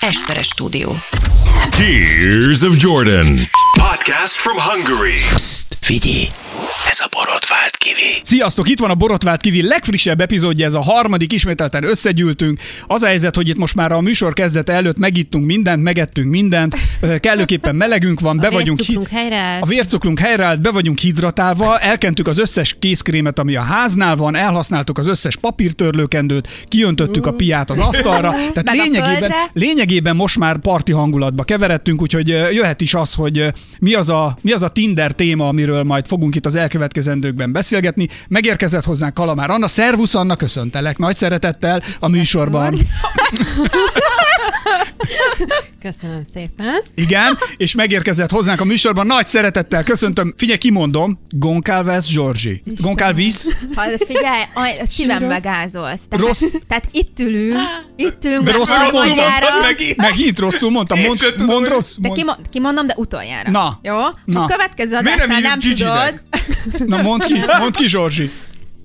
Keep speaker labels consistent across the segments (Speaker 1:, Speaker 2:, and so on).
Speaker 1: Esperes stúdió.
Speaker 2: Tears of Jordan.
Speaker 3: Podcast from Hungary.
Speaker 4: Figyelj, ez a borotvált kivi.
Speaker 5: Sziasztok, itt van a Borotvált Kivi legfrissebb epizódja, ez a harmadik, ismételten összegyűltünk. Az a helyzet, hogy itt most már a műsor kezdete előtt megittunk mindent, megettünk mindent, ö, kellőképpen melegünk van, be vagyunk
Speaker 6: vércukrunk helyreállt.
Speaker 5: A vércukrunk helyreállt, be vagyunk hidratálva, elkentük az összes készkrémet, ami a háznál van, elhasználtuk az összes papírtörlőkendőt, kiöntöttük a piát az asztalra. Tehát
Speaker 6: Meg a
Speaker 5: lényegében,
Speaker 6: földre.
Speaker 5: lényegében most már parti hangulatba keveredtünk, úgyhogy ö, jöhet is az, hogy ö, mi az, a, mi az a Tinder téma, amiről majd fogunk itt az elkövetkezendőkben beszélgetni. Megérkezett hozzánk Kalamár Anna. Szervusz Anna, köszöntelek nagy szeretettel a műsorban.
Speaker 6: Köszönöm szépen.
Speaker 5: Igen, és megérkezett hozzánk a műsorban. Nagy szeretettel köszöntöm. Figyelj, kimondom. Goncalves Georgi. Goncalvis.
Speaker 7: Ha figyelj, aj, a szívembe gázolsz. Tehát,
Speaker 5: Rossz.
Speaker 7: tehát itt ülünk, itt ülünk,
Speaker 5: De
Speaker 7: már
Speaker 5: rosszul
Speaker 7: harmadjára.
Speaker 5: mondtad megint. Megint rosszul mondtam. Mond, mond rossz.
Speaker 7: De
Speaker 5: Mond,
Speaker 7: kimond, kimondom, de utoljára.
Speaker 5: Na.
Speaker 7: Jó?
Speaker 5: Na.
Speaker 7: A következő
Speaker 4: nem
Speaker 7: adásnál
Speaker 4: hívjuk
Speaker 7: nem
Speaker 4: Gigi-nek?
Speaker 7: tudod.
Speaker 5: na mondd ki, mondd ki Georgi.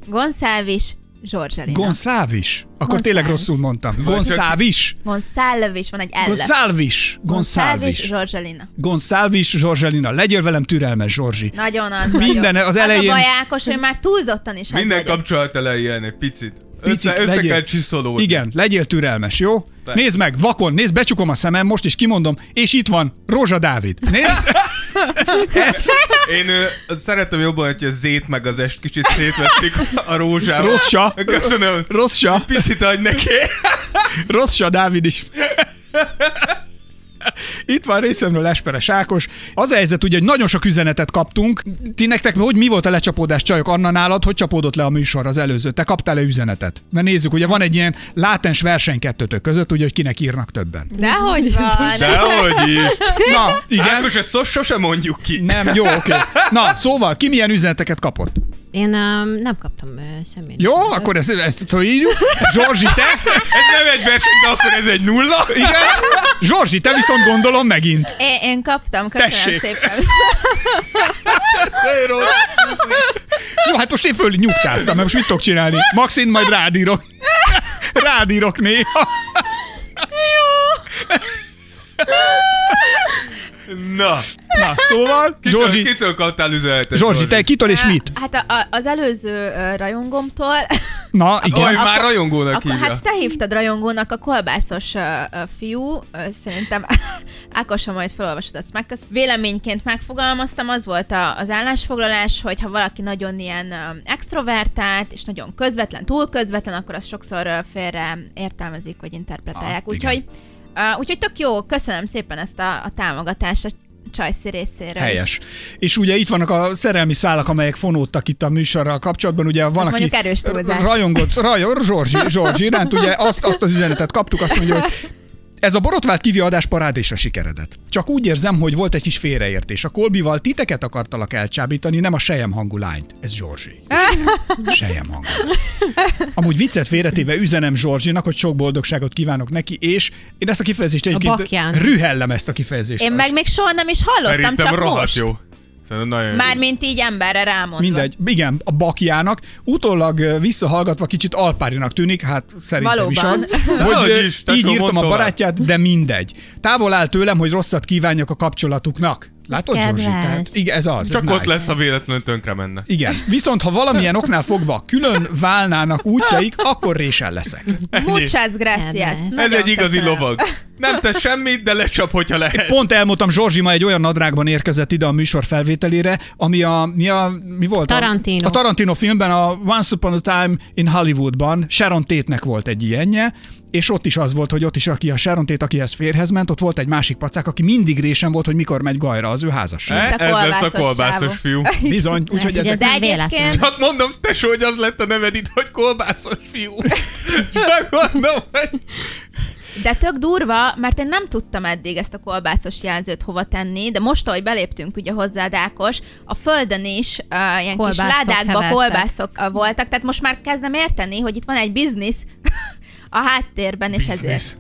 Speaker 7: Gonszálvis Zsorzselina. Gonsz-
Speaker 5: Gonszávis. Akkor
Speaker 7: Gonszávis.
Speaker 5: tényleg rosszul mondtam. Gonszávis.
Speaker 7: Gonszálvis van egy L.
Speaker 5: Gonszálvis. Gonszálvis.
Speaker 7: Zsorzselina.
Speaker 5: Gonszálvis Zsorzselina. Legyél velem türelmes, Zsorzsi.
Speaker 7: Nagyon az
Speaker 5: Minden,
Speaker 7: vagyok.
Speaker 5: az elején-
Speaker 7: Az a baj, Ákos, hogy már túlzottan is az
Speaker 4: Minden
Speaker 7: vagyok.
Speaker 4: kapcsolat elején egy picit.
Speaker 5: Picit
Speaker 4: össze, össze
Speaker 5: legyél-
Speaker 4: kell csiszolódni.
Speaker 5: Igen, legyél türelmes, jó?
Speaker 4: Persze.
Speaker 5: Nézd meg, vakon, nézd, becsukom a szemem, most is kimondom, és itt van Rózsa Dávid. Nézd,
Speaker 4: Én ö, szeretem jobban, hogy a zét meg az est kicsit szétveszik a rózsával.
Speaker 5: Rossa.
Speaker 4: Köszönöm.
Speaker 5: Rossa,
Speaker 4: Picit adj neki.
Speaker 5: Rossa Dávid is. Itt van részemről Esperes Ákos. Az a helyzet ugye, hogy nagyon sok üzenetet kaptunk. Ti nektek hogy mi volt a lecsapódás csajok Anna nálad? Hogy csapódott le a műsor az előző? Te kaptál-e üzenetet? Mert nézzük, ugye van egy ilyen látens verseny kettőtök között, ugye, hogy kinek írnak többen.
Speaker 4: Mhm.
Speaker 7: Dehogy van.
Speaker 4: Dehogy is.
Speaker 5: Na, igen.
Speaker 4: Ákos, ezt sos- sose mondjuk ki.
Speaker 5: Nem, jó, oké. Na, szóval, ki milyen üzeneteket kapott?
Speaker 6: Én um, nem kaptam uh, semmit.
Speaker 5: Jó, akkor ezt, ezt fölírjuk. Zsorzsi, te?
Speaker 4: Ez nem egy verseny, de akkor ez egy nulla.
Speaker 5: Igen. Zsorzsi, te viszont gondolom megint.
Speaker 7: Én, én kaptam, köszönöm
Speaker 5: Tessék.
Speaker 7: szépen.
Speaker 5: Jó, hát most én föl nyugtáztam, mert most mit tudok csinálni? Maxin majd rádírok. Rádírok néha.
Speaker 4: Na,
Speaker 5: Na, szóval,
Speaker 4: kitől,
Speaker 5: Zsorzsi,
Speaker 4: kitől kaptál üzenetet?
Speaker 5: Zsorzsi, te kitől és mit?
Speaker 7: Hát a, a, az előző ö, rajongomtól
Speaker 5: Na,
Speaker 4: Oj,
Speaker 5: igen.
Speaker 4: már rajongónak
Speaker 7: Akkor,
Speaker 4: hívja.
Speaker 7: hát te hívtad rajongónak a kolbászos ö, ö, fiú, ö, szerintem Ákos, ha majd felolvasod, azt megkösz. Véleményként megfogalmaztam, az volt a, az állásfoglalás, hogy ha valaki nagyon ilyen ö, extrovertált, és nagyon közvetlen, túl közvetlen, akkor azt sokszor ö, félre értelmezik, vagy interpretálják.
Speaker 5: Ah,
Speaker 7: úgyhogy, ö, úgyhogy tök jó, köszönöm szépen ezt a, a támogatást a Csajci részéről.
Speaker 5: Helyes. És ugye itt vannak a szerelmi szálak, amelyek fonódtak itt a műsorral kapcsolatban. Ugye van, aki
Speaker 7: mondjuk erős túlzás.
Speaker 5: rajongott, rajor, Zsorzsi, Zsorzsi iránt, ugye azt, azt az üzenetet kaptuk, azt mondja, hogy ez a borotvált kivi adás parádésra sikeredett. Csak úgy érzem, hogy volt egy kis félreértés. A Kolbival titeket akartalak elcsábítani, nem a sejem hangú lányt. Ez Zsorzsi. Sejem hangú. Amúgy viccet félretéve üzenem Zsorzsinak, hogy sok boldogságot kívánok neki, és én ezt a kifejezést egyébként
Speaker 6: bakján.
Speaker 5: rühellem ezt a kifejezést.
Speaker 7: Én
Speaker 5: Az-
Speaker 7: meg még soha nem is hallottam,
Speaker 4: Szerintem
Speaker 7: csak
Speaker 4: rohadt
Speaker 7: most.
Speaker 4: jó. Szerintem nagyon jó.
Speaker 7: Mármint így emberre rámondva.
Speaker 5: Mindegy, igen, a bakjának. Utólag ö, visszahallgatva kicsit alpárinak tűnik, hát szerintem is
Speaker 7: Valóban.
Speaker 5: az. Hogy
Speaker 4: Dehogy
Speaker 5: ö,
Speaker 4: is, tesó,
Speaker 5: így
Speaker 4: mondd
Speaker 5: írtam a
Speaker 4: tovább.
Speaker 5: barátját, de mindegy. Távol áll tőlem, hogy rosszat kívánjak a kapcsolatuknak. Látod,
Speaker 6: kedves.
Speaker 5: Zsorzsi? Tehát, igen, ez az.
Speaker 4: Csak
Speaker 5: ez
Speaker 4: ott
Speaker 5: nice.
Speaker 4: lesz, ha véletlenül tönkre menne.
Speaker 5: Igen. Viszont ha valamilyen oknál fogva külön válnának útjaik, akkor résen leszek.
Speaker 7: Muchas gracias.
Speaker 6: Kedves.
Speaker 4: Ez
Speaker 7: Nagyon
Speaker 4: egy igazi
Speaker 7: köszönöm.
Speaker 4: lovag. Nem tesz semmit, de lecsap, hogyha lehet.
Speaker 5: Pont elmondtam, Zsorzsi ma egy olyan nadrágban érkezett ide a műsor felvételére, ami a, mi, a, mi volt?
Speaker 6: Tarantino.
Speaker 5: A, a Tarantino filmben, a Once Upon a Time in Hollywoodban Sharon Tétnek volt egy ilyenje, és ott is az volt, hogy ott is aki a Sharon Tét, akihez férhez ment, ott volt egy másik pacák, aki mindig résen volt, hogy mikor megy gajra az ő házasság.
Speaker 4: E?
Speaker 7: Mint a
Speaker 4: Ez lesz
Speaker 7: kolbászos
Speaker 4: a kolbászos
Speaker 7: csávó.
Speaker 4: fiú.
Speaker 5: Bizony, úgyhogy
Speaker 6: hogy
Speaker 5: ez
Speaker 6: ez
Speaker 7: De
Speaker 6: nem véletlen.
Speaker 7: egyébként
Speaker 4: Csak mondom, tesó, hogy az lett a neved itt, hogy kolbászos fiú. Csak mondom, hogy...
Speaker 7: De tök durva, mert én nem tudtam eddig ezt a kolbászos jelzőt hova tenni, de most, ahogy beléptünk ugye hozzád, Ákos, a földön is uh, ilyen
Speaker 6: Kolbászok
Speaker 7: kis ládákba
Speaker 6: hevertek.
Speaker 7: kolbászok uh, voltak, tehát most már kezdem érteni, hogy itt van egy biznisz a háttérben, és ezért.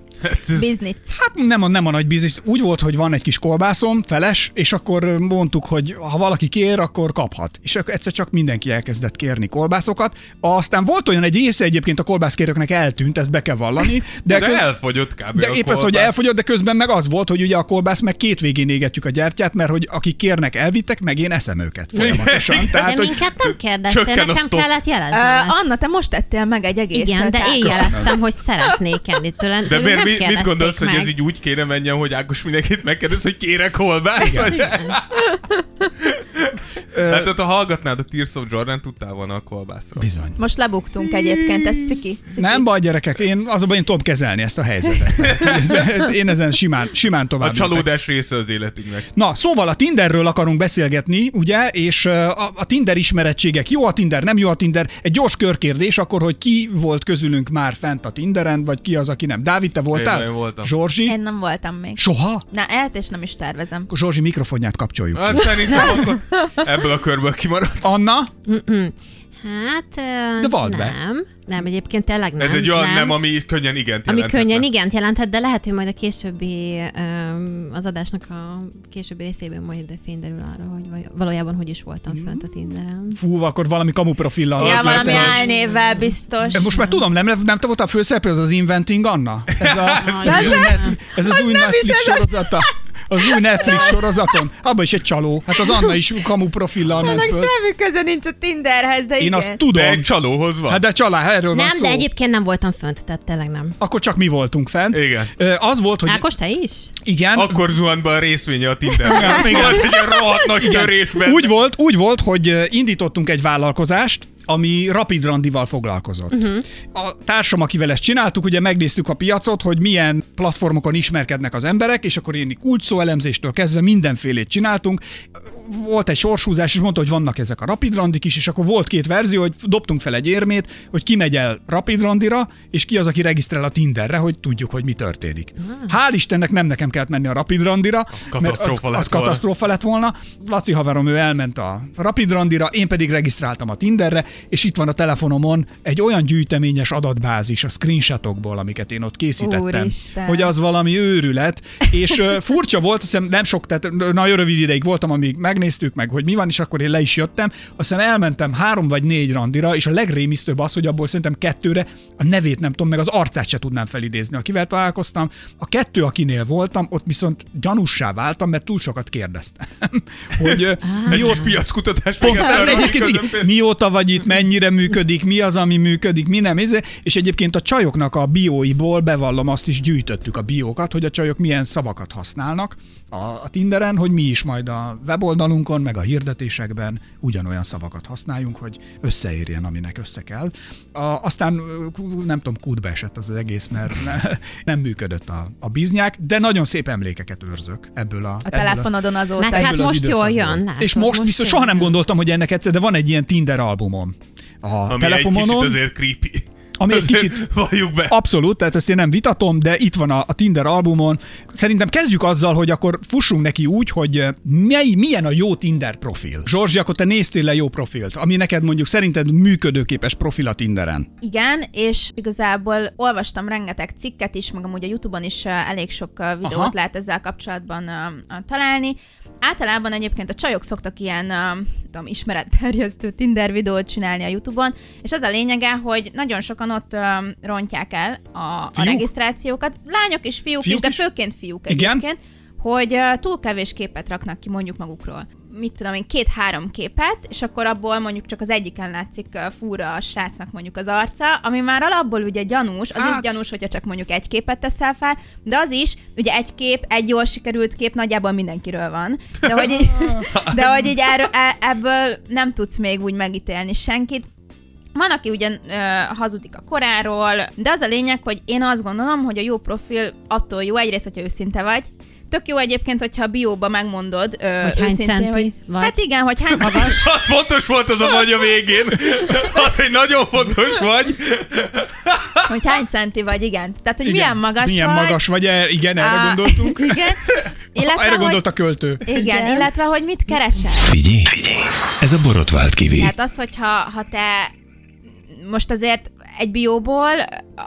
Speaker 7: biznit.
Speaker 5: Hát nem a, nem a nagy biznisz. Úgy volt, hogy van egy kis kolbászom, feles, és akkor mondtuk, hogy ha valaki kér, akkor kaphat. És akkor egyszer csak mindenki elkezdett kérni kolbászokat. Aztán volt olyan egy része egyébként a kolbászkérőknek eltűnt, ezt be kell vallani. De,
Speaker 4: De elfogyott kb.
Speaker 5: de
Speaker 4: a
Speaker 5: épp ez, hogy
Speaker 4: kolbász.
Speaker 5: elfogyott, de közben meg az volt, hogy ugye a kolbász meg két végén égetjük a gyertyát, mert hogy akik kérnek, elvittek, meg én eszem őket folyamatosan.
Speaker 6: De
Speaker 5: Tehát, hogy
Speaker 6: minket nem kérdeztél,
Speaker 4: csökken a
Speaker 6: nekem
Speaker 4: sztop.
Speaker 6: kellett
Speaker 7: Ö,
Speaker 6: jeleznem. ezt.
Speaker 7: Anna, te most tettél meg egy egészet.
Speaker 6: Igen, de én
Speaker 7: Ákos.
Speaker 6: jeleztem, hogy szeretnék enni tőle.
Speaker 4: De
Speaker 6: tőlünk
Speaker 4: miért,
Speaker 6: nem
Speaker 4: mi, mit
Speaker 6: kérdezték
Speaker 4: gondolsz,
Speaker 6: meg.
Speaker 4: hogy ez így úgy kéne menjen, hogy Ákos mindenkit megkérdez, hogy kérek holbát? Hát ott, ha hallgatnád a Tears of Jordan, tudtál volna a kolbászra.
Speaker 5: bizony.
Speaker 7: Most lebuktunk egyébként, ez ciki. ciki.
Speaker 5: Nem baj, gyerekek, én az a baj, én tudom kezelni ezt a helyzetet. Tehát, hogy ez- Én ezen simán, simán tovább.
Speaker 4: A csalódás része az életünknek.
Speaker 5: Na, szóval a Tinderről akarunk beszélgetni, ugye, és ö, a, a Tinder ismerettségek, jó a Tinder, nem jó a Tinder, egy gyors körkérdés akkor, hogy ki volt közülünk már fent a Tinderen, vagy ki az, aki nem. Dávid, te voltál?
Speaker 4: Én voltam.
Speaker 5: Zsorzsi?
Speaker 7: Én nem voltam még.
Speaker 5: Soha?
Speaker 7: Na, hát és nem is tervezem.
Speaker 5: Akkor Zsorzsi mikrofonját kapcsoljuk.
Speaker 4: Hát szerintem akkor ebből a körből kimaradt.
Speaker 5: Anna?
Speaker 6: Mm-mm. Hát ö,
Speaker 5: De vald be.
Speaker 6: nem. Nem, egyébként tényleg nem.
Speaker 4: Ez egy olyan nem,
Speaker 6: nem
Speaker 4: ami így könnyen igen
Speaker 6: ami könnyen igent jelenthet, de lehet, hogy majd a későbbi, öm, az adásnak a későbbi részében majd fényderül arra, hogy vaj- valójában hogy is voltam
Speaker 4: Mhm.
Speaker 6: fönt a Tinderen.
Speaker 5: Fú, akkor valami kamuprofillal.
Speaker 7: Ja, valami
Speaker 5: történt.
Speaker 7: álnévvel biztos.
Speaker 5: Most már tudom, nem, nem te voltál a főszereplő, az az Inventing Anna? Ez, a, ez, az, új net, ez az,
Speaker 7: az
Speaker 5: új
Speaker 7: nem
Speaker 5: Netflix
Speaker 7: is ez a-
Speaker 5: sorozata. Az új Netflix sorozaton. Abban is egy csaló. Hát az Anna is kamu profillal ment
Speaker 7: Annak
Speaker 5: föl.
Speaker 7: semmi köze nincs a Tinderhez, de
Speaker 5: Én
Speaker 7: igen.
Speaker 5: azt
Speaker 4: De
Speaker 5: tudom.
Speaker 4: egy csalóhoz van.
Speaker 5: Hát de csalá, erről van
Speaker 6: Nem,
Speaker 5: szó.
Speaker 6: de egyébként nem voltam fönt, tehát tényleg nem.
Speaker 5: Akkor csak mi voltunk fent.
Speaker 4: Igen.
Speaker 5: Ö, Az volt, hogy
Speaker 6: Ákos, te is?
Speaker 5: igen,
Speaker 4: Akkor zuhant be a részvénye a Tinderben.
Speaker 5: Igen.
Speaker 4: Volt egy ilyen rohadt nagy törésben.
Speaker 5: Úgy volt, úgy volt, hogy ö, indítottunk egy vállalkozást, ami rapid randival foglalkozott.
Speaker 4: Mhm.
Speaker 5: Uh-huh. A társam, akivel ezt csináltuk, ugye megnéztük a piacot, hogy milyen platformokon ismerkednek az emberek, és akkor én kulcsszó elemzéstől kezdve mindenfélét csináltunk. Volt egy sorshúzás, és mondta, hogy vannak ezek a rapid randik is, és akkor volt két verzió, hogy dobtunk fel egy érmét, hogy ki megy el rapid randira, és ki az, aki regisztrál a Tinderre, hogy tudjuk, hogy mi történik.
Speaker 4: Ah.
Speaker 5: Hál' Istennek nem nekem kellett menni a rapid randira, mert az,
Speaker 4: katasztrófa lett
Speaker 5: az katasztrófa
Speaker 4: volna.
Speaker 5: katasztrófa lett volna. Laci haverom, ő elment a Rapid Randira, én pedig regisztráltam a Tinderre, és itt van a telefonomon egy olyan gyűjteményes adatbázis a screenshotokból, amiket én ott készítettem.
Speaker 7: Úristen.
Speaker 5: Hogy az valami őrület, és ö, furcsa volt, azt hiszem nem sok, tehát ö, nagyon rövid ideig voltam, amíg megnéztük meg, hogy mi van, és akkor én le is jöttem. Azt hiszem elmentem három vagy négy randira, és a legrémisztőbb az, hogy abból szerintem kettőre a nevét nem tudom, meg az arcát se tudnám felidézni, akivel találkoztam. A kettő, akinél voltam, ott viszont gyanussá váltam, mert túl sokat kérdeztem. hogy ö, mi
Speaker 4: Egy
Speaker 5: ott
Speaker 4: kis piackutatás.
Speaker 5: Pont,
Speaker 4: véget
Speaker 5: nem,
Speaker 4: arra,
Speaker 5: egyébként
Speaker 4: miközben
Speaker 5: így, mióta vagy itt, mennyire működik, mi az, ami működik, mi nem, izé. és egyébként a csajoknak a bióiból bevallom, azt is gyűjtöttük a biókat, hogy a csajok milyen szavakat használnak a, a Tinderen, hogy mi is majd a weboldalunkon, meg a hirdetésekben ugyanolyan szavakat használjunk, hogy összeérjen, aminek össze kell. A, aztán ö, kú- nem tudom, kútbe esett az, az egész, mert ne, nem működött a, a biznyák, de nagyon szép emlékeket őrzök ebből a...
Speaker 7: A
Speaker 5: ebből
Speaker 7: telefonodon azóta.
Speaker 6: Meg hát
Speaker 5: ebből az
Speaker 6: most jól
Speaker 5: időszakból.
Speaker 6: jön, látod,
Speaker 5: És most,
Speaker 6: most
Speaker 5: viszont
Speaker 6: jól
Speaker 5: soha nem
Speaker 6: jön.
Speaker 5: gondoltam, hogy ennek egyszer, de van egy ilyen Tinder albumom a
Speaker 4: Ami egy
Speaker 5: telefomonon.
Speaker 4: kicsit azért creepy.
Speaker 5: Ami egy
Speaker 4: Azért
Speaker 5: kicsit-
Speaker 4: Valljuk be.
Speaker 5: Abszolút, tehát ezt én nem vitatom, de itt van a, a Tinder albumon. Szerintem kezdjük azzal, hogy akkor fussunk neki úgy, hogy eh, mely, milyen a jó Tinder profil. Zsorzsi, akkor te néztél le jó profilt, ami neked mondjuk szerinted működőképes profil a Tinderen.
Speaker 7: Igen, és igazából olvastam rengeteg cikket is, meg amúgy a Youtube-on is ö, elég sok ö, videót
Speaker 5: Aha.
Speaker 7: lehet ezzel kapcsolatban ö, ö, találni. Általában egyébként a csajok szoktak ilyen ö, nem tudom, ismeretterjesztő Tinder videót csinálni a Youtube-on, és az a lényege, hogy nagyon sokan ott ö, rontják el a, a
Speaker 5: Fiúk?
Speaker 7: regisztrációkat. Lányok és fiúk,
Speaker 5: Fiúk
Speaker 7: is, de
Speaker 5: is?
Speaker 7: főként fiúk
Speaker 5: Igen?
Speaker 7: egyébként, hogy ö, túl kevés képet raknak ki mondjuk magukról. Mit tudom én, két-három képet, és akkor abból mondjuk csak az egyiken látszik ö, fúra a srácnak mondjuk az arca, ami már alapból ugye gyanús, az hát. is
Speaker 5: Hát.
Speaker 7: gyanús, hogyha csak mondjuk egy képet teszel fel, de az is, ugye egy kép, egy jól sikerült kép nagyjából mindenkiről van. De hogy így, de hogy így erről, e- ebből nem tudsz még úgy megítélni senkit. Van, aki ugyan ö, hazudik a koráról, de az a lényeg, hogy én azt gondolom, hogy a jó profil attól jó, egyrészt, hogyha őszinte vagy, Tök jó egyébként, hogyha a bióba megmondod ö,
Speaker 6: Hogy hány
Speaker 7: őszintén,
Speaker 6: centi
Speaker 7: hogy...
Speaker 6: vagy?
Speaker 7: Hát igen, hogy hány magas.
Speaker 4: Az fontos volt az a vagy a végén. Az egy nagyon fontos vagy.
Speaker 7: hogy hány centi vagy, igen. Tehát, hogy
Speaker 5: Igen.
Speaker 7: milyen magas
Speaker 5: Milyen
Speaker 7: vagy.
Speaker 5: magas vagy? E, igen, erre
Speaker 7: Á,
Speaker 5: gondoltunk.
Speaker 7: Igen. Illetve,
Speaker 5: erre
Speaker 7: hogy,
Speaker 5: gondolt a költő.
Speaker 7: igen, igen, illetve, hogy mit keresel.
Speaker 2: Figyelj! Ez a borotvált kivé.
Speaker 7: Tehát az, hogyha ha te most azért egy bióból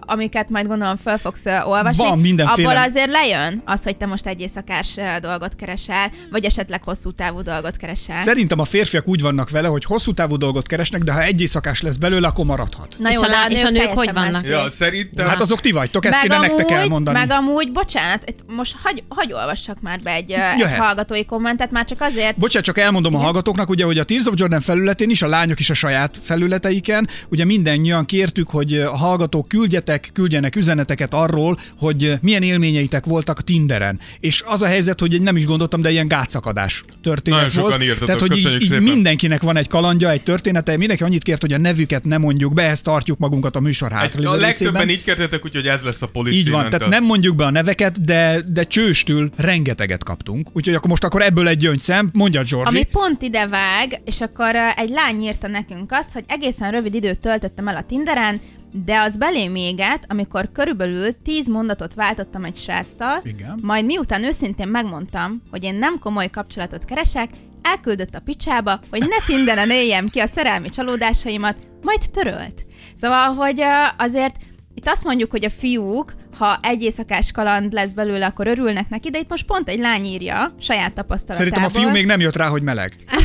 Speaker 7: amiket majd gondolom fel fogsz ö, olvasni,
Speaker 5: Van mindenféle-
Speaker 7: abból azért lejön az, hogy te most egy éjszakás ö, dolgot keresel, vagy esetleg hosszú távú dolgot keresel.
Speaker 5: Szerintem a férfiak úgy vannak vele, hogy hosszú távú dolgot keresnek, de ha egy éjszakás lesz belőle, akkor maradhat.
Speaker 7: Na
Speaker 6: És
Speaker 7: jó,
Speaker 6: a
Speaker 7: de
Speaker 6: lá- és a nők
Speaker 7: teljesen
Speaker 6: hogy vannak?
Speaker 7: másképp.
Speaker 4: Ja, szerintem...
Speaker 5: Hát azok ti vagytok, ezt kéne nektek elmondani.
Speaker 7: meg amúgy, bocsánat, itt most hagy, hagy olvassak már be egy ö,
Speaker 5: Jöhet.
Speaker 7: hallgatói kommentet, már csak azért,
Speaker 5: Bocsánat, csak elmondom a hallgatóknak, ugye, hogy a Tears of Jordan felületén is, a lányok is a saját felületeiken, ugye mindannyian kértük, hogy a hallgatók küldjetek, küldjenek üzeneteket arról, hogy milyen élményeitek voltak Tinderen. És az a helyzet, hogy nem is gondoltam, de ilyen gátszakadás történet
Speaker 4: Nagyon
Speaker 5: volt.
Speaker 4: sokan írtatok,
Speaker 5: Tehát, hogy így,
Speaker 4: köszönjük
Speaker 5: így
Speaker 4: szépen.
Speaker 5: mindenkinek van egy kalandja, egy története, mindenki annyit kért, hogy a nevüket nem mondjuk be, ezt tartjuk magunkat a műsor
Speaker 4: Egy,
Speaker 5: hátra.
Speaker 4: a legtöbben így kértetek, úgyhogy ez lesz a policy.
Speaker 5: Így van, tehát nem mondjuk be a neveket, de, de csőstül rengeteget kaptunk. Úgyhogy akkor most akkor ebből egy gyöngyszem, mondja Georgi.
Speaker 7: ami pont ide vág, és akkor ö, egy lány írta nekünk azt, hogy egészen rövid időt töltöttem el a Tinderen, de az belém égett, amikor körülbelül 10 mondatot váltottam egy sráccal,
Speaker 5: Igen.
Speaker 7: majd miután őszintén megmondtam, hogy én nem komoly kapcsolatot keresek, elküldött a picsába, hogy ne Tinderen éljem ki a szerelmi csalódásaimat, majd törölt. Szóval, hogy ö, azért itt azt mondjuk, hogy a fiúk, ha egy éjszakás kaland lesz belőle, akkor örülnek neki, de itt most pont egy lány írja saját tapasztalatából.
Speaker 5: Szerintem a fiú még nem jött rá, hogy meleg.
Speaker 7: Hát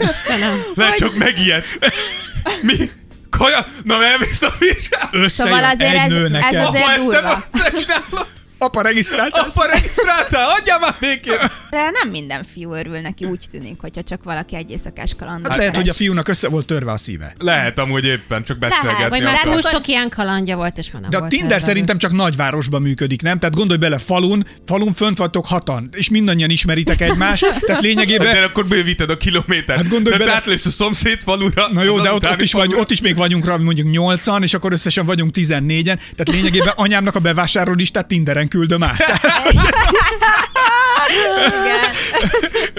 Speaker 6: Ó, Istenem.
Speaker 4: Le csak megijedt. Mi? Kaja? Na, elmész a vizsgálat?
Speaker 5: Összejön
Speaker 7: Szóval azért
Speaker 5: egy
Speaker 7: ez-
Speaker 5: nő
Speaker 7: ez
Speaker 5: neked.
Speaker 7: azért-
Speaker 4: Apa, ezt nem
Speaker 7: durva.
Speaker 4: azt csinálom.
Speaker 5: Apa regisztrálta. Hát
Speaker 4: Apa, regisztráltál? Adjál már békén.
Speaker 7: De nem minden fiú örül neki, úgy tűnik, hogyha csak valaki egy éjszakás kalandot
Speaker 5: Hát lehet,
Speaker 7: keres.
Speaker 5: hogy a fiúnak össze volt törve a szíve.
Speaker 4: Lehet amúgy éppen, csak beszélgetni
Speaker 6: Vagy már
Speaker 4: akar.
Speaker 6: túl
Speaker 7: akkor-
Speaker 6: sok ilyen kalandja volt, és már nem
Speaker 5: De a
Speaker 6: volt
Speaker 5: Tinder
Speaker 6: öröm.
Speaker 5: szerintem csak nagyvárosban működik, nem? Tehát gondolj bele, falun, falun fönt vagytok hatan, és mindannyian ismeritek egymást, tehát
Speaker 4: De
Speaker 5: lényegében...
Speaker 4: akkor bővíted a kilométert.
Speaker 5: Hát gondolj
Speaker 4: de
Speaker 5: bele-
Speaker 4: te átlépsz a szomszéd falura.
Speaker 5: Na jó,
Speaker 4: az
Speaker 5: de ott,
Speaker 4: utáni
Speaker 5: ott, is vagy,
Speaker 4: falura.
Speaker 5: ott is még vagyunk rá, mondjuk 8-an, és akkor összesen vagyunk 14-en, tehát lényegében anyámnak a bevásárló listát Tinderen küldöm át.
Speaker 7: Igen.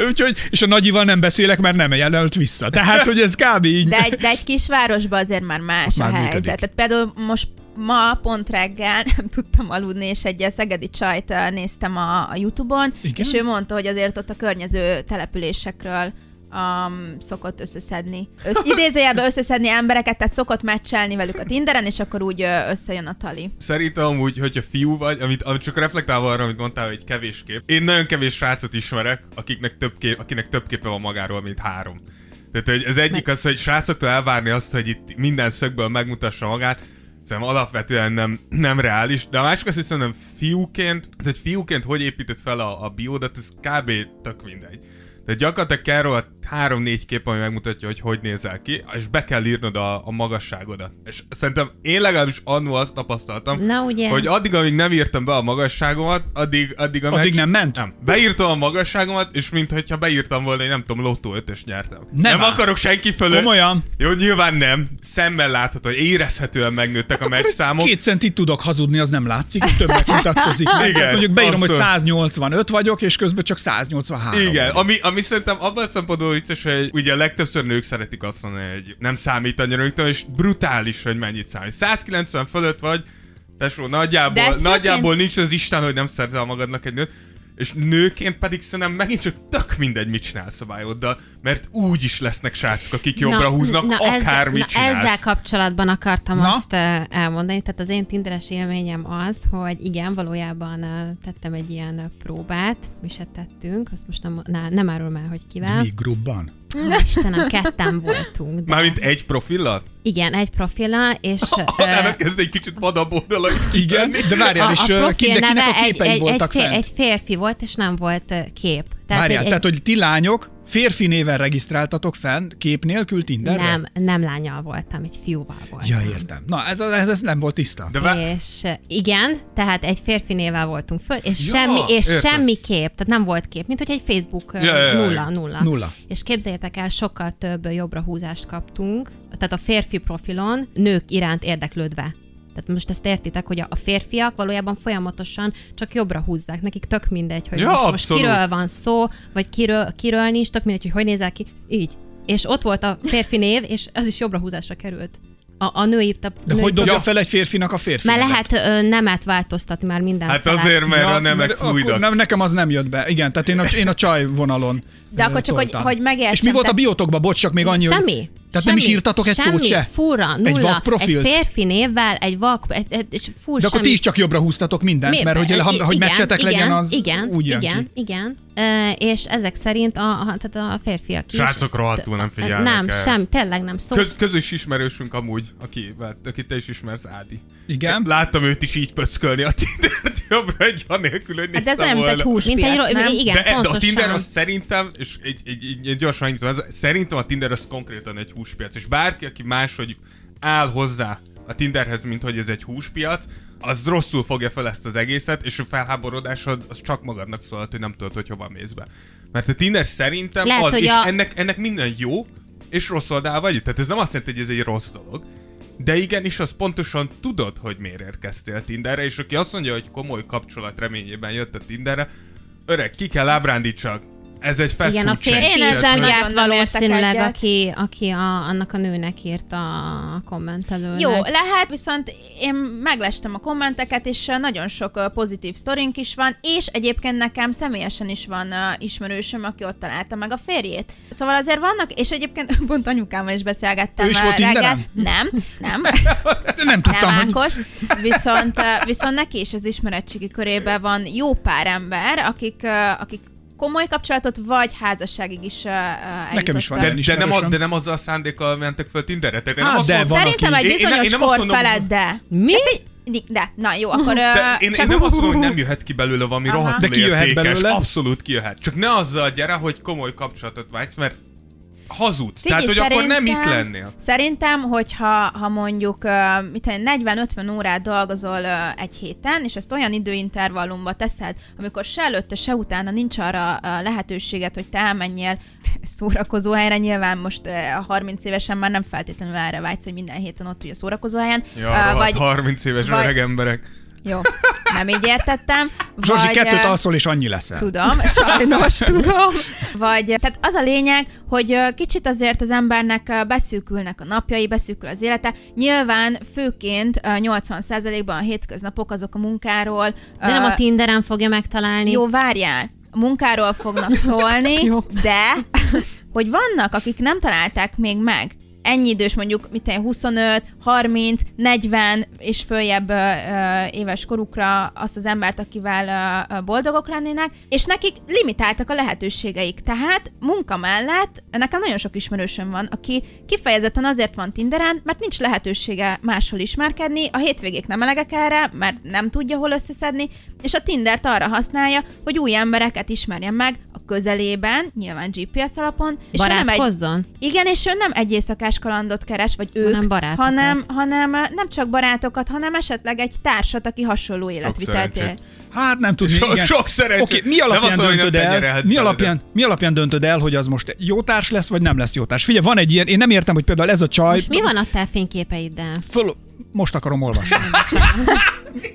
Speaker 5: Úgyhogy, és a nagyival nem beszélek, mert nem jelölt vissza. Tehát, hogy ez kb. így.
Speaker 7: De egy, de egy kisvárosban azért már más
Speaker 5: Ott
Speaker 7: a
Speaker 5: már
Speaker 7: helyzet.
Speaker 5: működik.
Speaker 7: Tehát például most ma pont reggel nem tudtam aludni, és egy ilyen szegedi csajt eh, néztem a, a Youtube-on,
Speaker 5: Igen?
Speaker 7: és ő mondta, hogy azért ott a környező településekről um, szokott összeszedni. Össz, idézőjelben összeszedni embereket, tehát szokott meccselni velük a Tinderen, és akkor úgy eh, összejön a tali.
Speaker 4: Szerintem amúgy, hogyha fiú vagy, amit, amit csak reflektálva arra, amit mondtál, hogy kevés kép. Én nagyon kevés srácot ismerek, akiknek több kép, akinek több képe van magáról, mint három. Tehát hogy az egyik az, hogy srácoktól elvárni azt, hogy itt minden szögből megmutassa magát, szerintem alapvetően nem, nem reális, de a másik az, hogy szerintem fiúként, tehát hogy fiúként hogy építed fel a, a biódat, ez kb. tök mindegy. De gyakorlatilag kell róla három-négy kép, ami megmutatja, hogy hogy nézel ki, és be kell írnod a, a magasságodat. És szerintem én legalábbis annó azt tapasztaltam,
Speaker 6: Na, ugye?
Speaker 4: hogy addig, amíg nem írtam be a magasságomat, addig, addig a
Speaker 5: Addig
Speaker 4: meccs-
Speaker 5: nem ment?
Speaker 4: Nem. Beírtam a magasságomat, és mintha beírtam volna, én nem tudom, lottó 5 nyertem.
Speaker 5: Nem
Speaker 4: nem
Speaker 5: áll.
Speaker 4: akarok senki fölött.
Speaker 5: Komolyan?
Speaker 4: Jó, nyilván nem. Szemmel látható, hogy érezhetően megnőttek a meccs számok.
Speaker 5: Két centit tudok hazudni, az nem látszik, és többnek mutatkozik. meg.
Speaker 4: Igen,
Speaker 5: Tehát mondjuk beírom, hogy
Speaker 4: abszolút.
Speaker 5: 185 vagyok, és közben csak 183.
Speaker 4: Igen, ami, ami szerintem abban a szempontból vicces, hogy ugye a legtöbbször nők szeretik azt mondani, hogy nem számít annyira, mint és brutális, hogy mennyit számít. 190 fölött vagy, tesó,
Speaker 7: De ez
Speaker 4: nagyjából,
Speaker 7: főként-
Speaker 4: nagyjából nincs az Isten, hogy nem szerzel magadnak egy nőt, és nőként pedig szerintem megint csak tök mindegy, mit csinálsz a bájoddal, mert úgy is lesznek srácok, akik jobbra húznak, akármit
Speaker 6: ezzel, na,
Speaker 4: csinálsz.
Speaker 6: ezzel kapcsolatban akartam
Speaker 5: Na?
Speaker 6: na? azt ö, elmondani, tehát az én tinderes élményem az, hogy igen, valójában ö, tettem egy ilyen ö, próbát, mi se tettünk, azt most nem, na, nem árulom el, hogy kivel.
Speaker 5: Mi grubban?
Speaker 6: Ó, Istenem, ketten voltunk. De...
Speaker 4: Mármint egy profillal?
Speaker 6: Igen, egy profillal, és... eh, ö,
Speaker 4: Uh, ez egy kicsit vadabb oldalait
Speaker 5: Igen, de várjál, és ö, ki- de kinek a
Speaker 6: egy,
Speaker 5: képei
Speaker 6: egy, egy,
Speaker 5: voltak
Speaker 6: fér,
Speaker 5: fent?
Speaker 6: egy férfi volt, és nem volt ö, kép.
Speaker 5: Várjál,
Speaker 6: egy,
Speaker 5: tehát hogy ti lányok férfi néven regisztráltatok fenn, kép nélkül Tinderre?
Speaker 6: nem, nem lányal voltam, egy fiúval voltam.
Speaker 5: Ja, értem. Na, ez, ez, ez nem volt tiszta.
Speaker 4: De vá-
Speaker 6: És eh, igen, tehát egy férfi névvel voltunk föl, és,
Speaker 4: Ja,
Speaker 6: ja, semmi, és
Speaker 4: értem.
Speaker 6: semmi kép, tehát nem volt kép, mint hogy egy Facebook eh,
Speaker 4: Ja, ja, ja,
Speaker 6: nulla,
Speaker 4: ja.
Speaker 6: nulla.
Speaker 5: Nulla.
Speaker 6: És képzeljétek el, sokkal több eh, jobbra húzást kaptunk, tehát a férfi profilon nők iránt érdeklődve. Tehát most ezt értitek, hogy a a férfiak valójában folyamatosan csak jobbra húzzák. Nekik tök mindegy, hogy
Speaker 4: Ja,
Speaker 6: most, most
Speaker 4: abszolút.
Speaker 6: kiről van szó, vagy kiről, kiről nincs, tök mindegy, hogy hogy nézel ki. Így. És ott volt a férfi név, és az is jobbra húzásra került. A, a női... A
Speaker 5: De
Speaker 6: női
Speaker 5: hogy dobja
Speaker 4: Ja.
Speaker 5: fel egy férfinak a férfi?
Speaker 6: mert
Speaker 5: nevet?
Speaker 6: lehet ö, nemet változtatni már minden.
Speaker 4: Hát
Speaker 6: felett.
Speaker 4: azért, mert
Speaker 5: Ja,
Speaker 4: ja, a nemek
Speaker 5: mert akkor
Speaker 4: fújnak.
Speaker 5: nem, Nekem az nem jött be. Igen, tehát én a, én a csaj vonalon
Speaker 7: De
Speaker 5: ö,
Speaker 7: akkor csak, hogy-
Speaker 5: toltam.
Speaker 7: hogy megértsem,
Speaker 5: És mi volt a
Speaker 7: tehát-
Speaker 5: biotokban? Bocs, csak még annyi, hogy-
Speaker 6: Semmi.
Speaker 5: Tehát nem is írtatok egy
Speaker 6: semmi,
Speaker 5: szót se?
Speaker 6: fura,
Speaker 5: Egy
Speaker 6: nulla.
Speaker 5: vak profilt?
Speaker 6: Egy férfi névvel, egy vak, egy, egy, és full
Speaker 5: De akkor ti
Speaker 6: semmi.
Speaker 5: is csak jobbra húztatok mindent,
Speaker 6: Mi-
Speaker 5: mert hogy,
Speaker 6: be-
Speaker 5: ha, hogy
Speaker 6: igen,
Speaker 5: meccsetek
Speaker 6: igen,
Speaker 5: legyen, az
Speaker 6: igen,
Speaker 5: úgy jön
Speaker 6: igen,
Speaker 5: ki.
Speaker 6: igen. Ö, és ezek szerint a, a, tehát a férfiak is.
Speaker 4: Srácok rohadtul nem figyelnek
Speaker 6: Nem,
Speaker 4: el.
Speaker 6: sem, tényleg nem Szóval szó.
Speaker 4: Köz, közös ismerősünk amúgy, aki, aki te is ismersz, Ádi.
Speaker 5: Igen.
Speaker 4: Láttam őt is így pöckölni a Tindert jobbra egy anélkül, hogy
Speaker 7: Hát de ez
Speaker 4: néztem
Speaker 7: olyan, mint egy
Speaker 4: volna.
Speaker 6: Mint egy,
Speaker 7: húspiac,
Speaker 6: ro-
Speaker 7: nem?
Speaker 6: igen,
Speaker 4: de, de a
Speaker 6: pontosan.
Speaker 4: Tinder az szerintem, és egy, egy, egy, egy gyorsan nyitom, ez, szerintem a Tinder az konkrétan egy húspiac, és bárki, aki máshogy áll hozzá a Tinderhez, mint hogy ez egy húspiac, az rosszul fogja fel ezt az egészet, és a felháborodásod az csak magadnak szólhat, hogy nem tudod, hogy hova mész be. Mert a Tinder szerintem
Speaker 6: Lehet,
Speaker 4: az,
Speaker 6: hogy
Speaker 4: és
Speaker 6: a-
Speaker 4: ennek, ennek minden jó, és rossz oldalával együtt. Tehát ez nem azt jelenti, hogy ez egy rossz dolog, de igenis, az pontosan tudod, hogy miért érkeztél Tinderre, és aki azt mondja, hogy komoly kapcsolat reményében jött a Tinderre, öreg, ki kell ábrándítsák. Ez egy fast
Speaker 6: Igen, a
Speaker 4: food chain.
Speaker 6: férfi
Speaker 7: Én ezzel
Speaker 6: is
Speaker 7: nagyon
Speaker 6: járt
Speaker 7: nem értek
Speaker 6: valószínűleg,
Speaker 7: egyet.
Speaker 6: aki, aki a, annak a nőnek írt a kommentelőnek.
Speaker 7: Jó, lehet, viszont én meglestem a kommenteket, és ö, nagyon sok ö, pozitív sztorink is van, és egyébként nekem személyesen is van ö, ismerősöm, aki ott találta meg a férjét. Szóval azért vannak, és egyébként pont anyukámmal is beszélgettem
Speaker 5: Ő is
Speaker 7: ö,
Speaker 5: volt
Speaker 7: reggel.
Speaker 5: Tinderen?
Speaker 7: Nem, nem,
Speaker 5: De nem tudtam,
Speaker 7: nem
Speaker 5: hogy...
Speaker 7: Ákos. Viszont, ö, viszont neki is az ismeretségi körében van jó pár ember, akik, ö, akik komoly kapcsolatot, vagy házasságig is ö, ö,
Speaker 5: Nekem is van
Speaker 7: eljutottak.
Speaker 4: De, de, nem a,
Speaker 5: ismerősöm.
Speaker 4: de nem azzal a szándékkal mentek föl Tinderre. Tehát én
Speaker 5: Hát
Speaker 4: nem azt
Speaker 5: de
Speaker 4: mondom,
Speaker 5: van,
Speaker 7: Szerintem
Speaker 5: aki-
Speaker 7: egy
Speaker 4: Én- én-
Speaker 7: bizonyos
Speaker 4: én nem azt
Speaker 7: kor
Speaker 4: mondom-
Speaker 7: felett, de...
Speaker 6: Mi?
Speaker 7: De, figy- de, na jó, akkor ö,
Speaker 4: Te- én,
Speaker 7: csak...
Speaker 4: én nem azt mondom, hogy nem jöhet ki belőle valami
Speaker 7: Aha.
Speaker 4: rohadt
Speaker 5: De kijöhet belőle?
Speaker 4: Abszolút kijöhet. Csak ne azzal gyere, hogy komoly kapcsolatot vágysz, mert hazudsz.
Speaker 7: Figyelj,
Speaker 4: Tehát, hogy akkor nem itt
Speaker 7: szerintem-
Speaker 4: lennél.
Speaker 7: Szerintem, hogyha ha mondjuk ö, mit tudom én, 40-50 órát dolgozol ö, egy héten, és ezt olyan időintervallumba teszed, amikor se előtte, se utána nincs arra ö, lehetőséget, hogy te elmenjél szórakozó helyre, nyilván most ö, a 30 évesen már nem feltétlenül erre vágysz, hogy minden héten ott ülj a szórakozó helyen.
Speaker 4: Ja,
Speaker 7: Ö,
Speaker 4: rohadt 30 éves
Speaker 7: vagy-
Speaker 4: öreg emberek.
Speaker 7: Jó, nem így értettem.
Speaker 5: Zsozsi,
Speaker 7: vagy,
Speaker 5: kettőt
Speaker 7: ö,
Speaker 5: alszol, és annyi leszel.
Speaker 7: Tudom, sajnos tudom. Vagy, tehát az a lényeg, hogy ö, kicsit azért az embernek ö, beszűkülnek a napjai, beszűkül az élete. Nyilván főként ö, 80%-ban a hétköznapok azok a munkáról.
Speaker 6: De nem
Speaker 7: ö,
Speaker 6: a Tinderen fogja megtalálni.
Speaker 7: Jó, várjál. A munkáról fognak szólni,
Speaker 6: Jó.
Speaker 7: de hogy vannak, akik nem találták még meg ennyi idős, mondjuk mit tenni, 25, 30, 40 és följebb ö, ö, éves korukra azt az embert, akivel ö, ö, boldogok lennének, és nekik limitáltak a lehetőségeik. Tehát munka mellett nekem nagyon sok ismerősöm van, aki kifejezetten azért van Tinderen, mert nincs lehetősége máshol ismerkedni, a hétvégék nem elegek erre, mert nem tudja hol összeszedni, és a Tindert arra használja, hogy új embereket ismerjen meg a közelében, nyilván GPS alapon, és ő nem egy
Speaker 6: Barátkozzon?
Speaker 7: igen, és ő nem egy éjszakás kalandot keres, vagy ők,
Speaker 6: Hanem barátokat.
Speaker 7: hanem, hanem eh, nem csak barátokat, hanem esetleg egy társat, aki hasonló életvitelt él.
Speaker 4: szerencsét.
Speaker 5: Hát nem tudni,
Speaker 4: So-
Speaker 5: igen.
Speaker 4: sok szerencsé.
Speaker 5: Oké, mi
Speaker 4: Nem
Speaker 5: alapján
Speaker 4: azt mondom, hogy nem
Speaker 5: döntöd el,
Speaker 4: tenyerelhetsz
Speaker 5: mi
Speaker 4: belőle.
Speaker 5: alapján, mi alapján döntöd el, hogy az most jó társ lesz, vagy nem lesz jó társ? Figyelj, van egy ilyen, én nem értem, hogy például ez a csaj...
Speaker 6: Most mi van a te fényképeiddel?
Speaker 5: Föl... Most akarom olvasni.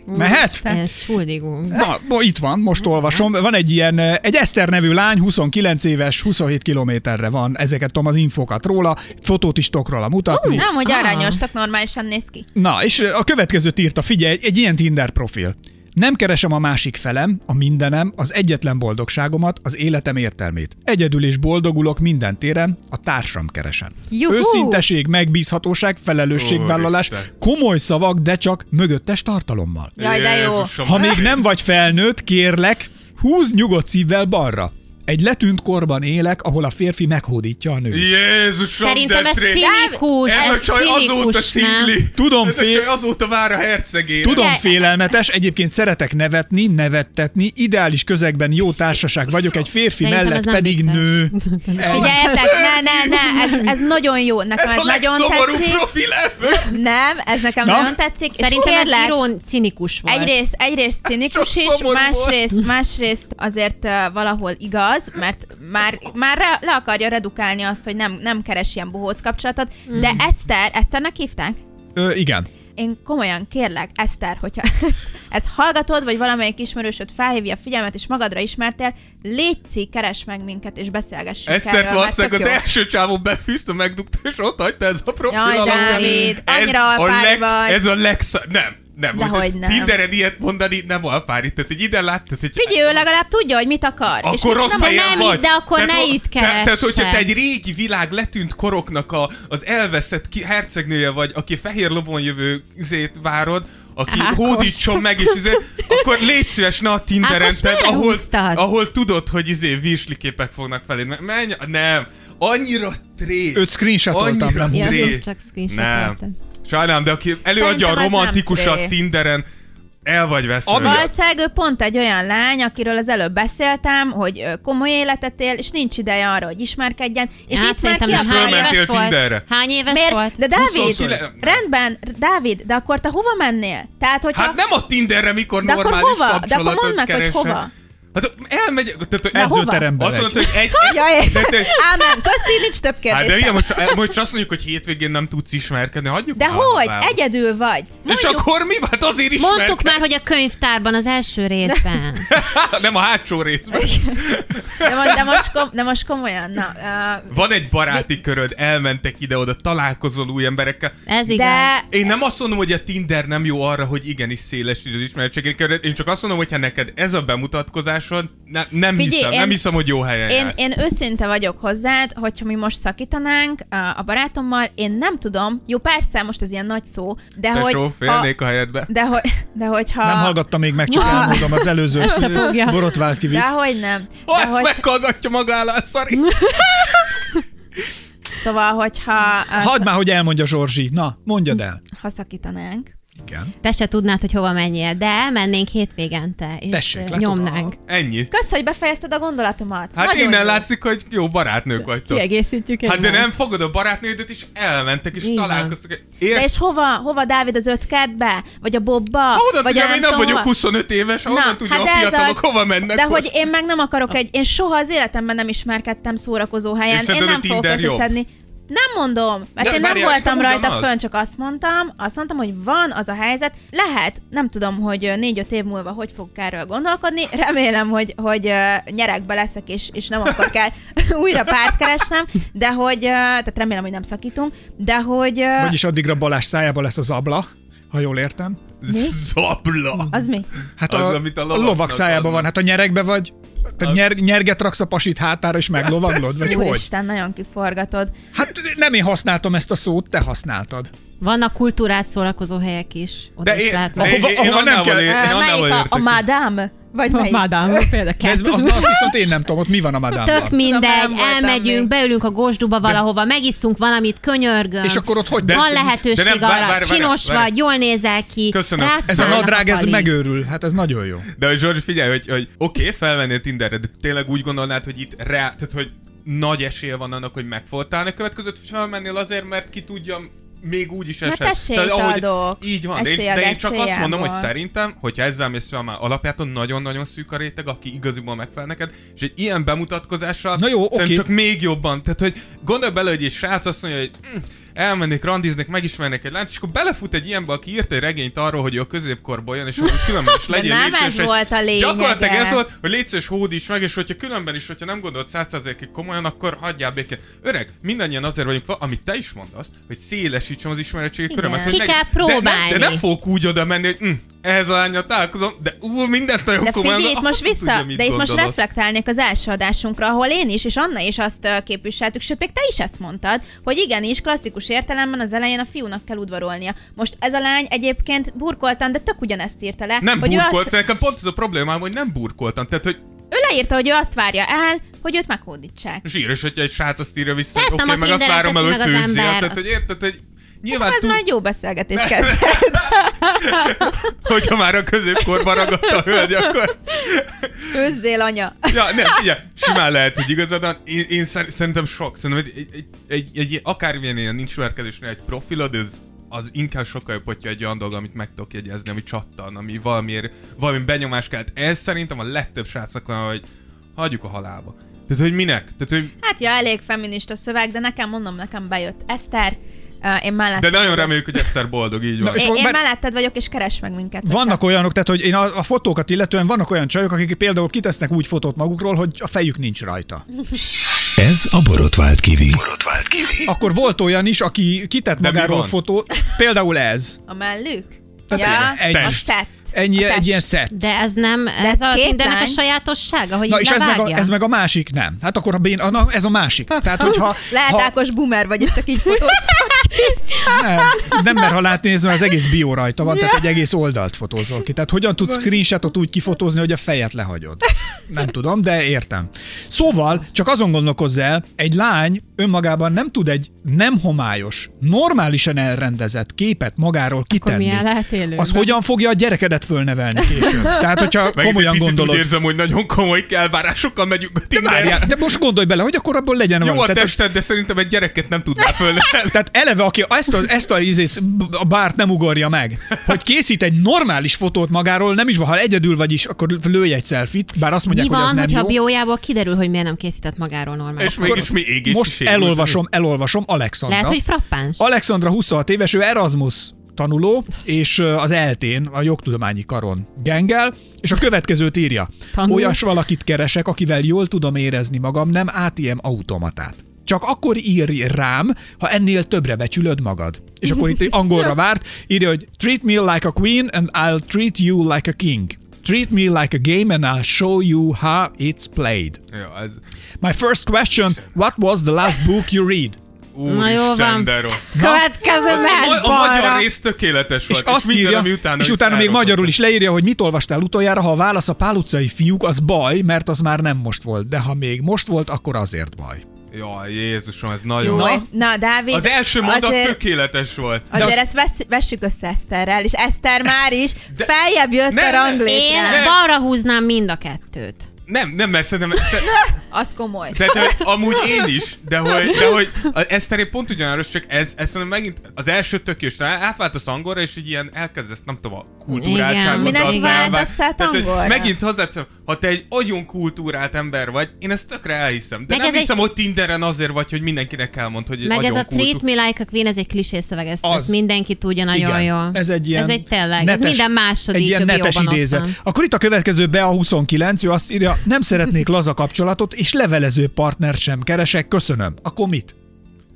Speaker 5: Mehet?
Speaker 6: Ez Schuldigunk.
Speaker 5: Na, bo- itt van, most olvasom. Van egy ilyen, eh, egy Eszter nevű lány, 29 éves, 27 kilométerre van. Ezeket tudom az infókat róla, fotót is tudok róla mutatni.
Speaker 7: Nem, hogy
Speaker 6: Ah.
Speaker 7: aranyos, csak normálisan néz ki.
Speaker 5: Na, és a következőt írta, figyelj, egy ilyen Tinder profil. Nem keresem a másik felem, a mindenem, az egyetlen boldogságomat, az életem értelmét. Egyedül is boldogulok minden téren, a társam keresen.
Speaker 6: Juhú!
Speaker 5: Őszinteség, megbízhatóság, felelősségvállalás,
Speaker 4: Úristen.
Speaker 5: komoly szavak, de csak mögöttes tartalommal.
Speaker 7: Jaj, de jó.
Speaker 4: Jézusom,
Speaker 5: Ha még
Speaker 4: Mária.
Speaker 5: nem vagy felnőtt, kérlek, húz nyugodt szívvel balra. Egy letűnt korban élek, ahol a férfi meghódítja a nőt.
Speaker 4: Jézusom,
Speaker 6: Szerintem
Speaker 4: de
Speaker 6: ez
Speaker 4: tré-
Speaker 6: cinikus,
Speaker 4: Ez a
Speaker 6: ez
Speaker 4: csaj azóta
Speaker 6: cinikus, nem?
Speaker 4: szingli.
Speaker 5: Tudom,
Speaker 4: ez
Speaker 5: fél-
Speaker 4: a csaj azóta vár a hercegére.
Speaker 5: Tudom,
Speaker 7: Ugye-
Speaker 5: félelmetes, egyébként szeretek nevetni, nevettetni, ideális közegben jó társaság vagyok, egy férfi
Speaker 6: Szerintem ez
Speaker 5: mellett
Speaker 6: nem
Speaker 5: pedig
Speaker 6: vicces.
Speaker 5: nő.
Speaker 7: Figyeljetek, ne, ne, ne, ez, ez nagyon jó, nekem ez,
Speaker 4: ez a
Speaker 7: nagyon
Speaker 4: legszomorúbb
Speaker 7: tetszik.
Speaker 4: profil ever.
Speaker 7: Nem, ez nekem
Speaker 5: Na?
Speaker 7: nagyon tetszik. és
Speaker 6: Szerintem ez
Speaker 7: kérlek,
Speaker 6: irón cinikus volt.
Speaker 7: Egyrészt, egyrészt cinikus
Speaker 4: Sok
Speaker 7: is,
Speaker 4: szomorú
Speaker 7: másrészt, másrészt azért uh, valahol igaz, mert már, már re, le akarja redukálni azt, hogy nem, nem keres ilyen bohóc kapcsolatot, de Eszter, Eszternek hívták?
Speaker 5: Ö, igen.
Speaker 7: Én komolyan kérlek, Eszter, hogyha ezt, ezt hallgatod, vagy valamelyik ismerősöd felhívja a figyelmet, és magadra ismertél, létszi, keres meg minket, és beszélgessünk
Speaker 4: Esztert
Speaker 7: erről, mert
Speaker 4: valószínűleg
Speaker 7: hát tök
Speaker 4: az
Speaker 7: jó.
Speaker 4: első csávó befűzte, megdugta, és ott hagyta ez a profil
Speaker 7: Jaj,
Speaker 4: alapján.
Speaker 7: Dávid,
Speaker 4: Ez
Speaker 7: annyira
Speaker 4: a
Speaker 7: alpári
Speaker 4: leg,
Speaker 7: vagy.
Speaker 4: Ez a legsz... Nem. Nem,
Speaker 7: Dehogy
Speaker 4: úgyhogy
Speaker 7: nem.
Speaker 4: Tinderen ilyet mondani nem alpári. Tehát, hogy ide láttad, hogy...
Speaker 7: Figyelj, ő legalább tudja, hogy mit akar. és
Speaker 4: akkor
Speaker 7: mit
Speaker 4: rossz
Speaker 7: nem,
Speaker 4: helyen
Speaker 6: nem
Speaker 4: vagy.
Speaker 6: itt, de akkor ne
Speaker 4: o-
Speaker 6: itt
Speaker 4: te, Tehát,
Speaker 6: keresse.
Speaker 4: hogyha te egy régi világ letűnt koroknak a, az elveszett ki, hercegnője vagy, aki fehér lobon jövő izét várod, aki
Speaker 6: Ákost.
Speaker 4: Ákost. hódítson meg, és izé, akkor légy szíves, ne a Tinderen,
Speaker 6: Ákos,
Speaker 4: tehát
Speaker 6: merre
Speaker 4: ahol,
Speaker 6: húztad?
Speaker 4: ahol tudod, hogy izé vírsliképek fognak felé. Menj, nem, annyira tré.
Speaker 5: Őt screenshotoltam,
Speaker 4: Annyira
Speaker 5: nem
Speaker 6: Ja,
Speaker 4: tré.
Speaker 6: azok csak screenshotoltad.
Speaker 4: Nem. Sajnálom, de aki előadja
Speaker 7: Szerintem
Speaker 4: a
Speaker 7: az nem
Speaker 4: romantikusat
Speaker 7: tré.
Speaker 4: Tinderen, el vagy veszve.
Speaker 7: Valószínűleg ő pont egy olyan lány, akiről az előbb beszéltem, hogy ö, komoly életet él, és nincs ideje arra, hogy ismerkedjen, és
Speaker 6: hát
Speaker 7: itt már
Speaker 6: szerintem
Speaker 7: ki
Speaker 6: nem. hány
Speaker 4: Fölmentél
Speaker 6: éves
Speaker 4: Tinderre?
Speaker 6: volt? Hány éves volt?
Speaker 7: De Dávid,
Speaker 4: 29.
Speaker 7: rendben, Dávid, de akkor te hova mennél? Tehát, hogyha...
Speaker 4: Hát nem a Tinderre, mikor
Speaker 7: De akkor
Speaker 4: normális
Speaker 7: hova? De akkor
Speaker 4: kapcsolatot
Speaker 7: mondd meg, hogy
Speaker 4: keresek.
Speaker 7: hova.
Speaker 4: Hát elmegy, tehát
Speaker 7: De hova?
Speaker 5: Edzőterembe
Speaker 4: Azt
Speaker 5: megy.
Speaker 4: mondod, hogy egy...
Speaker 7: Jaj,
Speaker 4: de, de,
Speaker 7: ámen, köszi, nincs több
Speaker 4: hát de
Speaker 7: kérdésem.
Speaker 4: ugye most, most azt mondjuk, hogy hétvégén nem tudsz ismerkedni, hagyjuk
Speaker 7: De
Speaker 4: már
Speaker 7: hogy?
Speaker 4: abba.
Speaker 7: Egyedül vagy.
Speaker 4: És
Speaker 7: Mondjuk,
Speaker 4: akkor mi? Hát azért is
Speaker 6: Mondtuk már, hogy a könyvtárban az első részben.
Speaker 4: Nem a hátsó részben.
Speaker 7: de, most, de, most kom, de most komolyan, na. Uh,
Speaker 4: Van egy baráti köröd, elmentek ide-oda, találkozol új emberekkel.
Speaker 6: Ez igaz.
Speaker 7: de
Speaker 4: Én nem azt mondom, hogy a Tinder nem jó arra, hogy igenis szélesítsd az ismeretségek köröd. Én csak azt mondom, hogy ha neked ez a bemutatkozásod, ne, nem
Speaker 7: Figyelj,
Speaker 4: hiszem,
Speaker 7: én-
Speaker 4: nem hiszem, hogy jó helyen
Speaker 7: én,
Speaker 4: jársz.
Speaker 7: én őszinte vagyok hozzád, hogyha mi most szakítanánk uh, a barátommal, én nem tudom, jó persze, most ez ilyen nagy szó, de
Speaker 4: Te
Speaker 7: hogy...
Speaker 4: só, félnék a helyedbe.
Speaker 7: de, hogy, de hogyha...
Speaker 5: Nem hallgattam még meg, csak
Speaker 7: Ha-
Speaker 5: elmondom az előző
Speaker 6: se fogja.
Speaker 5: borotvált kivit.
Speaker 7: de hogy nem.
Speaker 4: Ha
Speaker 7: De
Speaker 4: ezt
Speaker 7: hogy, Hm?
Speaker 4: meghallgatja maga alá, szari.
Speaker 7: szóval, hogyha uh,
Speaker 5: Hagyd már, hogy elmondja Zsorzsi. Na, mondjad el.
Speaker 7: ha szakítanánk,
Speaker 5: Igen.
Speaker 6: Te se tudnád, hogy hova menjél, de elmennénk hétvégente, és
Speaker 5: Tessék,
Speaker 6: Tessék,
Speaker 5: látod?
Speaker 6: nyomnánk.
Speaker 4: Ennyi.
Speaker 7: Kösz, hogy befejezted a gondolatomat.
Speaker 4: Hát
Speaker 7: Nagyon
Speaker 4: innen
Speaker 7: jó.
Speaker 4: látszik, hogy jó barátnők vagytok.
Speaker 6: Kiegészítjük
Speaker 4: Hát de nem fogod a barátnődet, és elmentek, és
Speaker 6: Így van.
Speaker 4: találkoztak.
Speaker 7: De
Speaker 4: Érted?
Speaker 7: és hova? Hova, Dávid, az öt kertbe? Vagy a bobba?
Speaker 4: Ahonnan
Speaker 7: vagy
Speaker 4: tudja,
Speaker 7: a
Speaker 4: én nem
Speaker 7: tudom
Speaker 4: vagyok
Speaker 7: hova? hát
Speaker 4: 25 éves, ahonnan tudja a
Speaker 7: de ez
Speaker 4: fiatalok,
Speaker 7: az-
Speaker 4: hova mennek
Speaker 7: De
Speaker 4: most.
Speaker 7: hogy én meg nem akarok egy... Én soha az életemben nem ismerkedtem szórakozó
Speaker 4: És
Speaker 7: helyen. Én
Speaker 4: szerinted
Speaker 7: nem
Speaker 4: a
Speaker 7: fogok
Speaker 4: Tinder jobb?
Speaker 7: összeszedni. Nem mondom, mert
Speaker 4: De
Speaker 7: én nem
Speaker 4: várjál,
Speaker 7: voltam
Speaker 4: de
Speaker 7: rajta
Speaker 4: ugyanaz.
Speaker 7: fönn, csak azt mondtam, azt mondtam, hogy van az a helyzet, lehet, nem tudom, hogy ö, négy-öt év múlva hogy fogok erről gondolkodni, remélem, hogy, hogy ö, nyerekbe leszek, és, és nem akkor kell újra párt keresnem, de hogy, ö, tehát remélem, hogy nem szakítunk, de hogy... ö,
Speaker 5: Vagyis addigra Balázs szájába lesz az abla, ha jól értem.
Speaker 4: Mi? Zabla.
Speaker 7: Az mi?
Speaker 5: Hát
Speaker 4: Az,
Speaker 5: a,
Speaker 4: amit a
Speaker 5: a
Speaker 4: lovaknak
Speaker 5: lovak szájában
Speaker 4: adnak.
Speaker 5: van, hát a nyerekbe vagy, te nyer, nyerget raksz a pasit hátára, és meglovaglod, vagy hogy?
Speaker 7: Úristen, nagyon kiforgatod.
Speaker 5: Hát nem én használtam ezt a szót, te használtad.
Speaker 6: Vannak kultúrát szórakozó helyek is. Oda
Speaker 4: De
Speaker 6: is
Speaker 4: én,
Speaker 6: lehet
Speaker 4: de én,
Speaker 5: Ahova-
Speaker 4: én,
Speaker 5: ahova nem
Speaker 4: annával
Speaker 5: kell.
Speaker 4: ér- én
Speaker 7: Ö,
Speaker 4: annával
Speaker 7: melyik a, a
Speaker 4: értek.
Speaker 7: madám? Vagy melyik?
Speaker 6: Madám, például
Speaker 5: Ez, az, azt viszont én nem tudom, ott mi van a
Speaker 6: Tök
Speaker 5: madámban.
Speaker 6: mindegy,
Speaker 7: voltam
Speaker 6: elmegyünk,
Speaker 7: még.
Speaker 6: beülünk a gosduba valahova, megisztunk valamit, könyörgöm.
Speaker 5: És akkor ott hogy?
Speaker 6: Van
Speaker 4: de-
Speaker 6: lehetőség
Speaker 4: de nem,
Speaker 6: arra,
Speaker 4: várj, várj, várj,
Speaker 6: csinos
Speaker 4: várj.
Speaker 6: vagy, jól nézel ki.
Speaker 4: Köszönöm.
Speaker 6: rád
Speaker 5: Ez a
Speaker 6: szállnak
Speaker 5: nadrág, ez
Speaker 6: pali.
Speaker 5: megőrül. Hát ez nagyon jó.
Speaker 4: De hogy Zsorzs, figyelj, hogy, hogy oké, okay, felvennél Tinderre, de tényleg úgy gondolnád, hogy itt reál, tehát hogy nagy esélye van annak, hogy megfoltálni a következőt, felmennél azért, mert ki tudja, még úgy is esett.
Speaker 7: esélyt adok.
Speaker 4: Így van, de én, de én
Speaker 7: Esélyadás
Speaker 4: csak azt mondom, hogy
Speaker 7: céljából.
Speaker 4: szerintem, hogyha ezzel mész fel már alapjáton, nagyon-nagyon szűk a réteg, aki igaziból megfelel neked, és egy ilyen bemutatkozással
Speaker 5: Na jó,
Speaker 4: szerintem
Speaker 5: oké.
Speaker 4: csak még jobban. Tehát, hogy gondolj bele, hogy egy srác azt mondja, hogy hm, elmennék, randiznék, megismernék egy lányt, és akkor belefut egy ilyenbe, aki írt egy regényt arról, hogy ő a középkorból jön, és hogy különben is
Speaker 7: De
Speaker 4: legyen
Speaker 7: nem
Speaker 4: légy szíves,
Speaker 7: ez
Speaker 4: egy-
Speaker 7: volt a lényege.
Speaker 4: Gyakorlatilag ez volt, hogy légy szíves, hód is meg, és hogyha különben is, hogyha nem gondolod százszerzékig komolyan, akkor hagyjál békén. Öreg, mindannyian azért vagyunk, fa- amit te is mondasz, hogy szélesítsem az ismeretségi
Speaker 7: Igen.
Speaker 4: körömet. hogy
Speaker 6: Ki kell
Speaker 4: De nem, de
Speaker 6: próbálni.
Speaker 4: nem fogok úgy oda menni, hogy mm, ehhez a lányra találkozom, de ú, mindent nagyon
Speaker 7: De
Speaker 4: komolyan.
Speaker 7: figyelj, itt
Speaker 4: azt
Speaker 7: most
Speaker 4: nem
Speaker 7: vissza,
Speaker 4: tudja, mit
Speaker 7: de itt most
Speaker 4: gondolod.
Speaker 7: reflektálnék az első adásunkra, ahol én is, és Anna is azt ö, képviseltük, sőt, még te is ezt mondtad, hogy igenis, klasszikus értelemben az elején a fiúnak kell udvarolnia. Most ez a lány egyébként burkoltan, de tök ugyanezt írta le.
Speaker 4: Nem
Speaker 7: hogy Ő,
Speaker 4: burkoltam,
Speaker 7: azt,
Speaker 4: nekem pont az a problémám, hogy nem burkoltam. Tehát, hogy
Speaker 7: ő leírta, hogy ő azt várja el, hogy őt meghódítsák.
Speaker 4: zsíros, hogyha egy srác azt írja vissza,
Speaker 6: Ezt
Speaker 4: hogy
Speaker 6: nem
Speaker 4: oké,
Speaker 6: a
Speaker 4: meg azt
Speaker 6: Tinderen
Speaker 4: várom el,
Speaker 6: teszi
Speaker 4: hogy
Speaker 6: meg az
Speaker 4: főzzél.
Speaker 6: ember.
Speaker 4: Tehát, hogy érted, hogy nyilván
Speaker 7: Ez
Speaker 4: tud,
Speaker 7: már egy jó beszélgetés kezdett.
Speaker 4: hogyha már a középkorban ragadt a hölgy, akkor...
Speaker 7: Őzzél, anya.
Speaker 4: Ja, nem, figyelj, simán lehet, hogy igazad van. Én, én szer- szerintem sok. Szerintem egy, egy, egy, egy, egy akármilyen ilyen ismerkedésnél egy profilod, ez az inkább sokkal jobb, hogyha egy olyan dolog, amit meg tudok jegyezni, ami csattan, ami valamiért, valami benyomás kelt. Ez szerintem a legtöbb srácnak van, hogy hagyjuk a halálba. Tehát, hogy minek? Tehát, hogy
Speaker 7: Hát ja, elég feminista szöveg, de nekem mondom, nekem bejött. Eszter, ö, én mellett.
Speaker 4: de nagyon reméljük, hogy Eszter boldog, így
Speaker 5: Na,
Speaker 4: van.
Speaker 5: és-
Speaker 4: És
Speaker 7: Én, én
Speaker 5: mert-
Speaker 7: melletted vagyok, és keresd meg minket.
Speaker 5: Vannak olyanok, tehát hogy én a, a fotókat illetően vannak olyan csajok, akik például kitesznek úgy fotót magukról, hogy a fejük nincs rajta.
Speaker 2: Ez a borotvált kivi.
Speaker 3: Borotvált kivi.
Speaker 5: Akkor volt olyan is, aki kitett
Speaker 4: mi
Speaker 5: magáról
Speaker 4: van?
Speaker 5: fotót, például ez.
Speaker 7: A mellük? Ja,
Speaker 5: Hát egy-
Speaker 7: a
Speaker 4: Test.
Speaker 7: set.
Speaker 5: Ennyi,
Speaker 7: A
Speaker 5: egy
Speaker 7: test.
Speaker 5: ilyen szett.
Speaker 6: De ez nem, ez,
Speaker 7: ez
Speaker 6: a
Speaker 7: két
Speaker 6: mindennek a
Speaker 7: lány.
Speaker 6: sajátossága, hogy
Speaker 5: Na
Speaker 6: Na,
Speaker 5: és ez meg, a, ez meg a másik nem. Hát akkor a bén, a, na, ez a másik. Tehát, hogyha,
Speaker 7: Lehet
Speaker 5: ha,
Speaker 7: Ákos boomer vagy, és csak így fotóztál.
Speaker 5: nem, nem, mert ha látnéz, mert az egész bio rajta van, tehát egy egész oldalt fotózol ki. Tehát hogyan tudsz screenshotot úgy kifotózni, hogy a fejet lehagyod? Nem tudom, de értem. Szóval, csak azon gondolkozz el, egy lány önmagában nem tud egy nem homályos, normálisan elrendezett képet magáról kitenni.
Speaker 6: milyen lehet élőben?
Speaker 5: az hogyan fogja a gyerekedet fölnevelni később? Tehát, hogyha
Speaker 4: Meg itt egy
Speaker 5: komolyan
Speaker 4: picit
Speaker 5: gondolod.
Speaker 4: úgy érzem, hogy nagyon komoly elvárásokkal megyünk a
Speaker 5: De, várjál,
Speaker 4: Tinderre.
Speaker 5: de most gondolj bele, hogy akkor abból legyen
Speaker 4: Jó
Speaker 5: valami.
Speaker 4: a
Speaker 5: Tehát-
Speaker 4: tested, de szerintem egy gyereket nem tudnál föl.
Speaker 5: Tehát eleve, aki ezt a, ezt a, izét, a bárt nem ugorja meg, hogy készít egy normális fotót magáról, nem is van, ha egyedül vagy is, akkor lőj egy selfit, bár azt mondják,
Speaker 6: Mi van,
Speaker 5: hogy az
Speaker 6: hogyha a
Speaker 5: nem jó.
Speaker 6: biójából kiderül, hogy miért nem készített magáról normális?
Speaker 4: És mégis mi égés is
Speaker 5: Most
Speaker 4: sérült.
Speaker 5: elolvasom, elolvasom Alexandra.
Speaker 6: Lehet, hogy frappáns.
Speaker 5: Alexandra 26 éves, ő Erasmus tanuló, és ö, az eltén, a jogtudományi karon gengel, és a következőt írja.
Speaker 6: Tanul.
Speaker 5: Olyas valakit keresek, akivel jól tudom érezni magam, nem ATM automatát. Csak akkor írj rám, ha ennél többre becsülöd magad. És akkor itt angolra várt, írja, hogy treat me like a queen and I'll treat you like a king. Treat me like a game and I'll show you how it's played.
Speaker 4: Ja, ez...
Speaker 5: My first question, what was the last book you read?
Speaker 6: Na jó
Speaker 4: Úristen,
Speaker 6: van.
Speaker 4: de rossz.
Speaker 6: Következő
Speaker 4: A,
Speaker 6: mehet
Speaker 4: a magyar
Speaker 6: balra.
Speaker 4: rész tökéletes
Speaker 5: És
Speaker 4: volt.
Speaker 5: azt
Speaker 4: minden,
Speaker 5: írja,
Speaker 4: ami utána
Speaker 5: és
Speaker 4: is
Speaker 5: utána még
Speaker 4: elrakott.
Speaker 5: magyarul is leírja, hogy mit olvastál utoljára, ha a válasz a pál utcai fiúk, az baj, mert az már nem most volt, de ha még most volt, akkor azért baj.
Speaker 4: Jaj, Jézusom, ez nagyon...
Speaker 7: Jó,
Speaker 4: Na,
Speaker 7: na, Dávid.
Speaker 4: az első mondat
Speaker 7: azért-
Speaker 4: tökéletes volt.
Speaker 7: Azért ezt vesz, vessük össze Eszterrel, és Eszter már is de, feljebb jött
Speaker 4: Ne,
Speaker 7: a
Speaker 4: ne,
Speaker 6: Én
Speaker 7: ranglétre.
Speaker 4: Nem.
Speaker 6: balra húznám mind a kettőt.
Speaker 4: Nem, nem, mert szerintem... szerintem
Speaker 7: Az komoly.
Speaker 4: de, de, amúgy én is, de hogy, de hogy a- ez terén pont ugyanarra, csak ez, ez szerintem megint az első tökéletes, tehát átváltasz angolra, és így ilyen elkezdesz, nem tudom, a kultúráltságot.
Speaker 6: Igen. Minek
Speaker 7: váltasz át angolra?
Speaker 4: Megint hozzáteszem, ha te egy nagyon kultúrált ember vagy, én ezt tökre elhiszem. De
Speaker 6: Meg
Speaker 4: Meg nem
Speaker 6: ez egy-
Speaker 4: hiszem, hogy Tinderen azért vagy, hogy mindenkinek elmond, hogy
Speaker 6: Meg ez
Speaker 4: agyon
Speaker 6: a treat
Speaker 4: kultú-
Speaker 6: me like a queen, ez egy klisé szöveg, ezt,
Speaker 5: Az.
Speaker 6: ezt mindenki tudja nagyon
Speaker 5: Igen.
Speaker 6: jól.
Speaker 5: Ez egy ilyen
Speaker 6: Ez egy tényleg, ez
Speaker 5: netes-
Speaker 6: minden második
Speaker 5: egy ilyen netes
Speaker 6: bióban ott
Speaker 5: idézet.
Speaker 6: van.
Speaker 5: Akkor itt a következő Bea 29, ő azt írja, nem szeretnék laza kapcsolatot, és levelező partnert sem keresek, köszönöm. Akkor mit?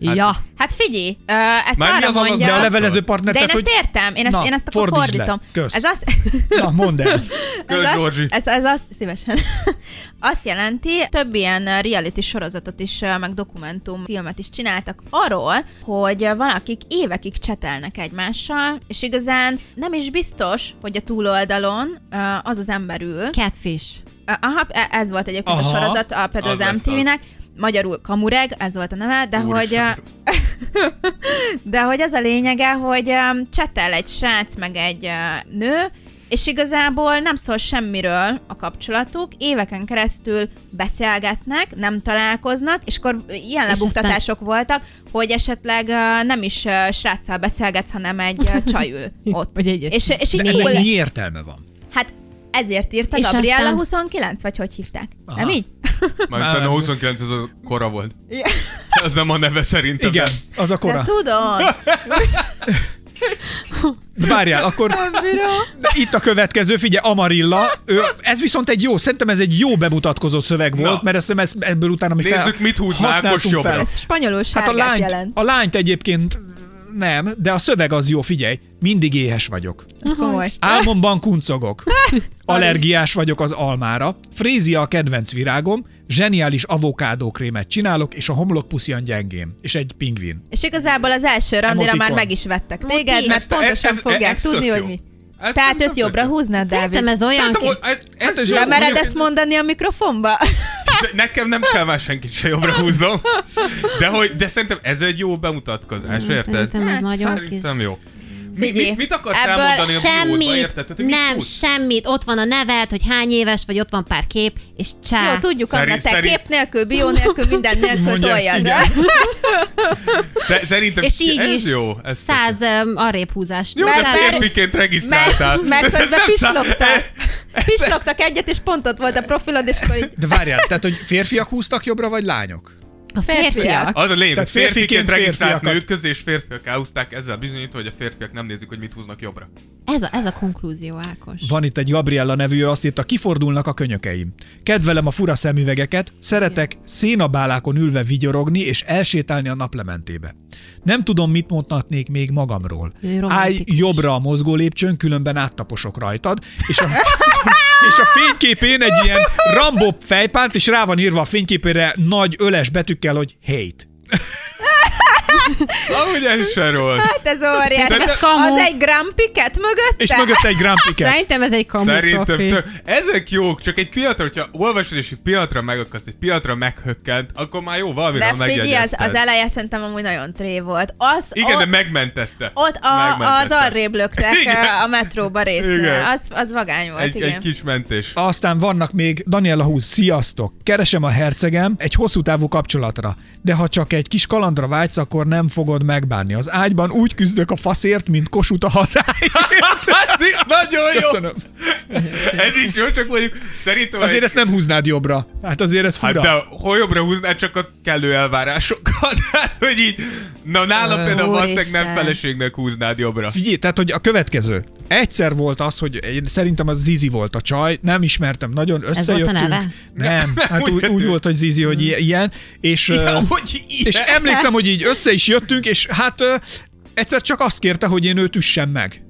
Speaker 4: Hát-
Speaker 6: Ja,
Speaker 7: Hát figyelj, uh, ezt
Speaker 4: Már mi
Speaker 7: arra
Speaker 4: az a-
Speaker 7: mondja...
Speaker 5: De a
Speaker 4: Ja.
Speaker 5: levelező partner,
Speaker 7: De én
Speaker 5: tehát,
Speaker 7: ezt
Speaker 5: hogy...
Speaker 7: értem, én ezt,
Speaker 5: Na,
Speaker 7: én ezt akkor
Speaker 5: fordítsd le.
Speaker 7: fordítom.
Speaker 5: Kösz.
Speaker 7: Ez azt,
Speaker 5: Na, mondd el.
Speaker 4: Kösz,
Speaker 7: ez, azt,
Speaker 4: Georgi.
Speaker 7: ez, ez azt, szívesen. azt jelenti, több ilyen ö, reality sorozatot is, ö, meg dokumentumfilmet is csináltak arról, hogy ö, valakik évekig csetelnek egymással, és igazán nem is biztos, hogy a túloldalon ö, az az ember ül.
Speaker 6: catfish.
Speaker 7: Ö, Aha, e- ez volt egyébként
Speaker 5: Aha.
Speaker 7: a sorozat, a, például
Speaker 4: Az
Speaker 7: az,
Speaker 4: lesz az.
Speaker 7: MTV-nek, magyarul Kamureg, ez volt a neve, de hogy... ö,
Speaker 4: Úristen.
Speaker 7: De hogy az a lényege, hogy um, csetel egy srác meg egy uh, nő, és igazából nem szól semmiről a kapcsolatuk, éveken keresztül beszélgetnek, nem találkoznak, és akkor ilyen
Speaker 6: És
Speaker 7: lebuktatások voltak, hogy esetleg uh, nem is uh, sráccal beszélgetsz, hanem egy uh, csaj ül ott.
Speaker 6: Vagy egy-
Speaker 7: és, és így
Speaker 5: De ennek mi
Speaker 7: túl,
Speaker 5: értelme van?
Speaker 7: hát ezért írta
Speaker 6: És
Speaker 7: Gabriella
Speaker 6: aztán-
Speaker 7: 29, vagy hogy hívták? Aha. Nem
Speaker 5: Aha.
Speaker 7: így?
Speaker 4: Már
Speaker 5: Már-
Speaker 4: szerintem a 29 az a kora volt. Az nem a neve szerintem.
Speaker 5: Igen, az a
Speaker 7: De
Speaker 5: kora.
Speaker 7: tudod!
Speaker 5: De Várjál, akkor de itt a következő, figyelj, Amarilla, ő, ez viszont egy jó, szerintem ez egy jó bemutatkozó szöveg volt,
Speaker 4: Na.
Speaker 5: mert ezt, ezt ebből utána mi fel,
Speaker 4: Nézzük, mit húz már
Speaker 5: használtunk
Speaker 4: Ákos jobbra.
Speaker 5: fel.
Speaker 7: Ez spanyolul
Speaker 5: Hát a
Speaker 7: sárgát
Speaker 5: lányt,
Speaker 7: jelent.
Speaker 5: a lányt egyébként nem, de a szöveg az jó, figyelj, mindig éhes vagyok.
Speaker 7: Ez komoly.
Speaker 5: Álmomban kuncogok. Allergiás vagyok az almára. Frézia a kedvenc virágom. Zseniális avokádókrémet csinálok, és a homlokpuszjan gyengém. És egy pingvin.
Speaker 7: És igazából az első randira már
Speaker 5: Emotikon.
Speaker 7: meg is vettek
Speaker 6: Motiv.
Speaker 7: téged, mert
Speaker 4: Ezt-
Speaker 7: pontosan
Speaker 4: E- ez- ez-
Speaker 7: fogják
Speaker 4: ez tök
Speaker 7: tudni,
Speaker 4: jó.
Speaker 7: hogy mi.
Speaker 4: Ez
Speaker 7: Tehát
Speaker 4: szerintem
Speaker 7: őt jobbra
Speaker 4: tök jó.
Speaker 7: húznád,
Speaker 6: Szerintem
Speaker 7: Dávid.
Speaker 6: ez olyan
Speaker 4: Szerintem,
Speaker 6: ki...
Speaker 4: hogy Hát ez- ez is jó.
Speaker 7: De mered
Speaker 4: Mondjuk-
Speaker 7: ezt mondani a mikrofonba?
Speaker 4: De nekem nem kell már senkit se jobbra húznom. De, hogy, de szerintem ez egy jó bemutatkozás, érted? Hát,
Speaker 6: Szerintem ez nagyon kis.
Speaker 4: Szerintem jó. Mi,
Speaker 7: Figyelj,
Speaker 4: mi, mit akarsz
Speaker 7: ebből
Speaker 4: elmondani a biódba,
Speaker 6: Semmit,
Speaker 4: érted? Tehát, hogy mit
Speaker 6: nem,
Speaker 4: tudsz?
Speaker 6: semmit. Ott van a neved, hogy hány éves vagy, ott van pár kép, és csá.
Speaker 7: Jó, tudjuk,
Speaker 4: Szeri-
Speaker 7: Anna, te
Speaker 4: szeri-
Speaker 7: kép nélkül, bió nélkül, minden nélkül
Speaker 5: Mondja ezt,
Speaker 7: toljad.
Speaker 5: igen.
Speaker 4: Sze- Szerintem
Speaker 6: és így
Speaker 4: ez
Speaker 6: is
Speaker 4: jó. Ez tök
Speaker 6: száz um, arrébb húzást.
Speaker 4: jó. Jó, de
Speaker 6: Száz-
Speaker 4: férfiként
Speaker 7: Mert,
Speaker 4: regisztráltál.
Speaker 7: mert
Speaker 4: Ez
Speaker 7: közben
Speaker 4: nem szá- e-
Speaker 7: pislogtak. Pislogtak egyet, és pont ott volt a profilod, és akkor így...
Speaker 5: De várjál, tehát hogy férfiak húztak jobbra, vagy lányok?
Speaker 6: A férfiak.
Speaker 4: Az a lényeg, hogy
Speaker 5: Tehát férfiként
Speaker 4: férfiként regisztrált
Speaker 5: férfiakat.
Speaker 4: nőt közé és férfiak elhúzták, ezzel bizonyítva, hogy a férfiak nem nézik, hogy mit húznak jobbra.
Speaker 6: Ez a, ez a konklúzió, Ákos.
Speaker 5: Van itt egy Gabriella nevű, ő azt írta, kifordulnak a könyökeim. Kedvelem a fura szemüvegeket, szeretek szénabálákon ülve vigyorogni és elsétálni a naplementébe. Nem tudom, mit mondhatnék még magamról.
Speaker 6: Ő romantikus.
Speaker 5: Állj jobbra a mozgó lépcsőn, különben áttaposok rajtad, és a, és a fényképén egy ilyen Rambo fejpánt, és rá van írva a fényképére nagy öles betűkkel, hogy hate.
Speaker 4: Amúgy ez se rossz.
Speaker 7: Hát ez óriás.
Speaker 6: Szerintem ez kamu.
Speaker 7: Az egy grampiket mögötte?
Speaker 5: És mögötte egy Grand Piket.
Speaker 6: Szerintem ez egy kamu
Speaker 4: Szerintem
Speaker 6: profi.
Speaker 4: tök, ezek jók, csak egy pillanatra, hogyha olvasod és egy pillanatra megakaszt, egy pillanatra meghökkent, akkor már jó, valamire
Speaker 7: De figyelj, az,
Speaker 4: megjegyezted.
Speaker 7: az eleje szerintem amúgy nagyon tré volt. Az,
Speaker 4: Igen,
Speaker 7: ott,
Speaker 4: de megmentette.
Speaker 7: ott a, az
Speaker 4: Megmentette.
Speaker 7: arrébb löktek
Speaker 4: Igen.
Speaker 7: ö, a metróba résznél.
Speaker 4: Igen.
Speaker 7: Az, az vagány volt,
Speaker 4: Egy,
Speaker 7: igen.
Speaker 4: egy kis mentés.
Speaker 5: Aztán vannak még Daniela 20, sziasztok! Keresem a hercegem egy hosszú távú kapcsolatra, de ha csak egy kis kalandra vágysz, akkor nem fogod megbánni. Az ágyban úgy küzdök a faszért, mint Kossuth a hazáért.
Speaker 4: Hát, Ez is nagyon jó.
Speaker 5: Köszönöm.
Speaker 4: Ez is jó, csak mondjuk szerintem...
Speaker 5: Azért
Speaker 4: egy-
Speaker 5: ezt nem húznád jobbra. Hát azért ez
Speaker 4: Hát
Speaker 5: fura.
Speaker 4: de hol jobbra húznád csak a kellő elvárásokat? Hát, hogy így, na nálam például valószínűleg nem
Speaker 7: Úristen.
Speaker 4: feleségnek húznád jobbra.
Speaker 5: Figyelj, tehát hogy a következő. Egyszer volt az, hogy én szerintem az Zizi volt a csaj, nem ismertem nagyon,
Speaker 6: volt
Speaker 5: összejöttünk.
Speaker 6: a neve?
Speaker 5: Nem, hát úgy, úgy volt, hogy Zizi, hogy i- ilyen, és... ö,
Speaker 4: Ja, hogy ilyen.
Speaker 5: És emlékszem, hogy így össze is jöttünk, és hát ö, egyszer csak azt kérte, hogy én őt üssem meg.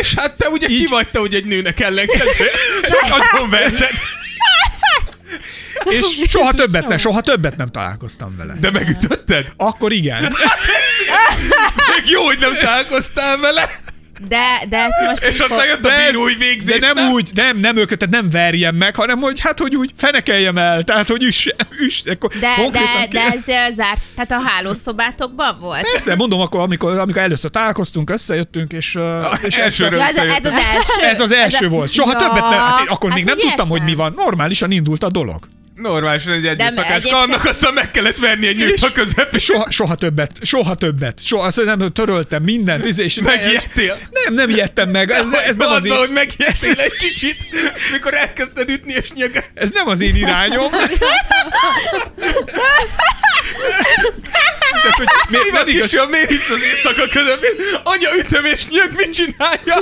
Speaker 4: És hát te ugye ki vagy te, hogy egy nőnek ellenkező. Csak agyon verted.
Speaker 5: És soha többet, ne,
Speaker 6: Jézusom.
Speaker 5: soha többet nem találkoztam vele. De
Speaker 4: De megütötted?
Speaker 5: akkor igen.
Speaker 4: Még jó, hogy nem találkoztál vele.
Speaker 7: De, de ezt most így
Speaker 4: És
Speaker 7: fog...
Speaker 4: aztán jött
Speaker 5: De
Speaker 4: a
Speaker 5: ez-
Speaker 4: bírói végzés.
Speaker 5: De nem, úgy, nem, nem őket, tehát nem verjem meg, hanem hogy hát, hogy úgy fenekeljem el, tehát hogy üss, üss akkor
Speaker 7: De, de,
Speaker 5: konkrétan
Speaker 7: de
Speaker 5: kér-
Speaker 7: ez ö, zárt, tehát a hálószobátokban volt?
Speaker 5: Persze, mondom, akkor, amikor, amikor először találkoztunk, összejöttünk, és, ö, és
Speaker 4: Elsőről
Speaker 7: Ja, ez, a- ez az első.
Speaker 5: ez az első
Speaker 7: a-
Speaker 5: volt. Soha
Speaker 7: Ja.
Speaker 5: többet nem. Hát én akkor
Speaker 7: Hát
Speaker 5: még nem
Speaker 7: úgy
Speaker 5: tudtam, hogy mi
Speaker 7: értem.
Speaker 5: van. Normálisan indult a dolog.
Speaker 4: Normálisan egy
Speaker 7: De
Speaker 4: egyes szakás.
Speaker 7: egyébként-
Speaker 4: Annak aztán meg kellett verni egy nőt a közepén.
Speaker 5: Soha, soha többet, soha többet. Soha, azt nem töröltem mindent, izé, és
Speaker 4: Megijedtél?
Speaker 5: Nem, nem ijedtem meg. Ez, ez, nem az
Speaker 4: Azzal, hogy
Speaker 5: én,
Speaker 4: megijedtél egy kicsit, mikor elkezdted ütni és nyögölni.
Speaker 5: ez nem az én irányom. Tehát, hogy mi,
Speaker 4: Mi van is, hogy miért itt az éjszaka közepén? Anya ütöm és nyög, mit csinálja?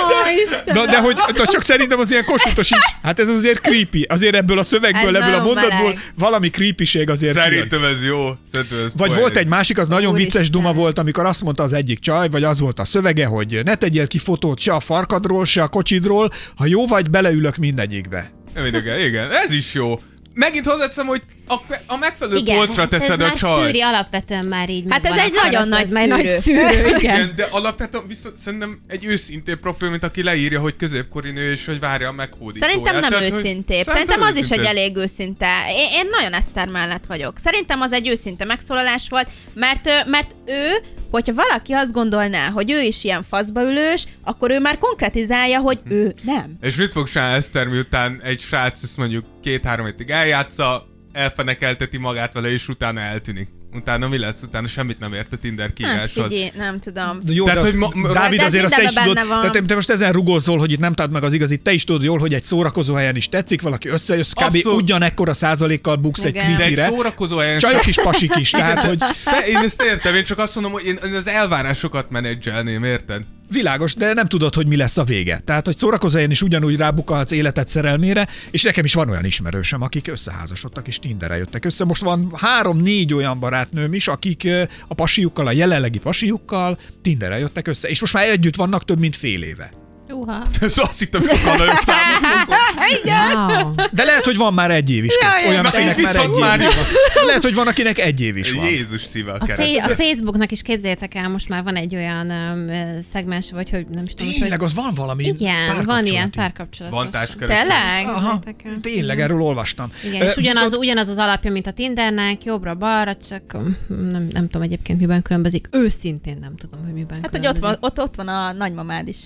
Speaker 6: Ó, Isten.
Speaker 5: Na, de hogy na, csak szerintem az ilyen kosutos is. Hát ez azért creepy. Azért ebből a szövegből,
Speaker 7: Ez
Speaker 5: ebből a
Speaker 7: nagyon
Speaker 5: mondatból
Speaker 7: meleg.
Speaker 5: valami creepység azért kijön.
Speaker 4: Szerintem ez jó. Szerintem ez
Speaker 5: Vagy
Speaker 4: poén.
Speaker 5: volt egy másik, az nagyon
Speaker 7: Úristen.
Speaker 5: vicces duma volt, amikor azt mondta az egyik csaj, vagy az volt a szövege, hogy ne tegyél ki fotót se a farkadról, se a kocsidról, ha jó vagy, beleülök mindegyikbe.
Speaker 4: Nem idegen, igen, ez is jó. Megint hozzáteszem, hogy a, a megfelelő igen,
Speaker 6: Igen,
Speaker 4: polcra
Speaker 6: hát
Speaker 4: teszed
Speaker 6: ez
Speaker 4: a
Speaker 6: már szűri
Speaker 4: csaj.
Speaker 6: alapvetően már így
Speaker 7: Hát
Speaker 6: megvan
Speaker 7: ez egy
Speaker 6: a
Speaker 7: nagyon
Speaker 6: karasz,
Speaker 7: nagy
Speaker 6: ez már egy nagy
Speaker 7: szűrő.
Speaker 6: szűrő. Igen.
Speaker 4: Igen, de alapvetően viszont szerintem egy őszintén profi, mint aki leírja, hogy középkori nő, és hogy várja a meghódítóját.
Speaker 7: Szerintem
Speaker 5: Hát,
Speaker 7: nem
Speaker 4: Tehát, hogy-
Speaker 7: őszintébb. Szerintem az is egy
Speaker 4: őszintébb.
Speaker 7: elég őszinte. Én, én nagyon Eszter mellett vagyok. Szerintem az egy őszinte megszólalás volt, mert, ö, mert ő, hogyha valaki azt gondolná, hogy ő is ilyen faszbaülős, akkor ő már konkretizálja, hogy
Speaker 5: Hm.
Speaker 7: ő nem.
Speaker 4: És mit fog Sean Eszter, miután egy srác ezt mondjuk két-három hétig eljátsza, elfenekelteti magát vele, és utána eltűnik. Utána mi lesz? Utána semmit nem ért a Tinder
Speaker 7: Hát
Speaker 4: kívásod.
Speaker 7: figyelj, nem tudom.
Speaker 5: De jó,
Speaker 4: Tehát,
Speaker 5: de
Speaker 4: hogy
Speaker 5: azt-
Speaker 4: ma- ma-
Speaker 5: Dávid
Speaker 7: De ez
Speaker 5: azért azt te is
Speaker 7: mindenben
Speaker 5: tudod,
Speaker 7: benne van.
Speaker 5: tehát te most ezen rugózol, hogy itt nem tudod meg az igazit, te is tudod jól, hogy egy szórakozó helyen is tetszik, valaki összejössz, kb.
Speaker 4: Abszolút.
Speaker 5: ugyanekkora százalékkal buksz egy
Speaker 7: Igen.
Speaker 4: De egy
Speaker 5: creepyre.
Speaker 4: szórakozó helyen
Speaker 5: Csajok is, pasik is, tehát hogy
Speaker 4: De én ezt értem, én csak azt mondom, hogy én én az elvárásokat menedzselném, érted?
Speaker 5: világos, de nem tudod, hogy mi lesz a vége. Tehát, hogy szórakozó helyen is ugyanúgy rábukhatsz életed szerelmére, és nekem is van olyan ismerősöm, akik összeházasodtak és Tinderre jöttek össze. Most van három-négy olyan barátnőm is, akik ö, a pasiukkal, a jelenlegi pasiukkal Tinderre jöttek össze, és most már együtt vannak több mint fél éve.
Speaker 6: Uha.
Speaker 4: Ez azt hittem, hogy sokan nagyon számít.
Speaker 6: Wow.
Speaker 5: De lehet, hogy van már egy év is. közt. Olyan,
Speaker 4: Na, így
Speaker 5: akinek már egy
Speaker 4: viszont
Speaker 5: év
Speaker 4: már
Speaker 5: is
Speaker 4: jó.
Speaker 5: van. Lehet, hogy van, akinek egy év is van.
Speaker 4: Jézus szíve
Speaker 6: A,
Speaker 4: a
Speaker 6: fe-
Speaker 4: keret.
Speaker 6: a Facebooknak is képzeljétek el, most már van egy olyan um, szegmens, vagy hogy nem is tudom, hogy-
Speaker 5: Tényleg, az van valami
Speaker 6: Igen, van
Speaker 5: párkapcsolati. Hát
Speaker 6: ilyen párkapcsolatos.
Speaker 4: Van társkereső.
Speaker 7: Tényleg?
Speaker 5: Aha,
Speaker 6: Képzeljétek el.
Speaker 5: tényleg, erről olvastam.
Speaker 6: Igen,
Speaker 5: Ö,
Speaker 6: és ugyanaz,
Speaker 5: viszont-
Speaker 6: ugyanaz az alapja, mint a Tindernek, jobbra-balra, csak mm, nem, nem tudom egyébként miben különbözik. Őszintén nem tudom, hogy miben
Speaker 7: Hát, hogy ott
Speaker 6: különbözik.
Speaker 7: van, ott, ott van a nagymamád is.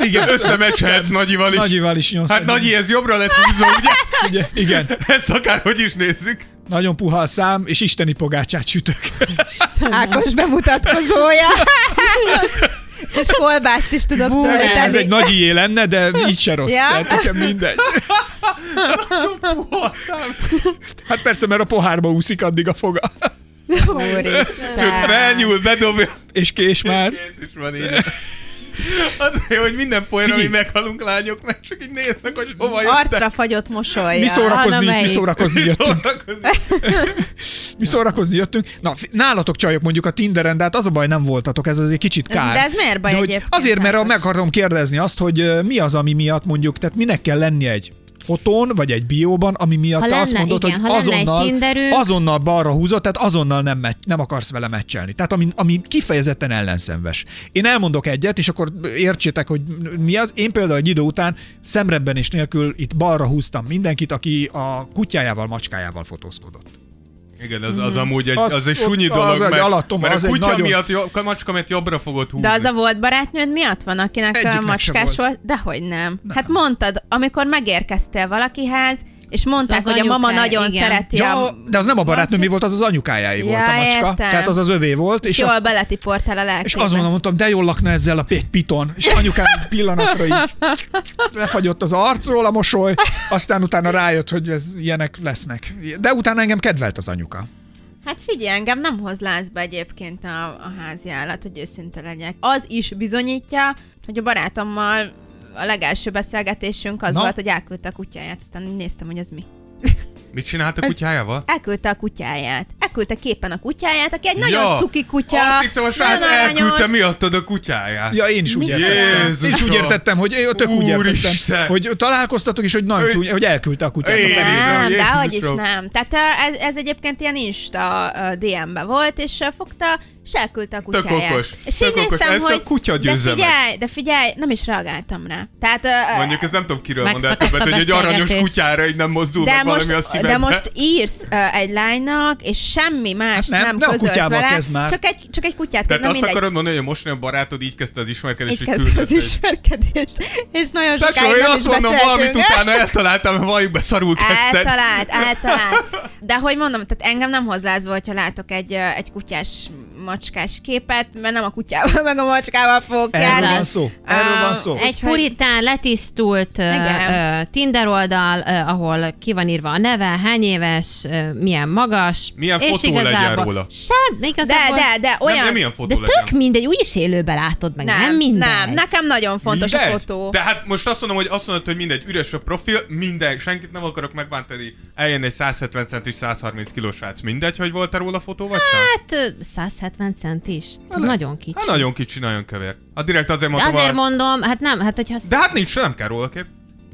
Speaker 4: Igen, összemecsehetsz Nagyival is.
Speaker 5: Nagyival is nyomsz.
Speaker 4: Hát Nagyi, ez jobbra lett húzva, ugye?
Speaker 5: Ugye, igen.
Speaker 4: Ezt akárhogy is nézzük.
Speaker 5: Nagyon puha a szám, és isteni pogácsát sütök.
Speaker 7: Ákos bemutatkozója. És kolbászt is tudok
Speaker 6: Bú,
Speaker 7: tölteni.
Speaker 5: Ez egy nagy ié lenne, de így se rossz.
Speaker 7: Ja.
Speaker 5: Tehát nekem mindegy.
Speaker 4: Lassú puha szám.
Speaker 5: Hát persze, mert a pohárba úszik addig a foga.
Speaker 4: Csak
Speaker 7: Úristen.
Speaker 4: felnyúl, bedobja.
Speaker 5: És kés már.
Speaker 4: Kész is van így. Azért, hogy minden poén,
Speaker 5: Figyelj.
Speaker 4: ami meghalunk lányok, mert csak így néznek, hogy hova jöttek.
Speaker 7: Arcra fagyott mosolya.
Speaker 5: Mi szórakozni,
Speaker 6: Anna,
Speaker 5: mi
Speaker 6: melyik?
Speaker 5: szórakozni jöttünk.
Speaker 4: Szórakozni.
Speaker 5: Mi szórakozni jöttünk. Na, fi- nálatok csajok mondjuk a Tinderen, de hát az a baj, nem voltatok, ez azért kicsit kár.
Speaker 7: De ez miért baj
Speaker 5: hogy
Speaker 7: egyébként,
Speaker 5: Azért, mert a-
Speaker 7: Ákos?
Speaker 5: meg akarom kérdezni azt, hogy ö, mi az, ami miatt mondjuk, tehát minek kell lennie egy fotón, vagy egy bióban, ami miatt
Speaker 6: Ha
Speaker 5: te azt
Speaker 6: lenne,
Speaker 5: mondod,
Speaker 6: igen,
Speaker 5: hogy
Speaker 6: ha lenne egy
Speaker 5: azonnal,
Speaker 6: Tinderünk.
Speaker 5: azonnal balra húzod, tehát azonnal nem, mecc, nem akarsz vele meccselni. Tehát ami, ami kifejezetten ellenszenves. Én elmondok egyet, és akkor értsétek, hogy mi az. Én például egy idő után szemrebben és nélkül itt balra húztam mindenkit, aki a kutyájával, macskájával fotózkodott.
Speaker 4: Igen, az, az amúgy egy, az,
Speaker 5: Az
Speaker 4: egy
Speaker 5: ott-
Speaker 4: sunyi
Speaker 5: az
Speaker 4: dolog,
Speaker 5: egy
Speaker 4: mert,
Speaker 5: alattom,
Speaker 4: mert
Speaker 5: az
Speaker 4: a
Speaker 5: egy
Speaker 4: kutya
Speaker 5: nagyon-
Speaker 4: miatt, jo- a macska miatt jobbra fogod húzni.
Speaker 7: De az a volt barátnőd miatt van, akinek
Speaker 5: Egyiknek
Speaker 7: Egyiknek
Speaker 5: se volt.
Speaker 7: macskás volt. volt? Dehogy nem. nem. Hát mondtad, amikor megérkeztél valakihez, és mondták,
Speaker 6: az
Speaker 7: hogy a mama
Speaker 6: anyukája,
Speaker 7: nagyon
Speaker 6: igen.
Speaker 7: szereti
Speaker 5: Ja,
Speaker 7: a...
Speaker 5: de az nem a barátnő, mi
Speaker 7: macskát.
Speaker 5: volt, az az anyukájáé volt
Speaker 7: Ja,
Speaker 5: a macska.
Speaker 7: értem.
Speaker 5: Tehát az az övé volt.
Speaker 7: És
Speaker 5: a-
Speaker 7: jól beletiportál a lelkébe.
Speaker 5: És azonnal mondtam, de jól lakna ezzel a egy piton. És anyukám egy pillanatra így lefagyott az arcról a mosoly, aztán utána rájött, hogy ez ilyenek lesznek. De utána engem kedvelt az anyuka.
Speaker 7: Hát figyelj, engem nem hoz lázba egyébként a, a házi állat, hogy őszinte legyek. Az is bizonyítja, hogy a barátommal a legelső beszélgetésünk az
Speaker 5: Na.
Speaker 7: Na. volt, hogy elküldte a kutyáját, aztán néztem, hogy ez mi.
Speaker 4: Mit csinált a kutyájával?
Speaker 7: Elküldte a kutyáját. Elküldte képen a kutyáját, aki egy nagyon
Speaker 4: Ja.
Speaker 7: cuki kutya.
Speaker 4: Azt hittem, a srác
Speaker 7: nagyon aranyos.
Speaker 4: elküldte miattad a kutyáját.
Speaker 5: Ja, én is úgy
Speaker 7: Micsoda?
Speaker 5: értettem. Én is úgy
Speaker 4: Jézusom.
Speaker 5: értettem, hogy én tök úgy értettem,
Speaker 4: Úristen.
Speaker 5: hogy találkoztatok, és hogy nagyon
Speaker 4: Ő-
Speaker 5: csúnya, hogy elküldte a kutyát. a
Speaker 4: Én-
Speaker 5: felé.
Speaker 4: Jézusom,
Speaker 7: Nem, de hogy is
Speaker 4: Jézusom.
Speaker 7: nem. Tehát eh, ez, ez egyébként ilyen Insta eh, DM-be volt, és eh, fogta, és elküldte a
Speaker 4: Tök
Speaker 7: kutyáját.
Speaker 4: okos,
Speaker 7: És
Speaker 4: tök
Speaker 7: így
Speaker 4: okos.
Speaker 7: néztem,
Speaker 4: Ezt a
Speaker 7: hogy...
Speaker 4: kutya
Speaker 7: de
Speaker 4: győzze meg.
Speaker 7: figyelj, de figyelj, nem is reagáltam rá. Tehát... eh,
Speaker 4: Mondjuk ez nem tudom kiről mond el
Speaker 6: Megszakadt
Speaker 4: többet,
Speaker 6: a
Speaker 4: hogy egy aranyos
Speaker 6: beszélgetés.
Speaker 4: kutyára így nem mozdul
Speaker 7: de
Speaker 4: meg
Speaker 7: most,
Speaker 4: valami a szívedbe.
Speaker 7: de most írsz uh, egy lánynak, és semmi más
Speaker 5: Hát nem,
Speaker 7: nem, nem,
Speaker 5: ne a
Speaker 7: közölsz
Speaker 5: kutyával
Speaker 7: vele,
Speaker 5: kezd már.
Speaker 7: Csak egy, csak egy kutyát
Speaker 4: Tehát
Speaker 7: Na
Speaker 4: azt
Speaker 7: mindegy.
Speaker 4: akarod mondani, hogy a mostani barátod így kezdte az ismerkedést,
Speaker 7: Így
Speaker 4: hogy
Speaker 7: kezd
Speaker 4: küldött
Speaker 7: az
Speaker 4: egy-
Speaker 7: ismerkedést, és nagyon
Speaker 4: Tesó,
Speaker 7: sokáig
Speaker 4: én
Speaker 7: nem is
Speaker 4: azt mondom, valamit
Speaker 7: beszéltünk.
Speaker 4: utána eltaláltam, mert valljuk be szarul kezdted.
Speaker 7: Eltalált, eltalált. De hogy mondom, tehát engem nem hozzázva, hogyha látok egy, ö, egy kutyás macskás képet, mert nem a kutyával, meg a macskával fogok
Speaker 5: Erről
Speaker 7: járni.
Speaker 5: van szó. Erről van szó.
Speaker 6: Egy puritán, letisztult ö,
Speaker 7: Igen.
Speaker 6: ö, Tinder oldal, ö, ahol ki van írva a neve, hány éves, ö, milyen magas.
Speaker 4: Milyen
Speaker 6: és
Speaker 4: fotó legyen
Speaker 6: igazából
Speaker 4: róla.
Speaker 6: Sem,
Speaker 7: De,
Speaker 6: igazából.
Speaker 7: de, de olyan...
Speaker 4: Nem, nem ilyen fotó
Speaker 6: de
Speaker 4: legyen.
Speaker 6: tök mindegy, úgyis élőben látod meg, nem, nem mindegy.
Speaker 7: nem, nekem nagyon fontos a
Speaker 5: Mindegy?
Speaker 7: fotó.
Speaker 4: Tehát hát most azt mondom, hogy azt mondod, hogy mindegy, üres a profil, mindegy, senkit nem akarok megbántani. Eljön egy 170 centis, 130 kilós srác, mindegy, hogy volt-e róla fotó vagy sem?
Speaker 6: Hát ö, 170 cent is. Ez nagyon kicsi.
Speaker 4: Hát nagyon kicsi, nagyon kövér. Hát direkt azért
Speaker 6: de
Speaker 4: mondtam,
Speaker 6: azért
Speaker 4: azért
Speaker 6: mondom, hát nem, hát hogyha...
Speaker 4: De hát nincs, nem kell róla kép.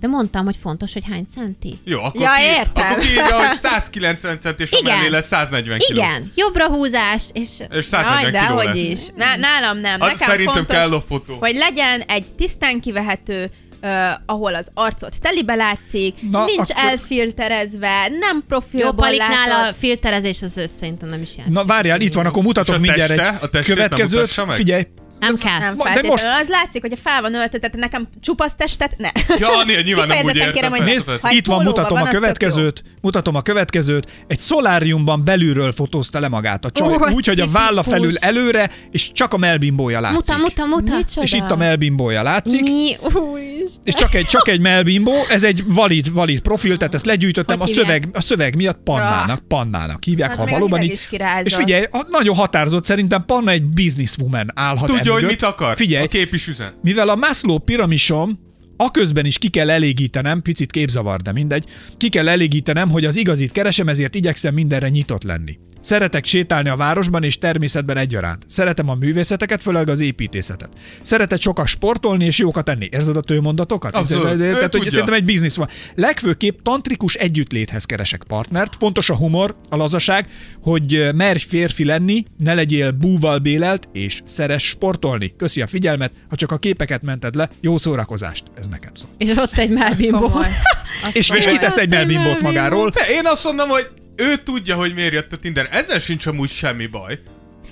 Speaker 6: de mondtam, hogy fontos, hogy hány centi.
Speaker 4: Jó, akkor
Speaker 7: Ja,
Speaker 4: ki,
Speaker 7: értem.
Speaker 4: Akkor kiírja, hogy 190 cent és a
Speaker 6: Igen.
Speaker 4: mellé lesz 140 kiló.
Speaker 6: Igen, jobbra húzás, és
Speaker 4: És
Speaker 7: Aj,
Speaker 4: 140
Speaker 7: de
Speaker 4: kiló
Speaker 7: hogy
Speaker 4: lesz.
Speaker 7: is. Ná- nálam nem.
Speaker 4: Az
Speaker 7: Nekem
Speaker 4: szerintem
Speaker 7: fontos,
Speaker 4: kell a fotó.
Speaker 7: Hogy legyen egy tisztán kivehető, Uh, ahol az arcot telibe látszik,
Speaker 5: Na,
Speaker 7: Na, nincs
Speaker 5: akkor-
Speaker 7: akkor... elfilterezve, nem
Speaker 6: jó
Speaker 7: profilból
Speaker 6: paliknál a
Speaker 7: látod.
Speaker 6: filterezés, az ö, szerintem nem is játszik.
Speaker 5: Na várjál, itt van, akkor
Speaker 4: És
Speaker 5: mutatok
Speaker 4: a
Speaker 5: mindjárt
Speaker 4: teste?
Speaker 5: egy
Speaker 4: A testét nem
Speaker 5: következőt.
Speaker 4: mutassa meg?
Speaker 5: Figyelj,
Speaker 6: Nem kell.
Speaker 7: Nem
Speaker 5: Ma- de
Speaker 7: feltétlenül. Az látszik, hogy a fel van öltő, tehát nekem csupasz testet, ne.
Speaker 4: Ja, né, nyilván nem úgy
Speaker 7: Kifejezetten
Speaker 4: értem.
Speaker 7: kérem, hogy
Speaker 4: Nézd,
Speaker 7: ne. Ha egy
Speaker 5: Itt van,
Speaker 7: pólóban
Speaker 5: mutatom a
Speaker 7: az tök jó.
Speaker 5: következőt, mutatom a következőt. Egy szoláriumban belülről fotózta le magát a csaj,
Speaker 6: Ó,
Speaker 5: úgy, hogy a
Speaker 6: tipikus.
Speaker 5: válla felül előre, és csak a melbimbója látszik.
Speaker 6: Muta, muta, muta.
Speaker 7: Micsoda?
Speaker 5: És itt a melbimbója látszik,
Speaker 6: Mi? Úristen.
Speaker 5: és csak egy, csak egy melbimbó, ez egy valid, valid profil, tehát ezt legyűjtöttem, a
Speaker 6: Hogy hívják?
Speaker 5: szöveg, a szöveg miatt pannának, pannának hívják,
Speaker 7: Hát
Speaker 5: ha
Speaker 7: még a
Speaker 5: valóban
Speaker 7: hideg
Speaker 5: így-
Speaker 7: is kirázott.
Speaker 5: És figyelj, ha- nagyon határozott, szerintem panna egy businesswoman állhat
Speaker 4: Tudja, hogy
Speaker 5: emögött.
Speaker 4: mit akar.
Speaker 5: Figyelj,
Speaker 4: A kép is üzen.
Speaker 5: mivel a Maslow piramisom aközben is ki kell elégítenem, picit képzavar, de mindegy, ki kell elégítenem, hogy az igazit keresem, ezért igyekszem mindenre nyitott lenni. Szeretek sétálni a városban és természetben egyaránt. Szeretem a művészeteket, főleg az építészetet. Szeretek sokat sportolni és jókat enni. Érzed a tőmondatokat?
Speaker 4: Abszolút.
Speaker 5: Ez-
Speaker 4: Ő
Speaker 5: Tehát, hogy
Speaker 4: tudja.
Speaker 5: szerintem egy biznisz van. Legfőképp tantrikus együttléthez keresek partnert. Fontos a humor, a lazaság, hogy ö, merj férfi lenni, ne legyél búval bélelt, és szeres sportolni. Köszi a figyelmet, ha csak a képeket mented le, jó szórakozást. Ez nekem szól.
Speaker 6: És ott egy melbimbó.
Speaker 7: Komoly.
Speaker 5: És, és kitesz egy melbimbót magáról.
Speaker 4: De én azt mondom, hogy ő tudja, hogy miért jött a Tinder. Ezzel sincs amúgy semmi baj.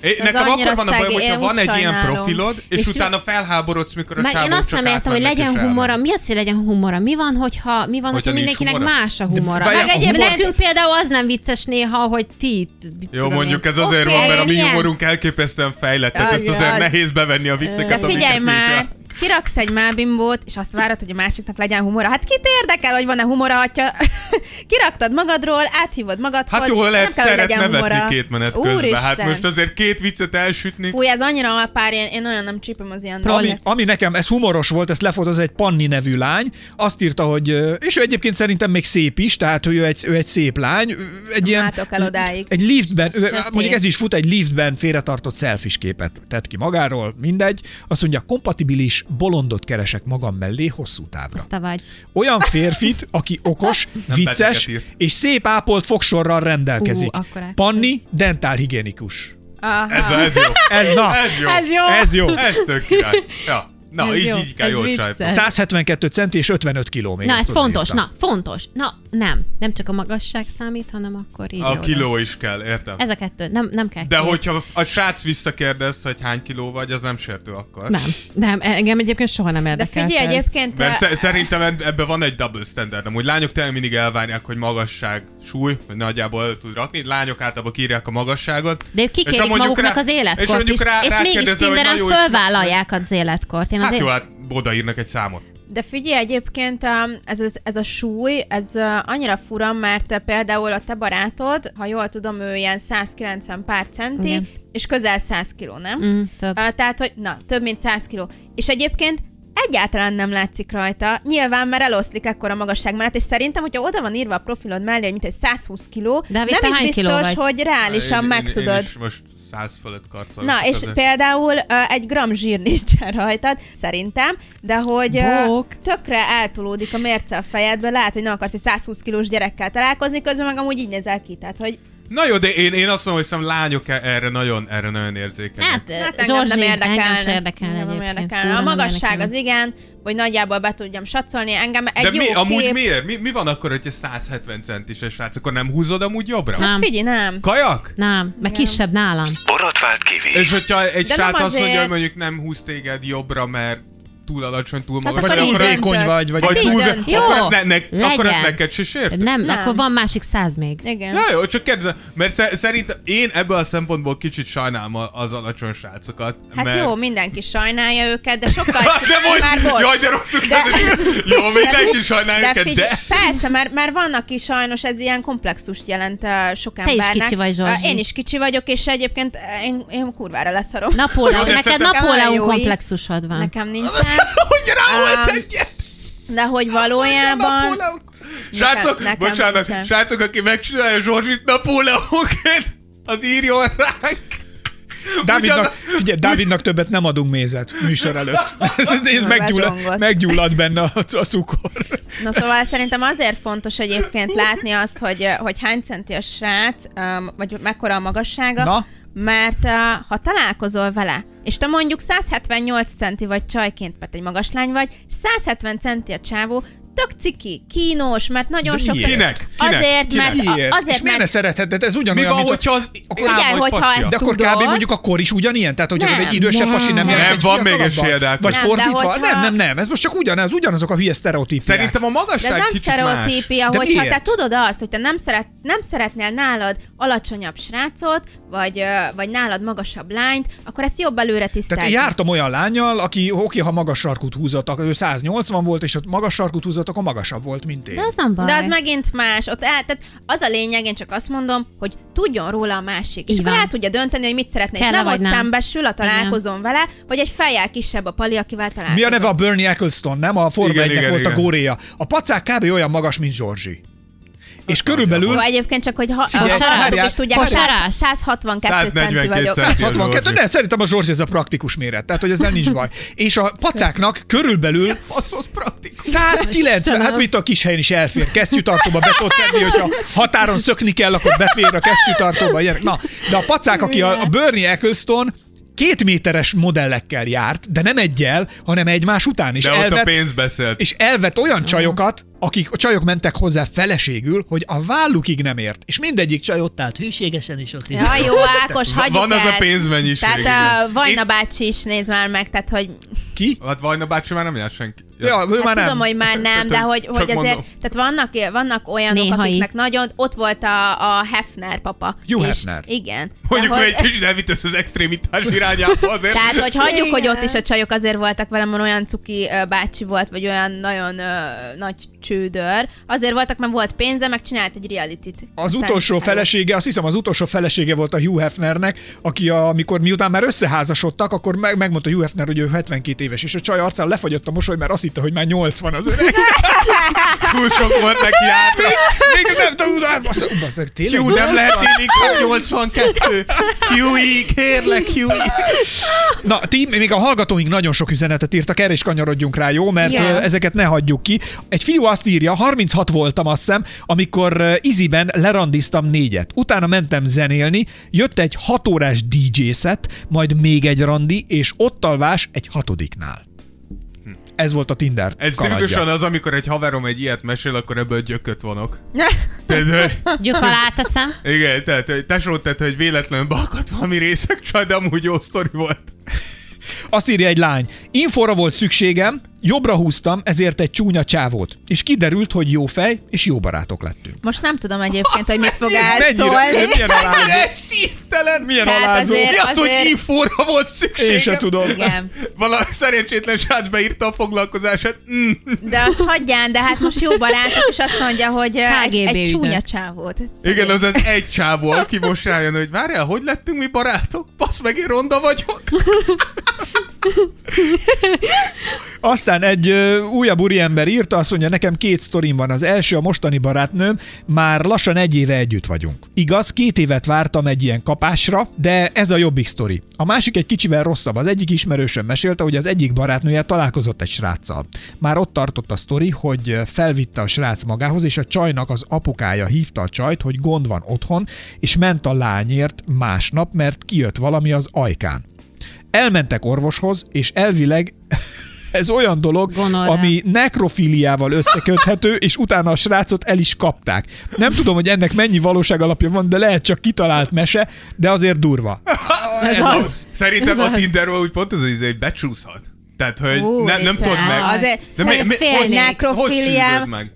Speaker 4: É,
Speaker 7: Az
Speaker 4: nekem
Speaker 7: annyira
Speaker 4: akkor van a baj,
Speaker 7: szegény,
Speaker 4: hogyha
Speaker 7: én
Speaker 4: van
Speaker 7: úgy
Speaker 4: egy ilyen
Speaker 7: sajnálom.
Speaker 4: profilod, és,
Speaker 6: És mi-
Speaker 4: utána felháborodsz, mikor a
Speaker 6: Már
Speaker 4: csávó
Speaker 6: én azt
Speaker 4: csak
Speaker 6: nem értem, hogy
Speaker 4: átmennek
Speaker 6: legyen
Speaker 4: és
Speaker 6: humora.
Speaker 4: elmennek.
Speaker 6: Mi az, hogy legyen humora? Mi van, hogyha, mi van,
Speaker 4: Hogyha
Speaker 6: hogyha
Speaker 4: nincs
Speaker 6: mindenkinek
Speaker 4: humora?
Speaker 6: más a humora?
Speaker 5: várjál,
Speaker 6: Meg
Speaker 5: Meg a
Speaker 7: egyébként- humor-
Speaker 6: Nekünk például az nem vicces néha, hogy ti itt, mit
Speaker 4: Jó,
Speaker 6: tudom
Speaker 4: mondjuk
Speaker 6: én.
Speaker 4: ez azért
Speaker 7: Oké,
Speaker 4: van, mert a mi
Speaker 6: ilyen.
Speaker 4: humorunk elképesztően fejlett, tehát
Speaker 7: Az
Speaker 4: ezt azért
Speaker 7: igaz.
Speaker 4: nehéz bevenni a vicceket.
Speaker 7: De figyelj
Speaker 4: amiket így
Speaker 7: már,
Speaker 4: a-
Speaker 7: kiraksz egy mábimbót, és azt várod, hogy a másik nap legyen humora. Hát kit érdekel, hogy van-e humora, hogyha kiraktad magadról, áthívod magadhoz.
Speaker 4: Hát jól lehet
Speaker 7: hogy
Speaker 4: szeret
Speaker 7: legyen
Speaker 4: nevetni
Speaker 7: humora.
Speaker 4: két menet közben.
Speaker 7: Úristen.
Speaker 4: Hát most azért két viccet elsütni.
Speaker 7: Fúj, ez annyira alpár, én, én olyan nem csípem az ilyen
Speaker 5: Ami,
Speaker 7: dolgokat.
Speaker 5: ami nekem, ez humoros volt, ezt lefotóz egy Panni nevű lány, azt írta, hogy, ö, és ő egyébként szerintem még szép is, tehát hogy ő egy, ő egy szép lány, ö, egy ilyen...
Speaker 7: Látok el odáig.
Speaker 5: Egy liftben, ő,
Speaker 7: Sötét.
Speaker 5: mondjuk ez is fut, egy liftben félretartott selfies képet tett ki magáról, mindegy. Azt mondja, kompatibilis bolondot keresek magam mellé hosszú távra.
Speaker 6: Azt te vagy.
Speaker 5: Olyan férfit, aki okos,
Speaker 4: Nem
Speaker 5: vicces
Speaker 4: beteket írt.
Speaker 5: és szép ápolt fogsorral rendelkezik.
Speaker 6: Ú, akkorák is
Speaker 5: Panni,
Speaker 6: ez.
Speaker 5: dentálhigiénikus.
Speaker 4: Ez,
Speaker 7: Aha.
Speaker 4: ez jó.
Speaker 5: Ez na,
Speaker 4: Ez jó.
Speaker 6: Ez jó.
Speaker 5: ez jó.
Speaker 4: Ez tök király. Ja. Na,
Speaker 6: Ez
Speaker 4: így,
Speaker 6: jó.
Speaker 4: így kell
Speaker 6: Ez
Speaker 4: jól
Speaker 6: vicces.
Speaker 4: csájpolni.
Speaker 5: 172 centi és 55 kiló még.
Speaker 6: Na,
Speaker 5: azt
Speaker 6: ez
Speaker 5: odaírtam.
Speaker 6: fontos, na, fontos. Na, nem. Nem csak a magasság számít, hanem akkor így.
Speaker 4: A
Speaker 6: oda.
Speaker 4: kiló is kell, értem.
Speaker 6: Ez a kettő, nem, nem kell.
Speaker 4: De
Speaker 6: két.
Speaker 4: hogyha a srác visszakérdez, hogy hány kiló vagy, az nem sértő akkor.
Speaker 6: Nem, nem, engem egyébként soha nem
Speaker 7: De
Speaker 6: érdekel.
Speaker 7: figyelj, egyébként...
Speaker 4: Mert
Speaker 7: ö,
Speaker 4: sze- szerintem eb- ebben van egy double standard. Amúgy lányok tényleg mindig elvárják, hogy magasság, súly, hogy nagyjából el tud rakni. Lányok általában kírják a magasságot.
Speaker 6: De ők
Speaker 4: És ha
Speaker 6: kikérik
Speaker 4: mondjuk
Speaker 6: maguknak
Speaker 4: rá-
Speaker 6: az
Speaker 4: és
Speaker 6: életkort
Speaker 4: mondjuk
Speaker 6: is,
Speaker 4: rá-
Speaker 6: és mégis
Speaker 4: rákérdezel, hogy
Speaker 6: Tinderen
Speaker 4: na jó, és-
Speaker 6: fölvállalják az életkort. Én
Speaker 4: Hát
Speaker 6: azért...
Speaker 4: jó, hát odaírnak egy számot.
Speaker 7: De figyelj, egyébként um, ez, ez, ez a súly, ez uh, annyira fura, mert uh, például a te barátod, ha jól tudom, ő ilyen 190 pár centi,
Speaker 6: Igen.
Speaker 7: és közel 100 kiló, nem?
Speaker 6: Mm, több.
Speaker 7: Uh, tehát, hogy na, több mint 100 kiló. És egyébként egyáltalán nem látszik rajta. Nyilván, mert eloszlik ekkor a magasság mellett, és szerintem, hogyha oda van írva a profilod mellé, hogy mint egy 120 kiló,
Speaker 6: Dávid, hát te
Speaker 7: nem is
Speaker 6: hány kiló
Speaker 7: biztos,
Speaker 6: vagy?
Speaker 7: hogy reálisan
Speaker 4: Én- én,
Speaker 7: megtudod.
Speaker 4: Én is most száz fölött karcolok.
Speaker 7: Na, és
Speaker 4: Azért.
Speaker 7: például uh, egy gram zsír nincsen rajtad, szerintem, de hogy ö,
Speaker 6: Bók.
Speaker 7: tökre eltolódik a mérce a fejedbe, lehet, hogy nem akarsz egy 120 kilós gyerekkel találkozni, közben meg amúgy így nézel ki, tehát hogy
Speaker 4: Na jó, de én, én azt mondom, hogy szerintem lányok e- erre nagyon, erre nagyon érzékenyek.
Speaker 6: Hát,
Speaker 7: hát
Speaker 6: hát
Speaker 7: engem
Speaker 6: Zsorzsi,
Speaker 7: nem érdekel.
Speaker 6: engem sem érdekel
Speaker 7: nem
Speaker 6: egyébként.
Speaker 7: érdekel.
Speaker 6: Fú,
Speaker 7: A
Speaker 6: nem
Speaker 7: magasság
Speaker 6: érdekelne.
Speaker 7: az igen, hogy nagyjából be tudjam satszolni, engem egy jó
Speaker 4: de mi,
Speaker 7: kép...
Speaker 4: amúgy miért? Mi, mi van akkor, hogyha 170 centis a srác? Akkor nem húzod amúgy jobbra?
Speaker 6: Nem.
Speaker 7: Hát Figyelj, nem.
Speaker 4: Kajak?
Speaker 6: Nem, meg kisebb nálam.
Speaker 3: Borotvált Kivi.
Speaker 4: És hogyha egy
Speaker 7: De nem
Speaker 4: srác azt mondja,
Speaker 7: azért.
Speaker 4: hogy mondjuk nem húz téged jobbra, mert túl alacsony, túl
Speaker 7: Hát
Speaker 4: magas,
Speaker 7: akkor
Speaker 4: vagy
Speaker 7: így
Speaker 5: akkor
Speaker 4: az-
Speaker 5: vékony
Speaker 7: döntök.
Speaker 5: vagy, vagy
Speaker 7: Hát
Speaker 4: vagy
Speaker 7: így
Speaker 4: túl,
Speaker 7: döntök.
Speaker 6: Jó,
Speaker 4: akkor, az ne, ne, akkor az
Speaker 6: legyen.
Speaker 4: neked se sért?
Speaker 6: Nem,
Speaker 7: Nem.
Speaker 6: akkor van másik száz még.
Speaker 7: Igen.
Speaker 4: Ja, jó, csak kérdezem, mert sze- szerintem én ebből a szempontból kicsit sajnálom a- az alacsony srácokat.
Speaker 7: Hát
Speaker 4: mert...
Speaker 7: jó, mindenki sajnálja őket, de sokkal
Speaker 4: de
Speaker 7: már
Speaker 4: mondj,
Speaker 7: volt.
Speaker 4: jaj, de rosszul
Speaker 7: De-
Speaker 4: de... Jó, mindenki sajnálja
Speaker 7: De
Speaker 4: őket,
Speaker 7: figyelj,
Speaker 4: de...
Speaker 7: persze, mert, mert van, aki sajnos ez ilyen komplexust jelent uh, sok
Speaker 6: is
Speaker 7: embernek.
Speaker 6: kicsi vagy, Zsorzsi.
Speaker 7: Ö, én is kicsi vagyok, és egyébként ö, én, én kurvára leszarom.
Speaker 4: Jó,
Speaker 6: Napóleon,
Speaker 4: de
Speaker 6: neked
Speaker 4: szerintem-
Speaker 6: Napóleon
Speaker 7: Nagyon jó így.
Speaker 6: komplexusod van.
Speaker 7: Nekem nincsen,
Speaker 4: Hogy rá volt
Speaker 7: Um,
Speaker 4: egyet?
Speaker 7: de hogy valójában...
Speaker 4: Srácok,
Speaker 7: nekem
Speaker 4: bocsánat,
Speaker 7: nincsen.
Speaker 4: srácok, aki megcsinálja Zsorzsit Napóleonként, az írjon ránk.
Speaker 5: Dávidnak, figyelj, Dávidnak többet nem adunk mézet műsor előtt. Ez, ez meggyullad,
Speaker 7: Bezsongott.
Speaker 5: meggyullad benne a, a cukor.
Speaker 7: Na szóval szerintem azért fontos egyébként látni azt, hogy, ö, hogy hány centi a srác, öm, vagy mekkora a magassága,
Speaker 5: Na?
Speaker 7: mert ö, ha találkozol vele, és te mondjuk 178 centi vagy csajként, mert egy magas lány vagy, és 170 centi a csávó, tök ciki, kínos, mert nagyon
Speaker 5: De
Speaker 7: sok...
Speaker 5: miért?
Speaker 4: Kinek? Kinek?
Speaker 7: Azért,
Speaker 4: Kinek?
Speaker 7: mert a-
Speaker 5: Miért?
Speaker 7: azért,
Speaker 5: És miért ne
Speaker 7: mert
Speaker 5: szeretheted? Ez
Speaker 4: Mi
Speaker 5: ugyanolyan,
Speaker 4: van,
Speaker 5: mint a-
Speaker 4: hogyha az
Speaker 7: Figyelj,
Speaker 4: láb vagy
Speaker 7: hogyha
Speaker 4: pasja?
Speaker 7: ezt-
Speaker 5: De akkor
Speaker 7: tudod?
Speaker 5: kb. mondjuk a kor is ugyanilyen? Tehát, hogyha
Speaker 7: Nem.
Speaker 5: egy idősebb
Speaker 6: Nem.
Speaker 5: pasi nem
Speaker 6: Nem,
Speaker 5: jár egy
Speaker 4: van még egy
Speaker 5: fiatalabban?
Speaker 4: sérdák.
Speaker 5: Vagy
Speaker 7: Nem, de
Speaker 5: fordítva?
Speaker 7: hogyha-
Speaker 5: Nem, nem, nem. Ez most csak ugyanaz, ugyanazok a hülye sztereotípiák.
Speaker 4: Szerintem a
Speaker 7: de ez
Speaker 4: magasság
Speaker 7: nem
Speaker 4: kicsit más.
Speaker 7: sztereotípia,
Speaker 5: De
Speaker 7: hogyha te
Speaker 5: miért?
Speaker 7: tudod azt, hogy te nem, szeret, nem szeretnél nálad alacsonyabb srácot, vagy, ö, vagy nálad magasabb lányt, akkor ezt jobb előre
Speaker 5: Tehát
Speaker 7: tisztelni.
Speaker 5: én jártam olyan lányjal, aki oké, ha magas sarkút húzott, ak- ő 180 volt, és ott magas sarkút húzott, akkor magasabb volt, mint én.
Speaker 6: De az nem baj.
Speaker 7: De az megint más. Ott el, tehát az a lényeg, én csak azt mondom, hogy tudjon róla a másik. és
Speaker 6: Így
Speaker 7: akkor
Speaker 6: van.
Speaker 7: el tudja dönteni, hogy mit szeretne. És
Speaker 6: Kell-e
Speaker 7: nem
Speaker 6: vagy
Speaker 7: ott
Speaker 6: nem.
Speaker 7: szembesül a találkozón vele, vagy egy fejjel kisebb a pali, akivel találkozol.
Speaker 5: Mi a neve a Bernie Eccleston, nem? A Forma
Speaker 4: Igen,
Speaker 5: 1
Speaker 4: igen,
Speaker 5: volt a
Speaker 4: igen.
Speaker 5: góréja. A pacák kb. olyan magas, mint Zsorzsi. És
Speaker 7: Jó,
Speaker 5: körülbelül
Speaker 7: egyébként csak, hogy ha,
Speaker 5: Figyelj,
Speaker 7: a sarások
Speaker 5: várjál,
Speaker 7: is tudják, hogy
Speaker 6: várjál.
Speaker 7: 100 162 centi
Speaker 4: 142
Speaker 7: vagyok.
Speaker 4: centi.
Speaker 5: 162, de szerintem a Zsorzsi ez a praktikus méret, tehát hogy ezzel nincs baj. És a pacáknak körülbelül
Speaker 4: Az, az praktikus.
Speaker 5: 190, hát mit a kis helyen is elfér, kesztyűtartóba be tudod tenni, hogyha határon szökni kell, akkor befér a kesztyűtartóba. Ilyenek. Na, de a pacák, aki a, a Bernie Eccleston két méteres modellekkel járt, de nem egyel, hanem egymás után is.
Speaker 4: De ott a pénz beszélt.
Speaker 5: És elvett olyan csajokat, akik a csajok mentek hozzá feleségül, hogy a vállukig nem ért. És mindegyik csaj ott állt. hű,
Speaker 1: Hűségesen is ott
Speaker 7: Ja, jó, Ákos,
Speaker 4: Van-
Speaker 7: hagyjuk
Speaker 4: van az
Speaker 7: el.
Speaker 4: a pénzmennyiség,
Speaker 7: Tehát a
Speaker 4: igen.
Speaker 7: Vajna
Speaker 4: Én-
Speaker 7: bácsi is néz már meg, tehát hogy
Speaker 5: Ki?
Speaker 4: Hát Vajna bácsi már nem jár senki.
Speaker 5: Ja, ő
Speaker 7: hát
Speaker 5: már
Speaker 7: tudom,
Speaker 5: nem.
Speaker 7: hogy már nem, de
Speaker 4: Csak-
Speaker 7: hogy,
Speaker 4: csak
Speaker 7: hogy azért,
Speaker 4: mondom.
Speaker 7: tehát vannak, vannak olyanok,
Speaker 6: Néhai.
Speaker 7: akiknek nagyon, ott volt a, a Hefner papa.
Speaker 5: Hugh
Speaker 7: És-
Speaker 5: Hefner.
Speaker 7: Igen.
Speaker 4: Mondjuk,
Speaker 7: de
Speaker 4: hogy
Speaker 7: hogy,
Speaker 4: egy kicsit elvitt az extrémitás irányába azért.
Speaker 7: tehát, hogy hagyjuk, hogy ott is a csajok azért voltak velem, mert olyan cuki ö, bácsi volt, vagy olyan nagyon ö, nagy csődör. Azért voltak, mert volt pénze, meg csinált egy reality-t.
Speaker 5: Az
Speaker 7: Aztán-
Speaker 5: utolsó felesége, azt hiszem az utolsó felesége volt a Hugh Hefnernek, aki a, amikor miután már összeházasodtak, akkor meg, megmondta Hugh Hefner, hogy ő 72 éves, és a csaj arcán lefagyott a mosoly, mert azt hitte, hogy már 80 az öreg.
Speaker 4: Túl sok volt neki átra.
Speaker 5: Még nem tudom, azt mondom, tényleg
Speaker 4: Hugh, nem lehetnél inkább 82. Hughie, kérlek, Hughie.
Speaker 5: Na, ti, még a hallgatóink nagyon sok üzenetet írtak, erre is kanyarodjunk rá, jó? Mert
Speaker 7: Igen.
Speaker 5: yeah. ezeket ne hagyjuk ki. Egy fiú azt írja, 36 voltam azt hiszem, amikor ö, iziben lerandiztam négyet. Utána mentem zenélni, jött egy hatórás dj set majd még egy randi, és ott alvás egy hatodiknál. Ez volt a Tinder
Speaker 4: Ez tipikusan
Speaker 5: kalandja.
Speaker 4: az, amikor egy haverom egy ilyet mesél, akkor ebből gyököt vonok. Tehát, ö,
Speaker 6: Gyök alá teszem.
Speaker 4: igen, tehát hogy tesót tett, hogy véletlenül beakadt valami részek, csak de amúgy jó sztori volt.
Speaker 5: Azt írja egy lány, infóra volt szükségem, jobbra húztam, ezért egy csúnya csávót. És kiderült, hogy jó fej, és jó barátok lettünk.
Speaker 7: Most nem tudom egyébként, hogy mit fog
Speaker 5: mennyire,
Speaker 7: elszólni.
Speaker 5: mennyire alázó.
Speaker 4: Mennyire szívtelen! Milyen
Speaker 7: Tehát alázó. azért-
Speaker 4: Mi az, hogy
Speaker 7: azért-
Speaker 4: infóra volt szükségem?
Speaker 5: Én se tudom.
Speaker 7: Igen.
Speaker 4: Valami szerencsétlen srác beírta a foglalkozását. Mm.
Speaker 7: De azt hagyján, de hát most jó barátok, és azt mondja, hogy ö, egy,
Speaker 6: KGB
Speaker 7: egy
Speaker 6: ügynök.
Speaker 7: csúnya csávó. Tehát
Speaker 4: Igen, az az egy csávó, aki most rájön, hogy várjál, hogy lettünk mi barátok? Basz meg, én ronda vagyok.
Speaker 5: Aztán egy ö, újabb úriember írta, azt mondja, nekem két sztorim van. Az első a mostani barátnőm, már lassan egy éve együtt vagyunk. Igaz, két évet vártam egy ilyen kapásra, de ez a jobbik sztori. A másik egy kicsivel rosszabb. Az egyik ismerősöm mesélte, hogy az egyik barátnője találkozott egy sráccal. Már ott tartott a sztori, hogy ö, felvitte a srác magához, és a csajnak az apukája hívta a csajt, hogy gond van otthon, és ment a lányért másnap, mert kijött valami az ajkán. Elmentek orvoshoz, és elvileg ez olyan dolog,
Speaker 6: Gonorrá.
Speaker 5: ami nekrofiliával összeköthető, és utána a srácot el is kapták. Nem tudom, hogy ennek mennyi valóság alapja van, de lehet csak kitalált mese, de azért durva.
Speaker 4: Hát
Speaker 6: Ez az.
Speaker 4: Szerintem a Tinderről úgy pont az, izé, hogy ez egy becsúszhat. Tehát, hogy
Speaker 7: Ú,
Speaker 4: ne, nem
Speaker 7: Isten, Ah,
Speaker 4: tudod meg.
Speaker 7: azért-
Speaker 4: De mi, mi, hogy,
Speaker 7: Félnék.
Speaker 4: hogy szűröd
Speaker 7: Nekrofiliám.
Speaker 4: meg?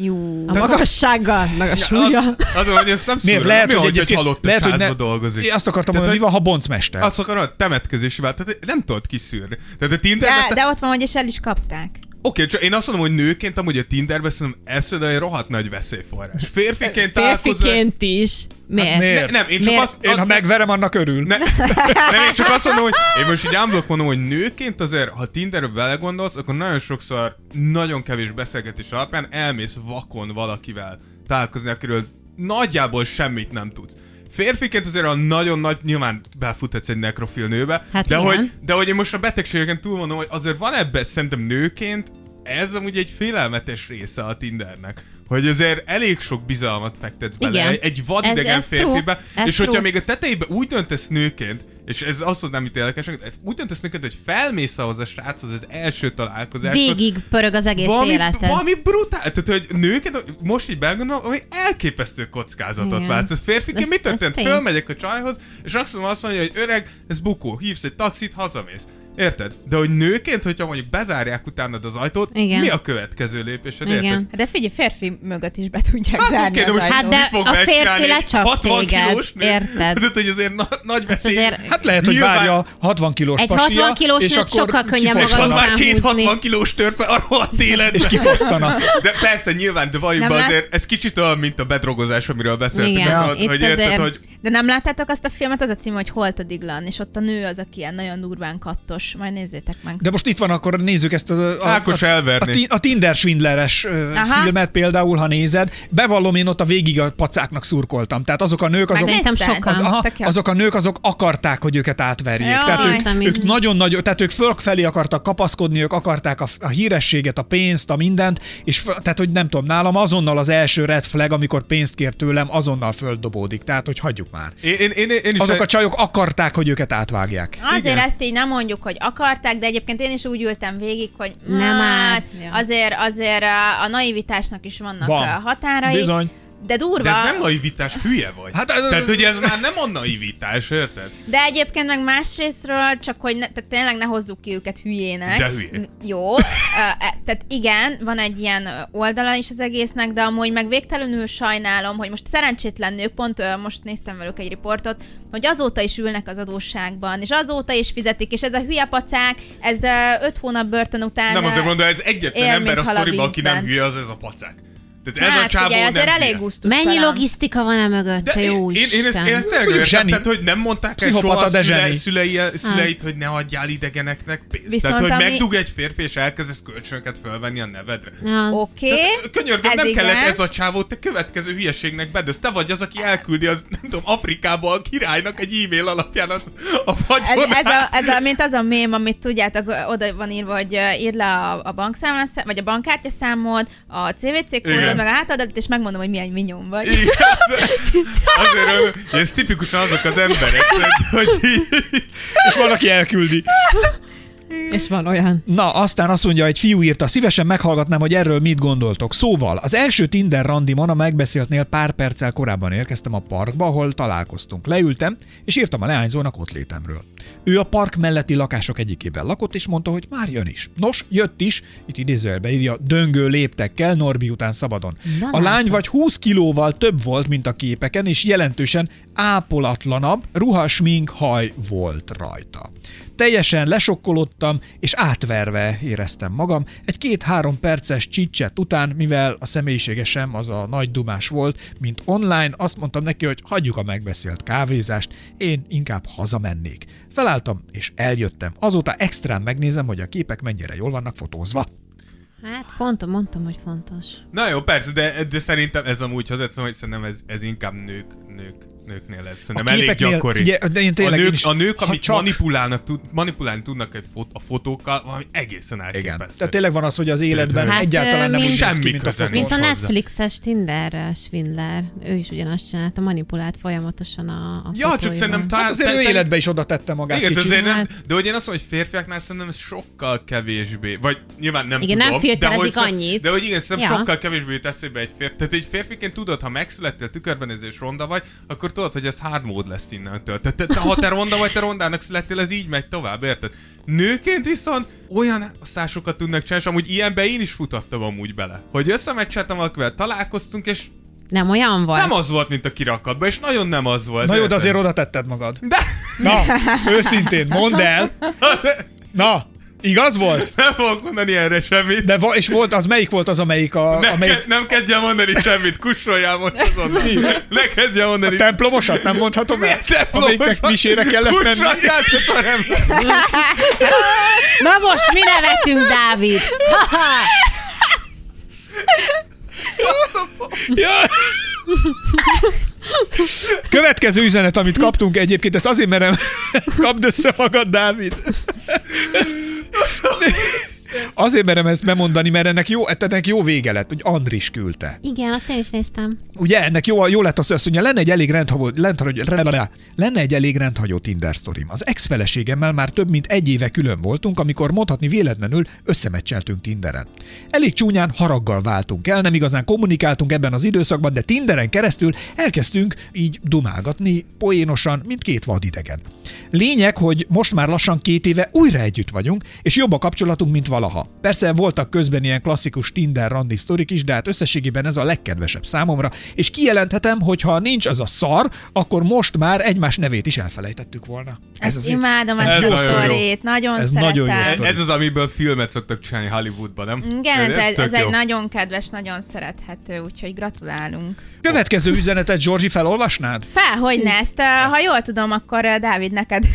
Speaker 7: Jó.
Speaker 6: A magassággal, meg a súlya.
Speaker 4: Azon, hogy ezt nem
Speaker 5: Miért?
Speaker 4: szűröm.
Speaker 5: Lehet,
Speaker 4: mi,
Speaker 5: hogy
Speaker 4: hogy egy
Speaker 5: egyébként-
Speaker 4: halott
Speaker 5: lehet,
Speaker 4: lehet,
Speaker 5: hogy ne-
Speaker 4: dolgozik.
Speaker 5: Én azt akartam
Speaker 4: Tehát,
Speaker 5: mondani, mi
Speaker 4: hogy-
Speaker 5: van, ha boncmester?
Speaker 4: Azt akarod, temetkezési vált, tehát nem tudod kiszűrni. Tehát a Tinder
Speaker 7: De, de ott van, hogy és el is kapták.
Speaker 4: Oké, csak én azt mondom, hogy nőként amúgy a Tinderben szerintem ez például egy rohadt nagy veszélyforrás. Férfiként találkozol...
Speaker 6: Férfiként is.
Speaker 4: Ne,
Speaker 6: Miért?
Speaker 4: nem, én csak
Speaker 6: Miért?
Speaker 4: azt...
Speaker 5: Én, ha
Speaker 4: azt-
Speaker 5: megverem, annak örül.
Speaker 4: Ne, nem, én csak azt mondom, hogy én most így ámblok mondom, hogy nőként azért, ha Tinderről vele gondolsz, akkor nagyon sokszor nagyon kevés beszélgetés alapján elmész vakon valakivel találkozni, akiről nagyjából semmit nem tudsz. Férfiként azért a nagyon nagy, nyilván belfuthatsz egy nekrofil nőbe,
Speaker 6: Hát
Speaker 4: de,
Speaker 6: igen.
Speaker 4: hogy, de hogy én most a betegségeken túlmondom, hogy azért van ebben szerintem nőként, ez amúgy egy félelmetes része a Tindernek. Hogy azért elég sok bizalmat fektetsz bele
Speaker 6: Igen.
Speaker 4: egy- egy vadidegen
Speaker 6: Ez- ez true.
Speaker 4: férfibe,
Speaker 6: Ez
Speaker 4: és hogyha
Speaker 6: true.
Speaker 4: még a tetejébe úgy döntesz nőként, és ez azt mondanám itt érdekesnek, úgy döntesz nőként, hogy felmész ahhoz a sráchoz az első találkozáshoz.
Speaker 6: Végig pörög az egész
Speaker 4: valami,
Speaker 6: életed.
Speaker 4: valami brutál, tehát hogy nőként, most így belgondolom, hogy elképesztő kockázatot
Speaker 6: Igen.
Speaker 4: válsz. Ez férfiként
Speaker 6: Ez-
Speaker 4: mi
Speaker 6: ez
Speaker 4: történt?
Speaker 6: tény.
Speaker 4: Fölmegyek a csajhoz, és maximum azt mondja, hogy öreg, ez bukó, hívsz egy taxit, hazamész. Érted? De hogy nőként, hogyha mondjuk bezárják utánad az ajtót,
Speaker 6: Igen.
Speaker 4: mi a következő lépésed?
Speaker 6: Igen.
Speaker 4: Érted?
Speaker 7: Hát De figyelj, férfi mögött is be tudják
Speaker 4: Hát
Speaker 7: zárni
Speaker 4: oké, de
Speaker 7: az
Speaker 4: most
Speaker 7: ajtót.
Speaker 6: Hát de
Speaker 4: mit fog
Speaker 6: a
Speaker 4: megcsinálni
Speaker 6: férfi
Speaker 4: egy
Speaker 6: lecsap
Speaker 4: 60
Speaker 6: téged,
Speaker 4: kilós nő?
Speaker 6: érted?
Speaker 4: Tehát, hogy azért na- nagy veszély.
Speaker 6: azért-
Speaker 5: Hát lehet, hogy
Speaker 4: Nyilván-
Speaker 5: várja a 60 kilós
Speaker 6: Egy
Speaker 5: pasia,
Speaker 6: 60 kilós
Speaker 5: és
Speaker 6: nőt
Speaker 5: akkor
Speaker 6: sokkal könnyebb
Speaker 4: és az
Speaker 5: kifosztanak.
Speaker 6: maga
Speaker 4: már két
Speaker 6: húzni.
Speaker 4: 60 kilós törpe a rohadt életben.
Speaker 5: És kifosztanak.
Speaker 4: De persze, nyilván, de valljuk
Speaker 7: Nem
Speaker 4: be
Speaker 7: lát-
Speaker 4: azért, ez kicsit olyan, mint a bedrogozás, amiről beszéltünk.
Speaker 6: Igen,
Speaker 4: ez az,
Speaker 6: itt
Speaker 4: hogy érted,
Speaker 6: azért-
Speaker 4: hogy
Speaker 7: De nem láttátok azt a filmet? Az a cím, hogy Holtadiglan, és ott a nő az, aki ilyen nagyon durván kattos. Majd nézzétek meg.
Speaker 5: De most itt van, akkor nézzük ezt a, a,
Speaker 4: Ákos
Speaker 5: a, a,
Speaker 4: elverni.
Speaker 5: ti- a Tinder Swindleres ö,
Speaker 7: Aha.
Speaker 5: filmet például, ha nézed. Bevallom, én ott a végig a pacáknak szurkoltam. Tehát azok a nők, azok,
Speaker 6: Megnéztem
Speaker 7: Nézted?
Speaker 6: sokan.
Speaker 5: az, aha,
Speaker 7: Tök jó.
Speaker 5: azok a nők, azok akarták, hogy őket átverjék.
Speaker 7: Jaj.
Speaker 5: tehát
Speaker 6: Jaj.
Speaker 5: ők, ők nagyon nagy, tehát ők fölfelé akartak kapaszkodni, ők akarták a, a hírességet, a pénzt, a mindent, és föl, tehát, hogy nem tudom, nálam azonnal az első red flag, amikor pénzt kér tőlem, azonnal földobódik. Tehát, hogy hagyjuk már.
Speaker 4: Én, én, én, én is
Speaker 5: Azok a csajok akarták, hogy őket átvágják.
Speaker 7: Azért
Speaker 4: Igen.
Speaker 7: ezt így nem mondjuk, hogy akarták, de egyébként én is úgy ültem végig, hogy
Speaker 6: Nem
Speaker 7: hát,
Speaker 6: áll. Ja.
Speaker 7: azért, azért a, a naivitásnak is vannak
Speaker 1: Van.
Speaker 7: Van. határai.
Speaker 1: Bizony.
Speaker 7: De durva.
Speaker 4: De ez nem naivitás, hülye vagy.
Speaker 5: Hát,
Speaker 4: Hát,
Speaker 5: ö-
Speaker 4: Tehát ugye ez már nem a naivitás, érted?
Speaker 7: De egyébként meg másrésztről, csak hogy ne, tehát tényleg ne hozzuk ki őket hülyének.
Speaker 4: De hülyék.
Speaker 7: N- Jó. Ö, e, tehát igen, van egy ilyen ö, oldala is az egésznek, de amúgy meg végtelenül sajnálom, hogy most szerencsétlen nők, pont ö, most néztem velük egy riportot, hogy azóta is ülnek az adósságban, és azóta is fizetik, és ez a hülye pacák, ez ö, öt hónap börtön
Speaker 6: Hát
Speaker 7: után...
Speaker 4: Nem
Speaker 7: ö,
Speaker 4: azért mondom, ez egyetlen
Speaker 7: él,
Speaker 4: ember a
Speaker 7: mint hal a
Speaker 4: sztoriban, aki nem
Speaker 7: vízben.
Speaker 4: hülye, az ez a pacák. Tehát ez a
Speaker 7: Hát,
Speaker 4: csávó
Speaker 7: figyelj,
Speaker 4: nem
Speaker 7: azért
Speaker 4: hülye.
Speaker 7: elég gusztustalan.
Speaker 6: Mennyi logisztika van e mögött,
Speaker 4: De
Speaker 6: te jó
Speaker 4: én, én, én, ezt, én ezt tényleg
Speaker 5: Mondjuk
Speaker 4: értem,
Speaker 5: zseni.
Speaker 4: tehát, hogy nem mondták el
Speaker 5: Pszichopata,
Speaker 4: soha
Speaker 5: de
Speaker 4: a szülei,
Speaker 5: zseni.
Speaker 4: szülei, szüleit, hogy ne adjál idegeneknek pénzt.
Speaker 7: Ah. Viszont
Speaker 4: tehát, hogy
Speaker 7: ami-
Speaker 4: megdug egy férfi, és elkezdesz kölcsönöket felvenni a nevedre.
Speaker 6: Az.
Speaker 7: Oké.
Speaker 4: Tehát, könyörgöm,
Speaker 7: ez
Speaker 4: nem
Speaker 7: igen.
Speaker 4: kellett ez a csávó, te következő hülyeségnek bedössz. Te vagy az, aki elküldi az, nem tudom, Afrikába a királynak egy e-mail alapján a, a
Speaker 7: Ez, ez,
Speaker 4: vagyonát.
Speaker 7: a, ez a, mint az a mém, amit tudjátok, oda van írva, hogy ö, írd le a, a bankszámla, vagy a bankkártya számod, a CVC kódod,
Speaker 4: Igen.
Speaker 7: meg a hátadat, és megmondom, hogy milyen minyom vagy.
Speaker 4: Igen, azért, ö, ez tipikusan azok az emberek, hogy- hogy így,
Speaker 5: És valaki elküldi.
Speaker 6: És van olyan.
Speaker 5: Na, aztán azt mondja, egy fiú írta, szívesen meghallgatnám, hogy erről mit gondoltok. Szóval, az első Tinder randimon a megbeszéltnél pár perccel korábban érkeztem a parkba, ahol találkoztunk. Leültem, és írtam a leányzónak ott létemről. Ő a park melletti lakások egyikében lakott, és mondta, hogy már jön is. Nos, jött is, itt idézőjelbe írja, döngő léptekkel Norbi után szabadon.
Speaker 6: Na,
Speaker 5: a lány
Speaker 6: látod.
Speaker 5: vagy 20 kilóval több volt, mint a képeken, és jelentősen ápolatlanabb ruhasmink haj volt rajta. Teljesen lesokkolottam, és átverve éreztem magam. Egy két-három perces csicset után, mivel a személyiségesem az a nagy dumás volt, mint online, azt mondtam neki, hogy hagyjuk a megbeszélt kávézást, én inkább hazamennék. Felálltam, és eljöttem. Azóta extrán megnézem, hogy a képek mennyire jól vannak fotózva.
Speaker 6: Hát fontos, mondtam, hogy fontos.
Speaker 4: Na jó, persze, de, de szerintem ez amúgy az egyszerűen, hogy szerintem ez, ez inkább nők, nők, nőknél lesz. Szerintem elég
Speaker 5: képeknél-
Speaker 4: gyakori.
Speaker 5: Ugye, de én tényleg
Speaker 4: a
Speaker 5: én
Speaker 4: nők,
Speaker 5: is-
Speaker 4: a nők
Speaker 5: ha
Speaker 4: amit
Speaker 5: csak-
Speaker 4: csak... manipulálnak, tud, manipulálni tudnak egy fot, a fotókkal, valami egészen
Speaker 5: Igen.
Speaker 4: elképesztő.
Speaker 5: Tehát tényleg van az, hogy az életben
Speaker 6: Hát,
Speaker 5: egyáltalán
Speaker 6: ö,
Speaker 5: nem
Speaker 6: mint-
Speaker 5: úgy néz ki,
Speaker 4: Semmi
Speaker 5: mint a
Speaker 4: köze
Speaker 5: fotós.
Speaker 4: nincs.
Speaker 6: Mint a
Speaker 4: hozzá.
Speaker 6: Netflixes Tinder Schwindler, ő is ugyanazt csinálta, manipulált folyamatosan a, a
Speaker 4: Ja, csak
Speaker 6: fotóival.
Speaker 4: szerintem talán...
Speaker 5: Hát azért ő
Speaker 4: szerint-
Speaker 5: életbe is oda tette magát
Speaker 4: Igen,
Speaker 5: kicsit.
Speaker 4: azért nem,
Speaker 6: Hát-
Speaker 4: de hogy én azt mondom, hogy férfiaknál szerintem ez sokkal kevésbé, vagy nyilván nem
Speaker 6: Igen, nem
Speaker 4: tudom. de
Speaker 6: filterezik
Speaker 4: hogy, szer-
Speaker 6: annyit.
Speaker 4: De hogy igen, szerintem
Speaker 6: Ja.
Speaker 4: ja. sokkal kevésbé jut eszébe egy férfi. Tehát egy férfiként tudod, ha megszülettél, tükörbenézés ronda vagy, akkor tudod, hogy ez hard mode lesz innentől. Tehát te, te, ha te ronda vagy, te rondának születtél, ez így megy tovább, érted? Nőként viszont olyan szásokat tudnak csinálni, és amúgy ilyenbe én is futottam amúgy bele. Hogy összemeccseltem valakivel, találkoztunk, és
Speaker 6: Nem olyan volt.
Speaker 4: nem az volt, mint a kirakatban, és nagyon nem az volt.
Speaker 5: Na jó, de
Speaker 4: érted?
Speaker 5: azért oda tetted magad.
Speaker 4: De
Speaker 5: Na, őszintén, mondd el. Na, igaz volt?
Speaker 4: nem fogok mondani erre semmit.
Speaker 5: De va- és volt az, melyik volt az, amelyik a...
Speaker 4: Ne,
Speaker 5: amelyik
Speaker 4: ke- nem kezdjen mondani semmit, kussoljál most azonnal. Ne kezdjen
Speaker 5: a
Speaker 4: mondani.
Speaker 5: templomosat nem mondhatom el?
Speaker 4: Milyen templom?
Speaker 5: Amelyiknek misére kellett menni?
Speaker 4: Kussoljál, te szarem.
Speaker 6: Na most mi nevetünk, Dávid? Ha-ha!
Speaker 5: Ja. Következő üzenet, amit kaptunk egyébként, ezt azért merem, kapd össze magad, Dávid. Azért merem ezt bemondani, mert ennek jó, tehát ennek jó vége lett, hogy Andris küldte.
Speaker 6: Igen, azt én is néztem.
Speaker 5: Ugye ennek jó, jó lett az, hogy lenne egy elég rendhagyó, rendhagyó, lenne egy elég rendhagyó Tinder sztorim. Az ex-feleségemmel már több mint egy éve külön voltunk, amikor mondhatni véletlenül összemeccseltünk Tinderen. Elég csúnyán haraggal váltunk el, nem igazán kommunikáltunk ebben az időszakban, de Tinderen keresztül elkezdtünk így dumálgatni, poénosan, mint két vadidegen. Lényeg, hogy most már lassan két éve újra együtt vagyunk, és jobb a kapcsolatunk, mint valaha. Persze voltak közben ilyen klasszikus Tinder randi sztorik is, de hát összességében ez a legkedvesebb számomra, és kijelenthetem, hogy ha nincs az a szar, akkor most már egymás nevét is elfelejtettük volna.
Speaker 7: Ezt
Speaker 5: azért-
Speaker 7: Hát imádom,
Speaker 5: ez
Speaker 7: ezt
Speaker 5: jó
Speaker 7: a
Speaker 4: sztori.
Speaker 7: sztorét, nagyon
Speaker 5: Ez
Speaker 7: szeretem.
Speaker 5: nagyon jó sztori.
Speaker 4: Ez az, amiből filmet szoktak csinálni Hollywoodban, nem?
Speaker 7: Igen, ez, egy,
Speaker 4: tök
Speaker 7: ez egy
Speaker 4: jó.
Speaker 7: nagyon kedves, nagyon szerethető, úgyhogy gratulálunk.
Speaker 5: Következő üzenetet, Georgi, felolvasnád?
Speaker 7: Fel, hogy ne ezt, ö, ha jól tudom, akkor ö, Dávid neked,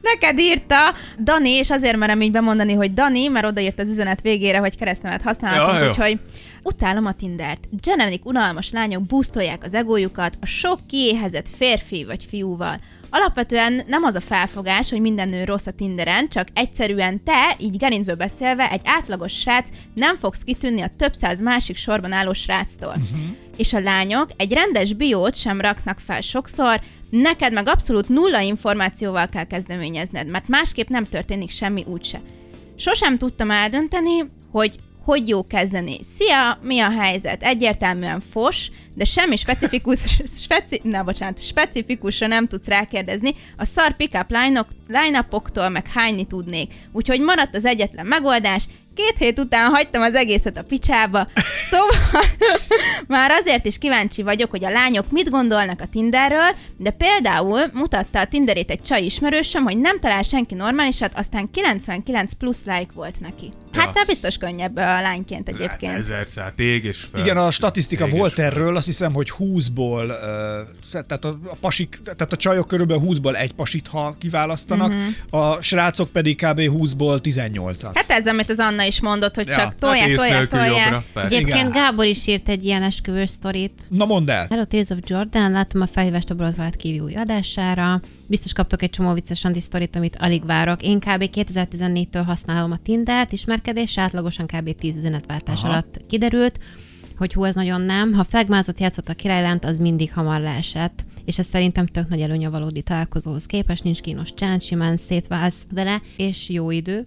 Speaker 7: neked írta Dani, és azért merem így bemondani, hogy Dani, mert odaírt az üzenet végére, hogy keresztnevet
Speaker 4: Ja,
Speaker 7: használhatunk,
Speaker 4: jó.
Speaker 7: úgyhogy utálom a Tindert. Generik unalmas lányok busztolják az egójukat a sok kiéhezett férfi vagy fiúval. Alapvetően nem az a felfogás, hogy minden nő rossz a Tinderen, csak egyszerűen te, így gerincből beszélve, egy átlagos srác nem fogsz kitűnni a több száz másik sorban álló sráctól. Uh-huh. És a lányok egy rendes biót sem raknak fel sokszor, Neked meg abszolút nulla információval kell kezdeményezned, mert másképp nem történik semmi úgyse. Sosem tudtam eldönteni, hogy hogy jó kezdeni. Szia, mi a helyzet? Egyértelműen fos, de semmi specifikus, speci, na, bocsánat, specifikusra nem tudsz rákérdezni. A szar pick-up line-ok- line-upoktól meg hányni tudnék. Úgyhogy maradt az egyetlen megoldás, Két hét után hagytam az egészet a picsába, szóval már azért is kíváncsi vagyok, hogy a lányok mit gondolnak a Tinderről, de például mutatta a Tinderét egy csaj ismerősöm, hogy nem talál senki normálisat, aztán 99 plusz like volt neki. Hát te biztos könnyebb a lányként egyébként.
Speaker 4: Ezer szát, ég és fel.
Speaker 5: Igen, a statisztika
Speaker 4: Ég és
Speaker 5: volt
Speaker 4: fel.
Speaker 5: erről, azt hiszem, hogy 20-ból, ö, sze- tehát a, a pasik, tehát a csajok körülbelül 20-ból egy pasit, ha kiválasztanak, a srácok pedig kb. 20-ból 18-at.
Speaker 7: Hát ez, amit az Anna is mondott, hogy
Speaker 4: Ja,
Speaker 7: csak
Speaker 4: hát
Speaker 7: tolják,
Speaker 4: ész
Speaker 7: tolják,
Speaker 4: nélkül
Speaker 7: tolják.
Speaker 4: jobbra, persze.
Speaker 5: Igen.
Speaker 6: Egyébként Gábor is írt egy ilyen esküvős sztorit.
Speaker 5: Na mondd el!
Speaker 6: Hello, Tears of Jordan, láttam a felhívást a Broadway kívül új adására. Biztos kaptok egy csomó vicces Andi sztorit, amit alig várok. Én kb. 2014-től használom a Tindert, ismerkedés, átlagosan kb. 10 üzenetváltás Aha. alatt kiderült, hogy hú, ez nagyon nem. Ha flagmázott játszott a királylánt, az mindig hamar leesett. És ez szerintem tök nagy előny a valódi találkozóhoz képest, nincs kínos csán, simán szétválsz vele, és jó idő.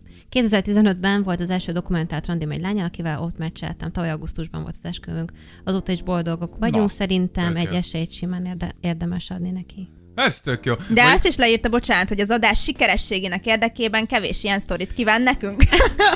Speaker 6: 2015-ben volt az első dokumentált randim egy lánya, akivel ott meccseltem, tavaly augusztusban volt az esküvünk. Azóta is boldogok vagyunk,
Speaker 5: Na.
Speaker 6: Szerintem
Speaker 4: Tök
Speaker 6: egy
Speaker 4: jó.
Speaker 6: esélyt simán érde- érdemes adni neki.
Speaker 4: Ez tök jó.
Speaker 7: De
Speaker 4: Vagy-
Speaker 7: azt is leírta, bocsánat, hogy az adás sikerességének érdekében kevés ilyen sztorit kíván nekünk.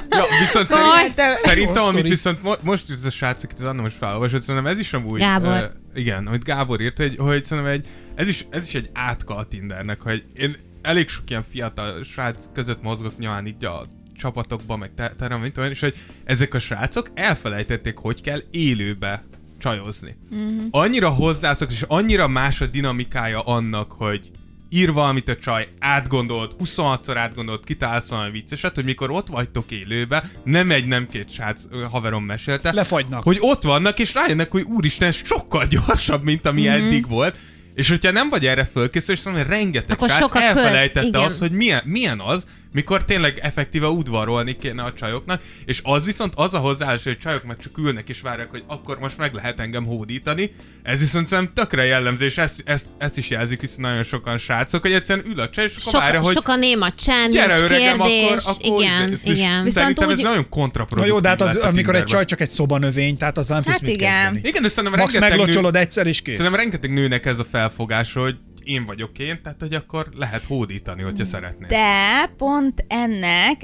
Speaker 4: Ja, viszont
Speaker 7: Majd,
Speaker 4: szerint,
Speaker 7: de-
Speaker 4: szerintem,
Speaker 5: Jó
Speaker 4: amit
Speaker 5: sztori.
Speaker 4: viszont mo- most itt ez a srác, akit az Anna most felolvasott, szerintem ez is amúgy...
Speaker 6: Gábor.
Speaker 4: ö, igen, amit Gábor írt, hogy, hogy szerintem egy, ez, is, ez is egy átka a Tindernek, hogy én elég sok ilyen fiatal srác között mozgok nyilván így a csapatokban, meg te- terem, mint olyan, és hogy ezek a srácok elfelejtették, hogy kell élőbe csajozni. Mm-hmm. Annyira hozzászok, és annyira más a dinamikája annak, hogy ír valamit a csaj, átgondolt, 26-szor átgondolt, kitálsz valami vicceset, hogy mikor ott vagytok élőbe, nem egy, nem két srác ö, haverom mesélte.
Speaker 5: Lefagynak.
Speaker 4: Hogy ott vannak, és rájönnek, hogy úristen, ez sokkal gyorsabb, mint ami
Speaker 6: Mhm.
Speaker 4: mm-hmm. eddig volt. És hogyha nem vagy erre fölkészül, és szóval rengeteg
Speaker 6: Akkor
Speaker 4: srác
Speaker 6: sok a köz,
Speaker 4: elfelejtette
Speaker 6: igen.
Speaker 4: azt, hogy milyen, milyen az, mikor tényleg effektíve udvarolni kéne a csajoknak, és az viszont az a hozzáállás, hogy a csajok meg csak ülnek és várják, hogy akkor most meg lehet engem hódítani, ez viszont szerintem tökre jellemző, és ezt, ezt, ezt is jelzik viszont nagyon sokan srácok, hogy egyszerűen ül a csaj, és akkor
Speaker 6: Soka,
Speaker 4: várja, hogy
Speaker 6: sokan néma csend,
Speaker 4: gyere
Speaker 6: nincs
Speaker 4: öregem,
Speaker 6: kérdés.
Speaker 4: akkor, akkor izé-
Speaker 6: igen,
Speaker 4: és
Speaker 6: igen.
Speaker 7: Visz-
Speaker 4: Szerintem
Speaker 7: Viszont
Speaker 4: ez
Speaker 7: úgy-
Speaker 4: nagyon
Speaker 5: Na
Speaker 4: kontraproduktív.
Speaker 5: jó, de hát az,
Speaker 4: lett a
Speaker 5: amikor egy
Speaker 4: Tinderben.
Speaker 5: csaj csak egy szobanövény, tehát az nem tudsz
Speaker 7: Hát
Speaker 5: mit
Speaker 7: igen.
Speaker 5: kezdeni.
Speaker 4: Igen, de szerintem
Speaker 5: Max
Speaker 4: rengeteg nő-
Speaker 5: meglocsolod egyszer és kész.
Speaker 4: Szerintem rengeteg nőnek ez a felfogás, hogy én vagyok én, tehát hogy akkor lehet hódítani, hogyha szeretnél.
Speaker 7: De pont ennek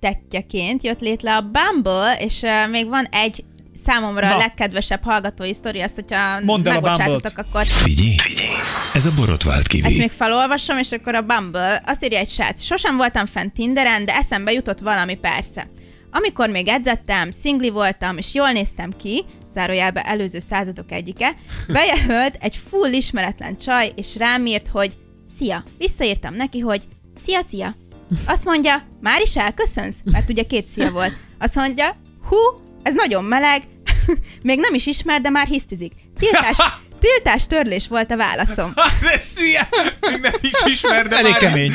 Speaker 7: ellentetjeként jött létre a Bumble, és uh, még van egy számomra
Speaker 5: Na.
Speaker 7: Na. a legkedvesebb hallgatói sztori, azt, hogyha
Speaker 5: Mondd el a
Speaker 7: megbocsátotok, akkor
Speaker 2: Figyelj! Ez a borotvált
Speaker 7: ezt
Speaker 2: kivi.
Speaker 7: még felolvasom, és akkor a Bumble azt írja egy srác. Sosem voltam fent Tinderen, de eszembe jutott valami persze. Amikor még edzettem, szingli voltam, és jól néztem ki, zárójelbe előző századok egyike, bejelölt egy full ismeretlen csaj, és rám írt, hogy szia. Visszaírtam neki, hogy szia, szia. Azt mondja, már is elköszönsz? Mert ugye két szia volt. Azt mondja, hú, ez nagyon meleg, még nem is ismer, de már hisztizik. Tiltás, tiltás törlés volt a válaszom.
Speaker 4: De szia! Még nem is ismer, de
Speaker 5: Elég
Speaker 4: már
Speaker 5: kemény.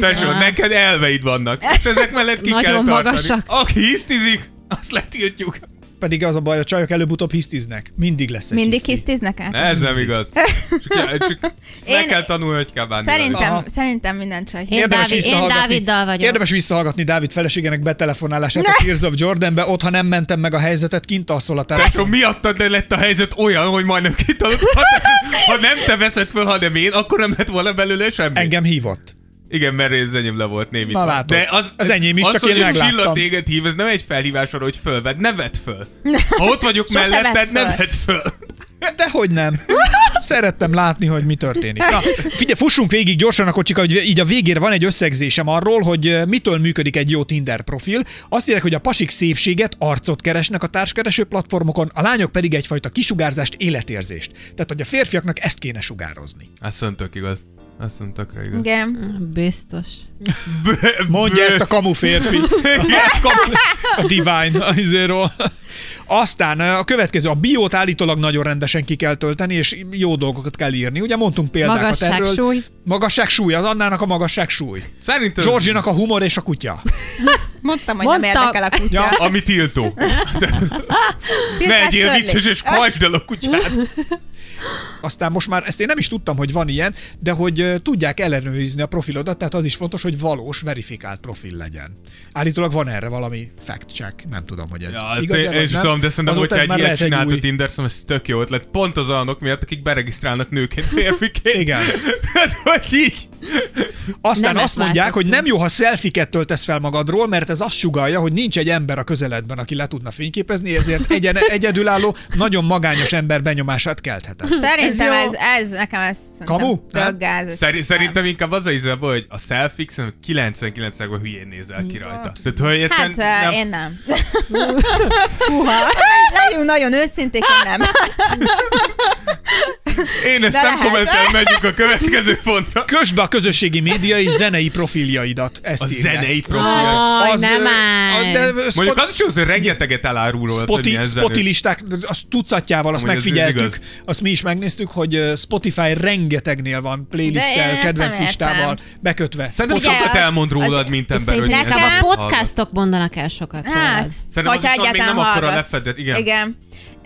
Speaker 4: Tesó, neked elveid vannak. És ezek mellett ki
Speaker 6: Nagyon
Speaker 4: kell tartani.
Speaker 6: magasak.
Speaker 4: Aki hisztizik, azt letiltjuk.
Speaker 5: Pedig az a baj, a csajok előbb-utóbb hisztiznek. Mindig lesz egy
Speaker 7: Mindig
Speaker 5: hiszti.
Speaker 7: hisztiznek el?
Speaker 4: Ne, ez nem igaz. Csak, csak meg
Speaker 7: Én-
Speaker 4: kell tanulni, hogy kell bánni.
Speaker 7: Szerintem,
Speaker 5: Aha.
Speaker 7: szerintem minden csaj
Speaker 6: Én
Speaker 7: hisz.
Speaker 5: Érdemes
Speaker 6: Dávid- én
Speaker 5: visszahallgatni-
Speaker 6: Dáviddal vagyok.
Speaker 5: Érdemes visszahallgatni Dávid feleségének betelefonálását a Tears of Jordanbe, ott, ha nem mentem meg a helyzetet, kint alszol a telefon.
Speaker 4: Ah, Tesó, miattad lett a helyzet olyan, hogy majdnem kitalod. Ha, nem- ha nem te veszed föl, hanem én, akkor nem lett volna belőle semmi.
Speaker 5: Engem hívott.
Speaker 4: Igen, mert ez enyém le volt némi.
Speaker 5: Na,
Speaker 4: tag.
Speaker 5: látod.
Speaker 4: De az,
Speaker 5: Az enyém is,
Speaker 4: az,
Speaker 5: csak
Speaker 4: hogy
Speaker 5: én
Speaker 4: egy
Speaker 5: megláttam.
Speaker 4: Csilla téged hív, ez nem egy felhívás arra, hogy fölved. Ne vedd föl. Ha ott vagyok
Speaker 7: Sose
Speaker 4: melletted,
Speaker 7: vedd
Speaker 4: ne
Speaker 7: föl.
Speaker 4: vedd föl.
Speaker 5: De hogy nem. Szerettem látni, hogy mi történik. Na, figyelj, fussunk végig gyorsan a kocsika, hogy így a végére van egy összegzésem arról, hogy eh, mitől működik egy jó Tinder profil. Azt írják, hogy a pasik szépséget, arcot keresnek a társkereső platformokon, a lányok pedig egyfajta kisugárzást, életérzést. Tehát, hogy a férfiaknak ezt kéne sugározni.
Speaker 4: Azt mondom, tök igaz. Azt mondom, tökre igaz.
Speaker 7: Igen.
Speaker 6: Biztos.
Speaker 5: Mondja ezt a kamu férfi. A kamu- a Divine izéről. Aztán ö, a következő, a biót állítólag nagyon rendesen ki kell tölteni, és jó dolgokat kell írni. Ugye mondtunk példákat
Speaker 6: Magasság,
Speaker 5: erről.
Speaker 6: súly.
Speaker 5: Magasság súly, az Annának a magasság súly.
Speaker 4: Szerintem...
Speaker 5: Zsorzsinak a humor és a kutya.
Speaker 7: Mondtam, hogy nem
Speaker 6: Mondtam.
Speaker 7: érdekel a kutya.
Speaker 5: Ja,
Speaker 4: Ami tiltó. Ne
Speaker 7: Tiltás
Speaker 4: egyél
Speaker 7: törlés.
Speaker 4: vicces, és kajtsd el a kutyát.
Speaker 5: Aztán most már ezt én nem is tudtam, hogy van ilyen, de hogy ö, tudják ellenőrizni a profilodat, tehát az is fontos, hogy valós, verifikált profil legyen. Állítólag van erre valami fact check, nem tudom, hogy ez
Speaker 4: Ja, azt
Speaker 5: igaz
Speaker 4: én, én is tudom, de szerintem,
Speaker 5: Azóta
Speaker 4: hogyha
Speaker 5: ez
Speaker 4: egy
Speaker 5: már
Speaker 4: ilyet
Speaker 5: lehet egy
Speaker 4: csinált
Speaker 5: új-
Speaker 4: a Tinder, szerintem ez tök jó ötlet. Pont az olyanok miatt, akik beregisztrálnak nőként, férfiként.
Speaker 5: Igen.
Speaker 4: Hát, hogy így.
Speaker 5: Aztán
Speaker 6: Nemet
Speaker 5: azt mondják, hogy
Speaker 6: váltottunk.
Speaker 5: nem jó, ha szelfiket töltesz fel magadról, mert ez azt sugalja, hogy nincs egy ember a közeledben, aki le tudna fényképezni, ezért egyen, egyedülálló, nagyon magányos ember benyomását keltheted.
Speaker 7: Szerintem
Speaker 6: Ez
Speaker 7: ez,
Speaker 6: jó.
Speaker 7: ez, nekem ez szerintem
Speaker 5: Kamu?
Speaker 7: tök gáz. ez
Speaker 4: Szeri,
Speaker 7: nem.
Speaker 4: szerintem inkább az a izabó, hogy a selfie szerintem 99%-ban hülyén nézel ki rajta. Tehát, hogy
Speaker 7: Hát
Speaker 4: egyszerűen
Speaker 7: nem.
Speaker 4: nem-
Speaker 7: én nem. Legyünk nagyon őszinték, én nem.
Speaker 4: Én ezt
Speaker 7: De
Speaker 4: nem
Speaker 7: lehet.
Speaker 4: kommentelem, megyünk a következő pontra.
Speaker 5: Kösd be a közösségi média és zenei profiljaidat. Ezt
Speaker 4: A
Speaker 5: írják.
Speaker 4: zenei profil.
Speaker 7: Ah.
Speaker 6: Aj, nem
Speaker 5: ö, a-
Speaker 6: állj.
Speaker 5: de
Speaker 4: Mondjuk
Speaker 5: Spot-
Speaker 4: az is jó, hogy rengeteget elárulod, hogy
Speaker 5: Spoti,
Speaker 4: milyen zenő.
Speaker 5: Spoti listák, azt tucatjával, azt
Speaker 4: Amúgy ez- ez
Speaker 5: megfigyeltük,
Speaker 4: igaz.
Speaker 5: azt mi is megnéztük, hogy ö, Spotify rengetegnél van
Speaker 7: De én
Speaker 5: playlisttel,
Speaker 7: ezt
Speaker 5: kedvenc
Speaker 7: nem értem.
Speaker 5: listával bekötve.
Speaker 4: Szerintem
Speaker 7: Ugye,
Speaker 4: sokat
Speaker 7: az-
Speaker 4: elmond rólad,
Speaker 7: az-
Speaker 4: mint ember, hogy
Speaker 6: Szerintem
Speaker 4: milyen
Speaker 6: inkább
Speaker 4: zenét
Speaker 6: a
Speaker 4: hallgat.
Speaker 6: podcastok mondanak el sokat
Speaker 7: Hát,
Speaker 6: rólad.
Speaker 4: Szerintem az
Speaker 7: hogyha
Speaker 4: viszont még
Speaker 7: egyáltalán
Speaker 4: nem akkora
Speaker 7: hallgat.
Speaker 4: lefedett, igen.
Speaker 7: igen.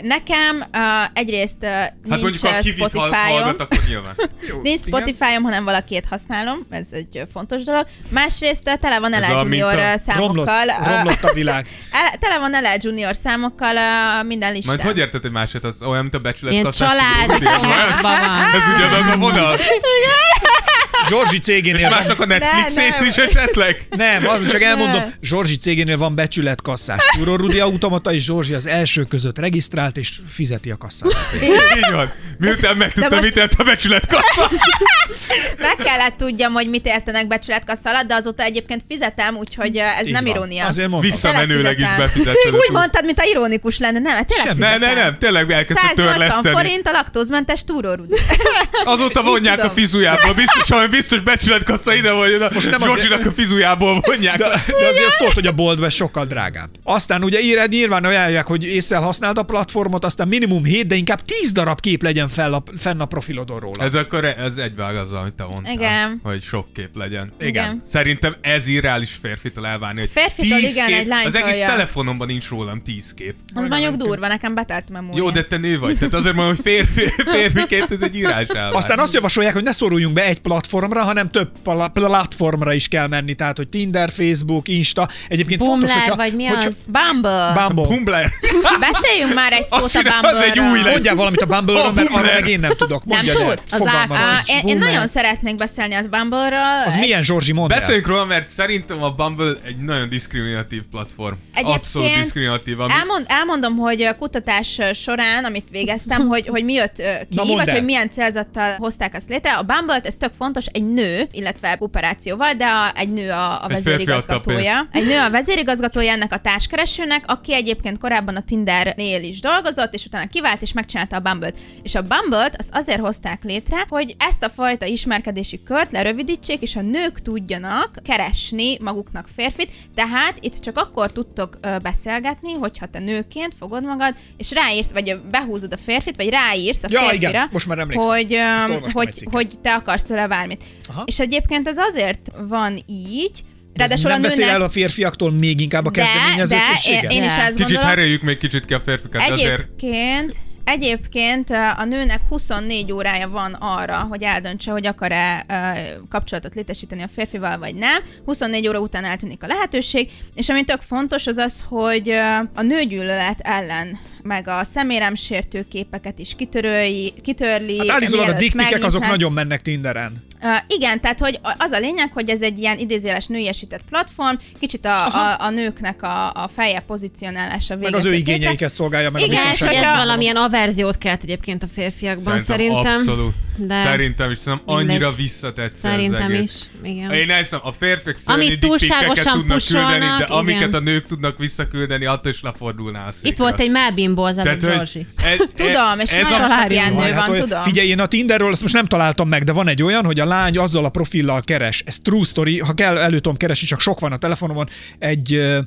Speaker 7: Nekem uh, egyrészt uh,
Speaker 4: Hát
Speaker 7: nincs
Speaker 4: mondjuk, ha a kivit hall-
Speaker 7: Spotify-om,
Speaker 4: hallgat, akkor nyilván.
Speaker 7: nincs Spotify-om, hanem valakit használom, ez egy ö, fontos dolog. Másrészt uh, tele van
Speaker 4: Ez
Speaker 7: Ella
Speaker 4: a, mint
Speaker 7: Junior ö,
Speaker 4: a-
Speaker 5: Romlott,
Speaker 7: számokkal, ö,
Speaker 5: romlott a világ.
Speaker 7: ele- tele van Ella Junior számokkal ö, minden listán.
Speaker 4: Majd hogy érted, hogy másért az olyan, mint a becsület
Speaker 6: Ilyen
Speaker 4: kasszás
Speaker 6: család
Speaker 4: tudó, ugye?
Speaker 6: csomagban van.
Speaker 4: Ez ugyanaz a vonal.
Speaker 5: Zsorzsi
Speaker 4: És
Speaker 5: cégénél van
Speaker 4: másnak a
Speaker 7: Ne,
Speaker 4: Netflixét
Speaker 7: nem.
Speaker 4: is esetleg.
Speaker 5: Nem, az csak elmondom, Zsorzsi cégénél van becsületkasszás. Túró Rudi automata, és Zsorzsi az első között regisztrált, és fizeti a kasszát.
Speaker 4: Így van. Miután megtudtam,
Speaker 7: most-
Speaker 4: mit ért a becsület kassa.
Speaker 7: Meg kellett tudjam, hogy mit értenek becsületkassa alatt, de azóta egyébként fizetem, úgyhogy ö, ez
Speaker 5: Így
Speaker 7: nem
Speaker 5: van.
Speaker 7: irónia.
Speaker 5: Azért mondom.
Speaker 4: Visszamenőleg is
Speaker 7: Telefizetem.
Speaker 4: befizetted.
Speaker 7: Úgy mondtad, mint a ironikus lenne, nem? hát Tényleg
Speaker 5: Sem.
Speaker 4: Ne,
Speaker 7: fizetem.
Speaker 4: ne, nem, tényleg elkezdte
Speaker 7: 180
Speaker 4: törleszteni.
Speaker 7: forint a laktózmentes túrórudi.
Speaker 4: Azóta
Speaker 7: Így
Speaker 4: vonják a
Speaker 7: tudom.
Speaker 4: fizujából, biztos, hogy biztos becsületkassa ide vagy oda. Most
Speaker 5: nem
Speaker 4: nem
Speaker 5: azért-
Speaker 4: Zsorzsinak a fizujából vonják.
Speaker 5: De, de azért azt tudod, hogy a boltban sokkal drágább. Aztán ugye íred, nyilván ajánlják, hogy észre használd a platformot, aztán minimum 7, de inkább 10 darab kép legyen fel a, fenn a profilodon róla.
Speaker 4: Ez akkor ez egyvág azzal, amit te mondtál.
Speaker 7: Igen.
Speaker 4: Hogy sok kép legyen.
Speaker 7: Igen.
Speaker 4: Szerintem ez irreális férfitől elvárni, hogy
Speaker 7: Férfitől
Speaker 4: tíz
Speaker 7: igen,
Speaker 4: kép,
Speaker 7: egy lánytól,
Speaker 4: Az egész
Speaker 7: ja.
Speaker 4: telefonomban nincs rólam tíz kép.
Speaker 7: Az mondjuk durva, nekem betelt memória.
Speaker 4: Jó, de te nő vagy. Tehát azért mondom, hogy férfi, férfiként ez egy írás elvárás.
Speaker 5: Aztán azt javasolják, hogy ne szóruljunk be egy platformra, hanem több pla- platformra is kell menni, tehát hogy Tinder, Facebook, Insta. Egyébként fontos,
Speaker 6: Bumler,
Speaker 5: hogyha,
Speaker 6: vagy mi
Speaker 5: hogyha
Speaker 6: az?
Speaker 7: Bumble.
Speaker 5: Bumble.
Speaker 4: Humbler.
Speaker 7: Beszéljünk már egy szót a
Speaker 4: Az egy
Speaker 7: Bumble-ről.
Speaker 4: új lesz.
Speaker 5: Mondjál valamit a Bumble-ről,
Speaker 4: A
Speaker 5: mert arra
Speaker 4: Bumler.
Speaker 5: meg én nem tudok.
Speaker 7: Nem
Speaker 5: Mondjad el.
Speaker 7: tudsz?
Speaker 6: Az
Speaker 5: Fogalmam
Speaker 6: ák-
Speaker 5: sincs.
Speaker 7: Á, én, én
Speaker 5: Boomer.
Speaker 7: nagyon szeretnék beszélni az Bumble-ról.
Speaker 5: Az
Speaker 7: Egy-
Speaker 5: milyen Zsorzsi, mondd el.
Speaker 4: Beszéljünk róla, mert szerintem a Bumble egy nagyon diszkriminatív platform.
Speaker 7: Egyébként
Speaker 4: Abszolút diszkriminatív. Ami...
Speaker 7: Elmond, elmondom, hogy a kutatás során, amit végeztem, hogy, hogy mi jött ö, ki,
Speaker 5: Na, mondd
Speaker 7: vagy
Speaker 5: el.
Speaker 7: hogy milyen célzattal hozták azt létre. A Bumble-t, ez tök fontos, egy nő, illetve operációval, de a, egy nő a, a
Speaker 4: Egy férfi adta a
Speaker 7: vezérigazgatója. Egy nő a vezérigazgatója ennek a társkeresőnek, aki egyébként korábban a Tindernél is dolgozott, és utána kivált, és megcsinálta a Bumble-t. És a Bumble-t az azért hozták létre, hogy ezt a fajta ismerkedési kört lerövidítsék, és a nők tudjanak keresni maguknak férfit, tehát itt csak akkor tudtok ö, beszélgetni, hogyha te nőként fogod magad, és ráírsz, vagy ö, behúzod a férfit, vagy ráírsz a
Speaker 5: Ja,
Speaker 7: férfira,
Speaker 5: igen, most már emlékszem.
Speaker 7: hogy, ö,
Speaker 5: Ezt olvastam egy
Speaker 7: hogy,
Speaker 5: cikken.
Speaker 7: hogy te akarsz tőle bármit.
Speaker 5: Aha.
Speaker 7: És egyébként ez azért van így,
Speaker 5: Ez
Speaker 7: Ráadásul a
Speaker 5: nem beszél
Speaker 7: nőnek
Speaker 5: el a férfiaktól még inkább a
Speaker 7: de,
Speaker 5: kezdeményező
Speaker 7: de én,
Speaker 5: készsége?
Speaker 7: én is ezt
Speaker 4: Kicsit
Speaker 7: gondolom.
Speaker 4: heréljük még kicsit ki a férfikat, de azért
Speaker 7: Egyébként, egyébként ö, a nőnek 24 órája van arra, hogy eldöntse, hogy akar-e ö, kapcsolatot létesíteni a férfival, vagy nem. 24 óra után eltűnik a lehetőség, és ami tök fontos az az, hogy ö, a nőgyűlölet ellen meg a szemérem sértő képeket is kitöröli. kitörli
Speaker 5: Hát állítólag a
Speaker 7: mielőtt
Speaker 5: dickpikek azok
Speaker 7: megnyitnák.
Speaker 5: nagyon mennek Tinderen.
Speaker 7: Ö, igen, tehát hogy a- az a lényeg, hogy ez egy ilyen idézéles nőiesített platform, kicsit a, a, a nőknek a, a feljebb pozícionálása
Speaker 5: Meg
Speaker 7: véget.
Speaker 5: az ő
Speaker 7: ért éve.
Speaker 5: igényeiket szolgálja meg. a
Speaker 7: Igen,
Speaker 6: És
Speaker 7: és
Speaker 6: hogy
Speaker 5: biztonságot.
Speaker 6: ez
Speaker 7: Hogyha-
Speaker 6: valamilyen averziót kelt egyébként a férfiakban, szerintem.
Speaker 4: szerintem, abszolút.
Speaker 6: De
Speaker 4: Szerintem is, szerintem
Speaker 6: mindegy.
Speaker 4: annyira visszatetsző
Speaker 6: Szerintem
Speaker 4: az egész.
Speaker 6: is, igen.
Speaker 4: Én elhiszem, a férfiak
Speaker 6: Amit
Speaker 4: szörnyi dickpikeket
Speaker 6: túlságosan
Speaker 4: tudnak küldeni, de
Speaker 6: pusolnak,
Speaker 4: amiket
Speaker 6: igen.
Speaker 4: a nők tudnak visszaküldeni, attól is lefordulná a székről.
Speaker 6: Itt volt egy melbimbó az előbb,
Speaker 4: Tehát,
Speaker 6: Zsorzsi.
Speaker 4: hogy ez,
Speaker 7: Tudom, és
Speaker 4: ez
Speaker 7: nagyon
Speaker 4: a,
Speaker 7: sok ilyen
Speaker 5: Jaj,
Speaker 7: nő van,
Speaker 5: olyan-
Speaker 7: tudom.
Speaker 5: hát, Figyelj, én a Tinderről azt most nem találtam meg, de van egy olyan, hogy a lány azzal a profillal keres. Ez true story, ha kell, elő tudom keresni, csak sok van a telefonomon. Egy ö,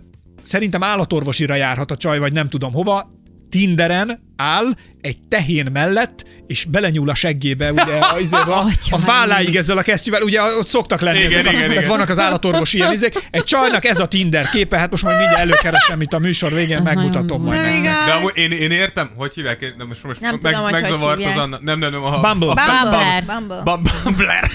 Speaker 5: szerintem állatorvosira járhat a csaj, vagy nem tudom hova, Tinderen áll egy tehén mellett, és belenyúl a seggébe, ugye, a, izébe, a, a válláig ezzel a kesztyűvel, ugye ott szoktak lenni
Speaker 4: Igen,
Speaker 5: ezek, a-
Speaker 4: igen,
Speaker 5: tehát
Speaker 4: igen.
Speaker 5: vannak az állatorvos ilyen izék. Egy csajnak ez a Tinder képe, hát most majd mindjárt előkeresem itt a műsor végén,
Speaker 6: Ez
Speaker 5: megmutatom
Speaker 6: nagyon
Speaker 5: majd
Speaker 6: durva.
Speaker 5: nektek.
Speaker 4: De amúgy én, én értem, hogy hívják, én- de most, most
Speaker 7: Nem
Speaker 4: meg,
Speaker 7: tudom, hogy hogy
Speaker 4: megzavart
Speaker 7: hívják.
Speaker 4: az Anna. Nem, nem, nem. A,
Speaker 5: Bumble.
Speaker 4: A,
Speaker 6: Bumble.
Speaker 7: Bumble.
Speaker 4: Bum- Bumbler.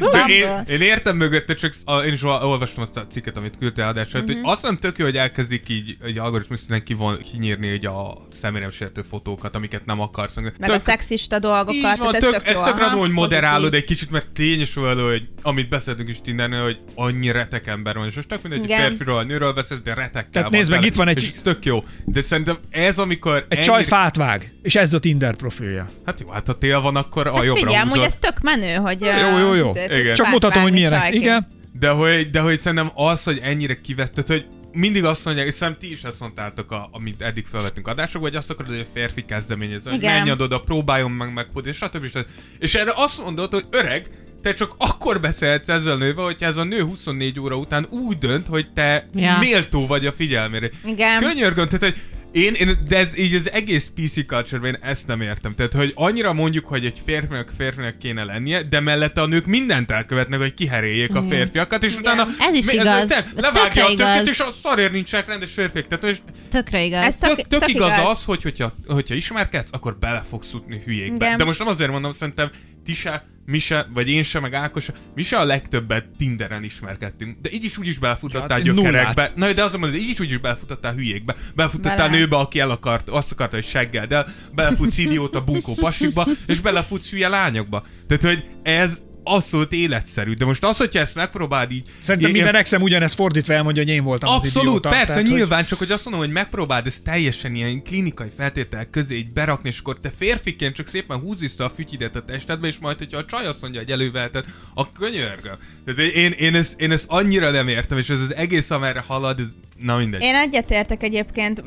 Speaker 4: Csak
Speaker 7: Bumble.
Speaker 4: én, én értem mögötte, csak a, én is ol- olvastam azt a cikket, amit küldte adásra, uh-huh.
Speaker 7: Mhm.
Speaker 4: hogy azt nem tök jó, hogy elkezdik így egy algoritmus színen kivon, kinyírni így a személyemsértő fotókat, amiket nem akarsz.
Speaker 7: Meg a szexista dolgokat,
Speaker 4: Így van,
Speaker 7: tehát
Speaker 4: tök,
Speaker 7: ez tök,
Speaker 4: ezt
Speaker 7: jó,
Speaker 4: tök
Speaker 7: aha,
Speaker 4: random, hogy moderálod
Speaker 7: pozitív.
Speaker 4: egy kicsit, mert tény is való, hogy amit beszéltünk is Tindernél, hogy annyi retek ember van, és most tök mindegy, hogy
Speaker 7: Igen.
Speaker 4: férfiról, nőről beszélsz, de retekkel
Speaker 5: Tehát
Speaker 4: van
Speaker 5: nézd meg,
Speaker 4: tele.
Speaker 5: itt van egy-
Speaker 4: És ez tök jó. De szerintem ez, amikor...
Speaker 5: Egy csaj fát vág, és ez a Tinder profilja.
Speaker 4: Hát jó, hát ha tél van, akkor a
Speaker 7: Hát
Speaker 4: jobbra
Speaker 7: figyelj, amúgy
Speaker 4: húzod.
Speaker 7: ez tök menő, hogy...
Speaker 5: Jó, jó, jó.
Speaker 4: Igen.
Speaker 5: Csak mutatom, hogy milyenek. Igen.
Speaker 4: De hogy, de hogy szerintem az, hogy ennyire kivetted, hogy mindig azt mondják, és szerintem ti is ezt mondtátok, a, amit eddig felvettünk adásokba, hogy azt akarod, hogy a férfi kezdeményező, hogy
Speaker 7: Igen.
Speaker 4: menj ad oda, próbáljon meg meghúzni, stb. stb. És erre azt mondod, hogy öreg, te csak akkor beszélhetsz ezzel a nővel, hogyha ez a nő 24 óra után úgy dönt, hogy te
Speaker 6: Ja.
Speaker 4: méltó vagy a figyelmére.
Speaker 7: Igen.
Speaker 4: Könyörgöm, tehát hogy én, én, de ez így az egész PC culture én ezt nem értem. Tehát, hogy annyira mondjuk, hogy egy férfinak férfinak kéne lennie, de mellette a nők mindent elkövetnek, hogy kiheréljék a férfiakat, és utána...
Speaker 6: Mhm. Ez is
Speaker 4: mi-
Speaker 6: igaz.
Speaker 4: te-
Speaker 6: Ez
Speaker 4: levágja
Speaker 6: tökre
Speaker 4: a tökét,
Speaker 6: igaz.
Speaker 4: és a szarért nincsenek rendes férfiak. Tehát, és
Speaker 6: Tökre igaz.
Speaker 7: Ez
Speaker 4: tök,
Speaker 7: tök,
Speaker 4: tök, igaz, az, hogy hogyha, hogyha ismerkedsz, akkor bele fogsz jutni hülyékbe.
Speaker 7: Igen.
Speaker 4: De most nem azért mondom, szerintem ti se, mi se, vagy én se, meg Ákos se, mi se a legtöbbet Tinderen ismerkedtünk. De így is úgy is
Speaker 5: Ja,
Speaker 4: belefutattál
Speaker 5: hát én
Speaker 4: gyökerekbe. Na, de azt mondom, hogy így is úgy is belefutattál hülyékbe. Belefutottál
Speaker 7: Bele.
Speaker 4: nőbe, aki el akart, azt akarta, hogy seggel, de belefutsz idióta bunkó pasikba, és belefutsz hülye lányokba. Tehát, hogy ez abszolút életszerű. De most az, hogyha ezt megpróbáld így...
Speaker 5: Szerintem
Speaker 4: ilyen-
Speaker 5: minden exem ugyanezt fordítva elmondja, hogy én voltam az
Speaker 4: Abszolút,
Speaker 5: idióta.
Speaker 4: persze,
Speaker 5: tehát, hogy-
Speaker 4: nyilván, csak hogy azt mondom, hogy megpróbáld ezt teljesen ilyen klinikai feltétel közé így berakni, és akkor te férfiként csak szépen húz vissza a fütyidet a testedbe, és majd, hogyha a csaj azt mondja, hogy elővelted, a könyörgöm. Tehát én, én, ezt, én ezt annyira nem értem, és ez az egész, amerre halad, ez, na mindegy.
Speaker 7: Én egyetértek egyébként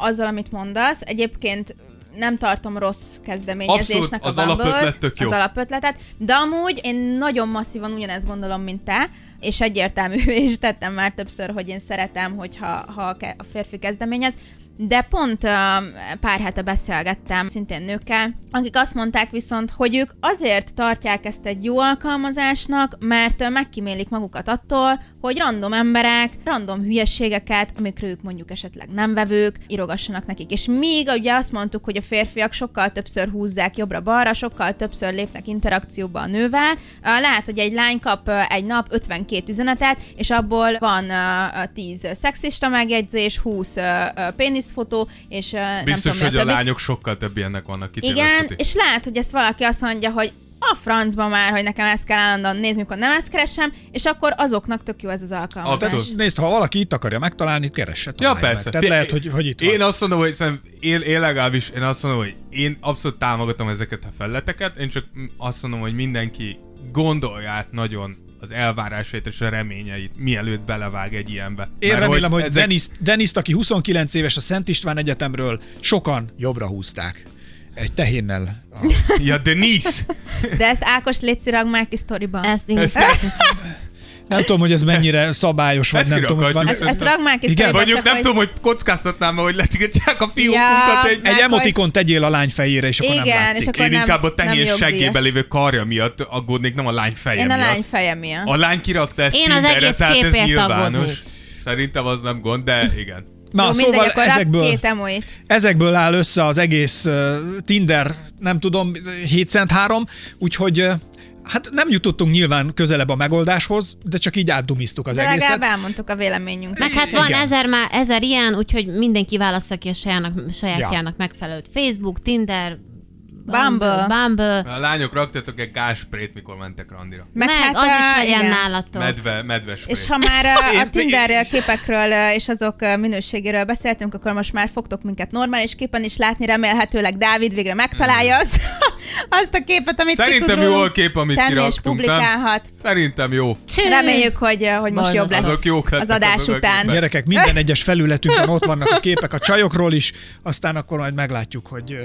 Speaker 7: azzal, amit mondasz. Egyébként nem tartom rossz kezdeményezésnek
Speaker 4: Abszolút, az
Speaker 7: a bumble
Speaker 4: alapötlet tök jó.
Speaker 7: Az alapötletet, de amúgy én nagyon masszívan ugyanezt gondolom, mint te, és egyértelmű, és tettem már többször, hogy én szeretem, hogyha ha a ke- a férfi kezdeményez, de pont um, pár hete beszélgettem szintén nőkkel, akik azt mondták viszont, hogy ők azért tartják ezt egy jó alkalmazásnak, mert ö, megkímélik magukat attól, hogy random emberek, random hülyeségeket, amikről ők mondjuk esetleg nem vevők, írogassanak nekik. És míg ugye azt mondtuk, hogy a férfiak sokkal többször húzzák jobbra-balra, sokkal többször lépnek interakcióba a nővel, Á, lehet, hogy egy lány kap ö, egy nap 52 üzenetet, és abból van ö, ö, 10 szexista megjegyzés, 20 ö, ö, péniszfotó, és ö, nem
Speaker 4: Biztos,
Speaker 7: tudom, mi
Speaker 4: hogy a
Speaker 7: többi.
Speaker 4: lányok sokkal több ilyennek vannak itt.
Speaker 7: Igen, és lehet, hogy ezt valaki azt mondja, hogy a francba már, hogy nekem ezt kell állandóan nézni, mikor nem ezt keresem, és akkor azoknak tök jó ez az alkalmazás.
Speaker 4: Abszolút.
Speaker 5: Nézd, ha valaki itt akarja megtalálni, keresse,
Speaker 4: Ja,
Speaker 5: találja
Speaker 4: persze.
Speaker 5: Meg. Tehát
Speaker 4: Fi-
Speaker 5: lehet, hogy, hogy itt
Speaker 4: Én
Speaker 5: van.
Speaker 4: azt mondom, hogy szerintem én, én legalábbis, én azt mondom, hogy én abszolút támogatom ezeket a felleteket, én csak m- azt mondom, hogy mindenki gondolja át nagyon az elvárásait és a reményeit, mielőtt belevág egy ilyenbe.
Speaker 5: Én
Speaker 4: Mert
Speaker 5: remélem, hogy,
Speaker 4: ezek-
Speaker 5: Denis, Deniszt, aki 29 éves a Szent István Egyetemről, sokan jobbra húzták. Egy tehénnel. A...
Speaker 4: Ja, Denis!
Speaker 7: De ezt Ákos létszirag már ki sztoriban. Ezt,
Speaker 6: Ezt én is
Speaker 4: Ezt-
Speaker 5: Nem tudom, hogy ez mennyire szabályos, vagy
Speaker 4: Ezt
Speaker 5: nem tudom, hogy van.
Speaker 4: kirakhatjuk.
Speaker 7: ezt rag már ki
Speaker 5: Igen,
Speaker 7: sztoriba,
Speaker 4: Mondjuk
Speaker 7: csak
Speaker 4: nem
Speaker 7: hogy-
Speaker 4: tudom, hogy kockáztatnám hogy letigetják a fiúkunkat
Speaker 7: Ja,
Speaker 4: egy...
Speaker 5: Egy
Speaker 7: meg hogy-
Speaker 5: emotikon tegyél a lány fejére, és akkor nem
Speaker 7: Igen,
Speaker 5: látszik.
Speaker 7: és akkor
Speaker 4: Én
Speaker 7: nem,
Speaker 4: inkább a
Speaker 7: nem
Speaker 4: tehén
Speaker 7: jogdíjas.
Speaker 4: seggében lévő karja miatt aggódnék, nem a lány feje
Speaker 7: Én a
Speaker 4: miatt.
Speaker 7: lány feje miatt.
Speaker 4: A lány kirakta ezt
Speaker 6: Én az
Speaker 4: Tinderre,
Speaker 6: egész
Speaker 4: tehát ez
Speaker 6: képért
Speaker 4: nyilvános.
Speaker 6: aggódnék.
Speaker 4: Szerintem az nem gond, de igen.
Speaker 5: Na,
Speaker 7: Jó, mindegy,
Speaker 5: szóval
Speaker 7: akkor rak
Speaker 5: ezekből,
Speaker 7: Két emoji.
Speaker 5: ezekből áll össze az egész uh, Tinder, nem tudom, 7 cent 3, úgyhogy uh, hát nem jutottunk nyilván közelebb a megoldáshoz, de csak így átdumiztuk az
Speaker 7: De legalább
Speaker 5: egészet.
Speaker 7: elmondtuk a véleményünket.
Speaker 6: Meg hát van
Speaker 5: Igen.
Speaker 6: ezer, már, ezer ilyen, úgyhogy mindenki válassza ki a sajának, sajátjának megfelelőt. Facebook, Tinder, Bumble,
Speaker 7: Bumble.
Speaker 6: Bumble
Speaker 4: A lányok raktatok egy gásprét, mikor mentek randira.
Speaker 6: meg,
Speaker 7: hát
Speaker 6: az
Speaker 7: a-
Speaker 6: is legyen
Speaker 7: igen.
Speaker 6: nálatok.
Speaker 4: Medve, medves
Speaker 7: És ha már a, a
Speaker 4: Én-
Speaker 7: Tinder képekről ö, és azok ö, minőségéről beszéltünk, akkor most már fogtok minket normális képen is látni, remélhetőleg Dávid végre megtalálja az, azt a képet, amit
Speaker 4: Hmm. Szerintem
Speaker 7: ki tudunk
Speaker 4: jó a kép, amit
Speaker 7: tenni, és
Speaker 4: kiraktunk, nem?
Speaker 7: publikálhat.
Speaker 4: Szerintem jó.
Speaker 6: Cső!
Speaker 7: Reméljük, hogy, ö, hogy most
Speaker 6: Bajnos.
Speaker 7: jobb lesz
Speaker 4: Azok jók
Speaker 7: az
Speaker 4: lettek
Speaker 7: adás
Speaker 4: azok a
Speaker 7: után.
Speaker 4: képek.
Speaker 5: Gyerekek, minden egyes felületünkön ott vannak a képek a csajokról is, aztán akkor majd meglátjuk, hogy ö,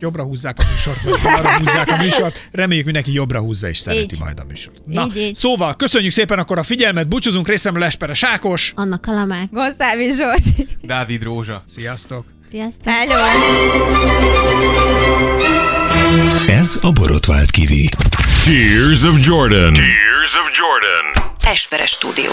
Speaker 5: jobbra húzzák a műsort, vagy balra húzzák a műsort. Reméljük mindenki jobbra húzza és szereti
Speaker 7: Így.
Speaker 5: majd a műsort. Na,
Speaker 7: Így, így.
Speaker 5: szóval köszönjük szépen akkor a figyelmet, búcsúzunk részemről Espere Sákos.
Speaker 6: Anna Kalamák.
Speaker 7: Gonszávi Zsorzsi.
Speaker 4: Dávid Rózsa.
Speaker 5: Sziasztok!
Speaker 6: Sziasztok!
Speaker 7: Hello!
Speaker 2: Ez a borotvált kivi.
Speaker 3: Tears of Jordan. Tears of Jordan.
Speaker 1: Esperes stúdió.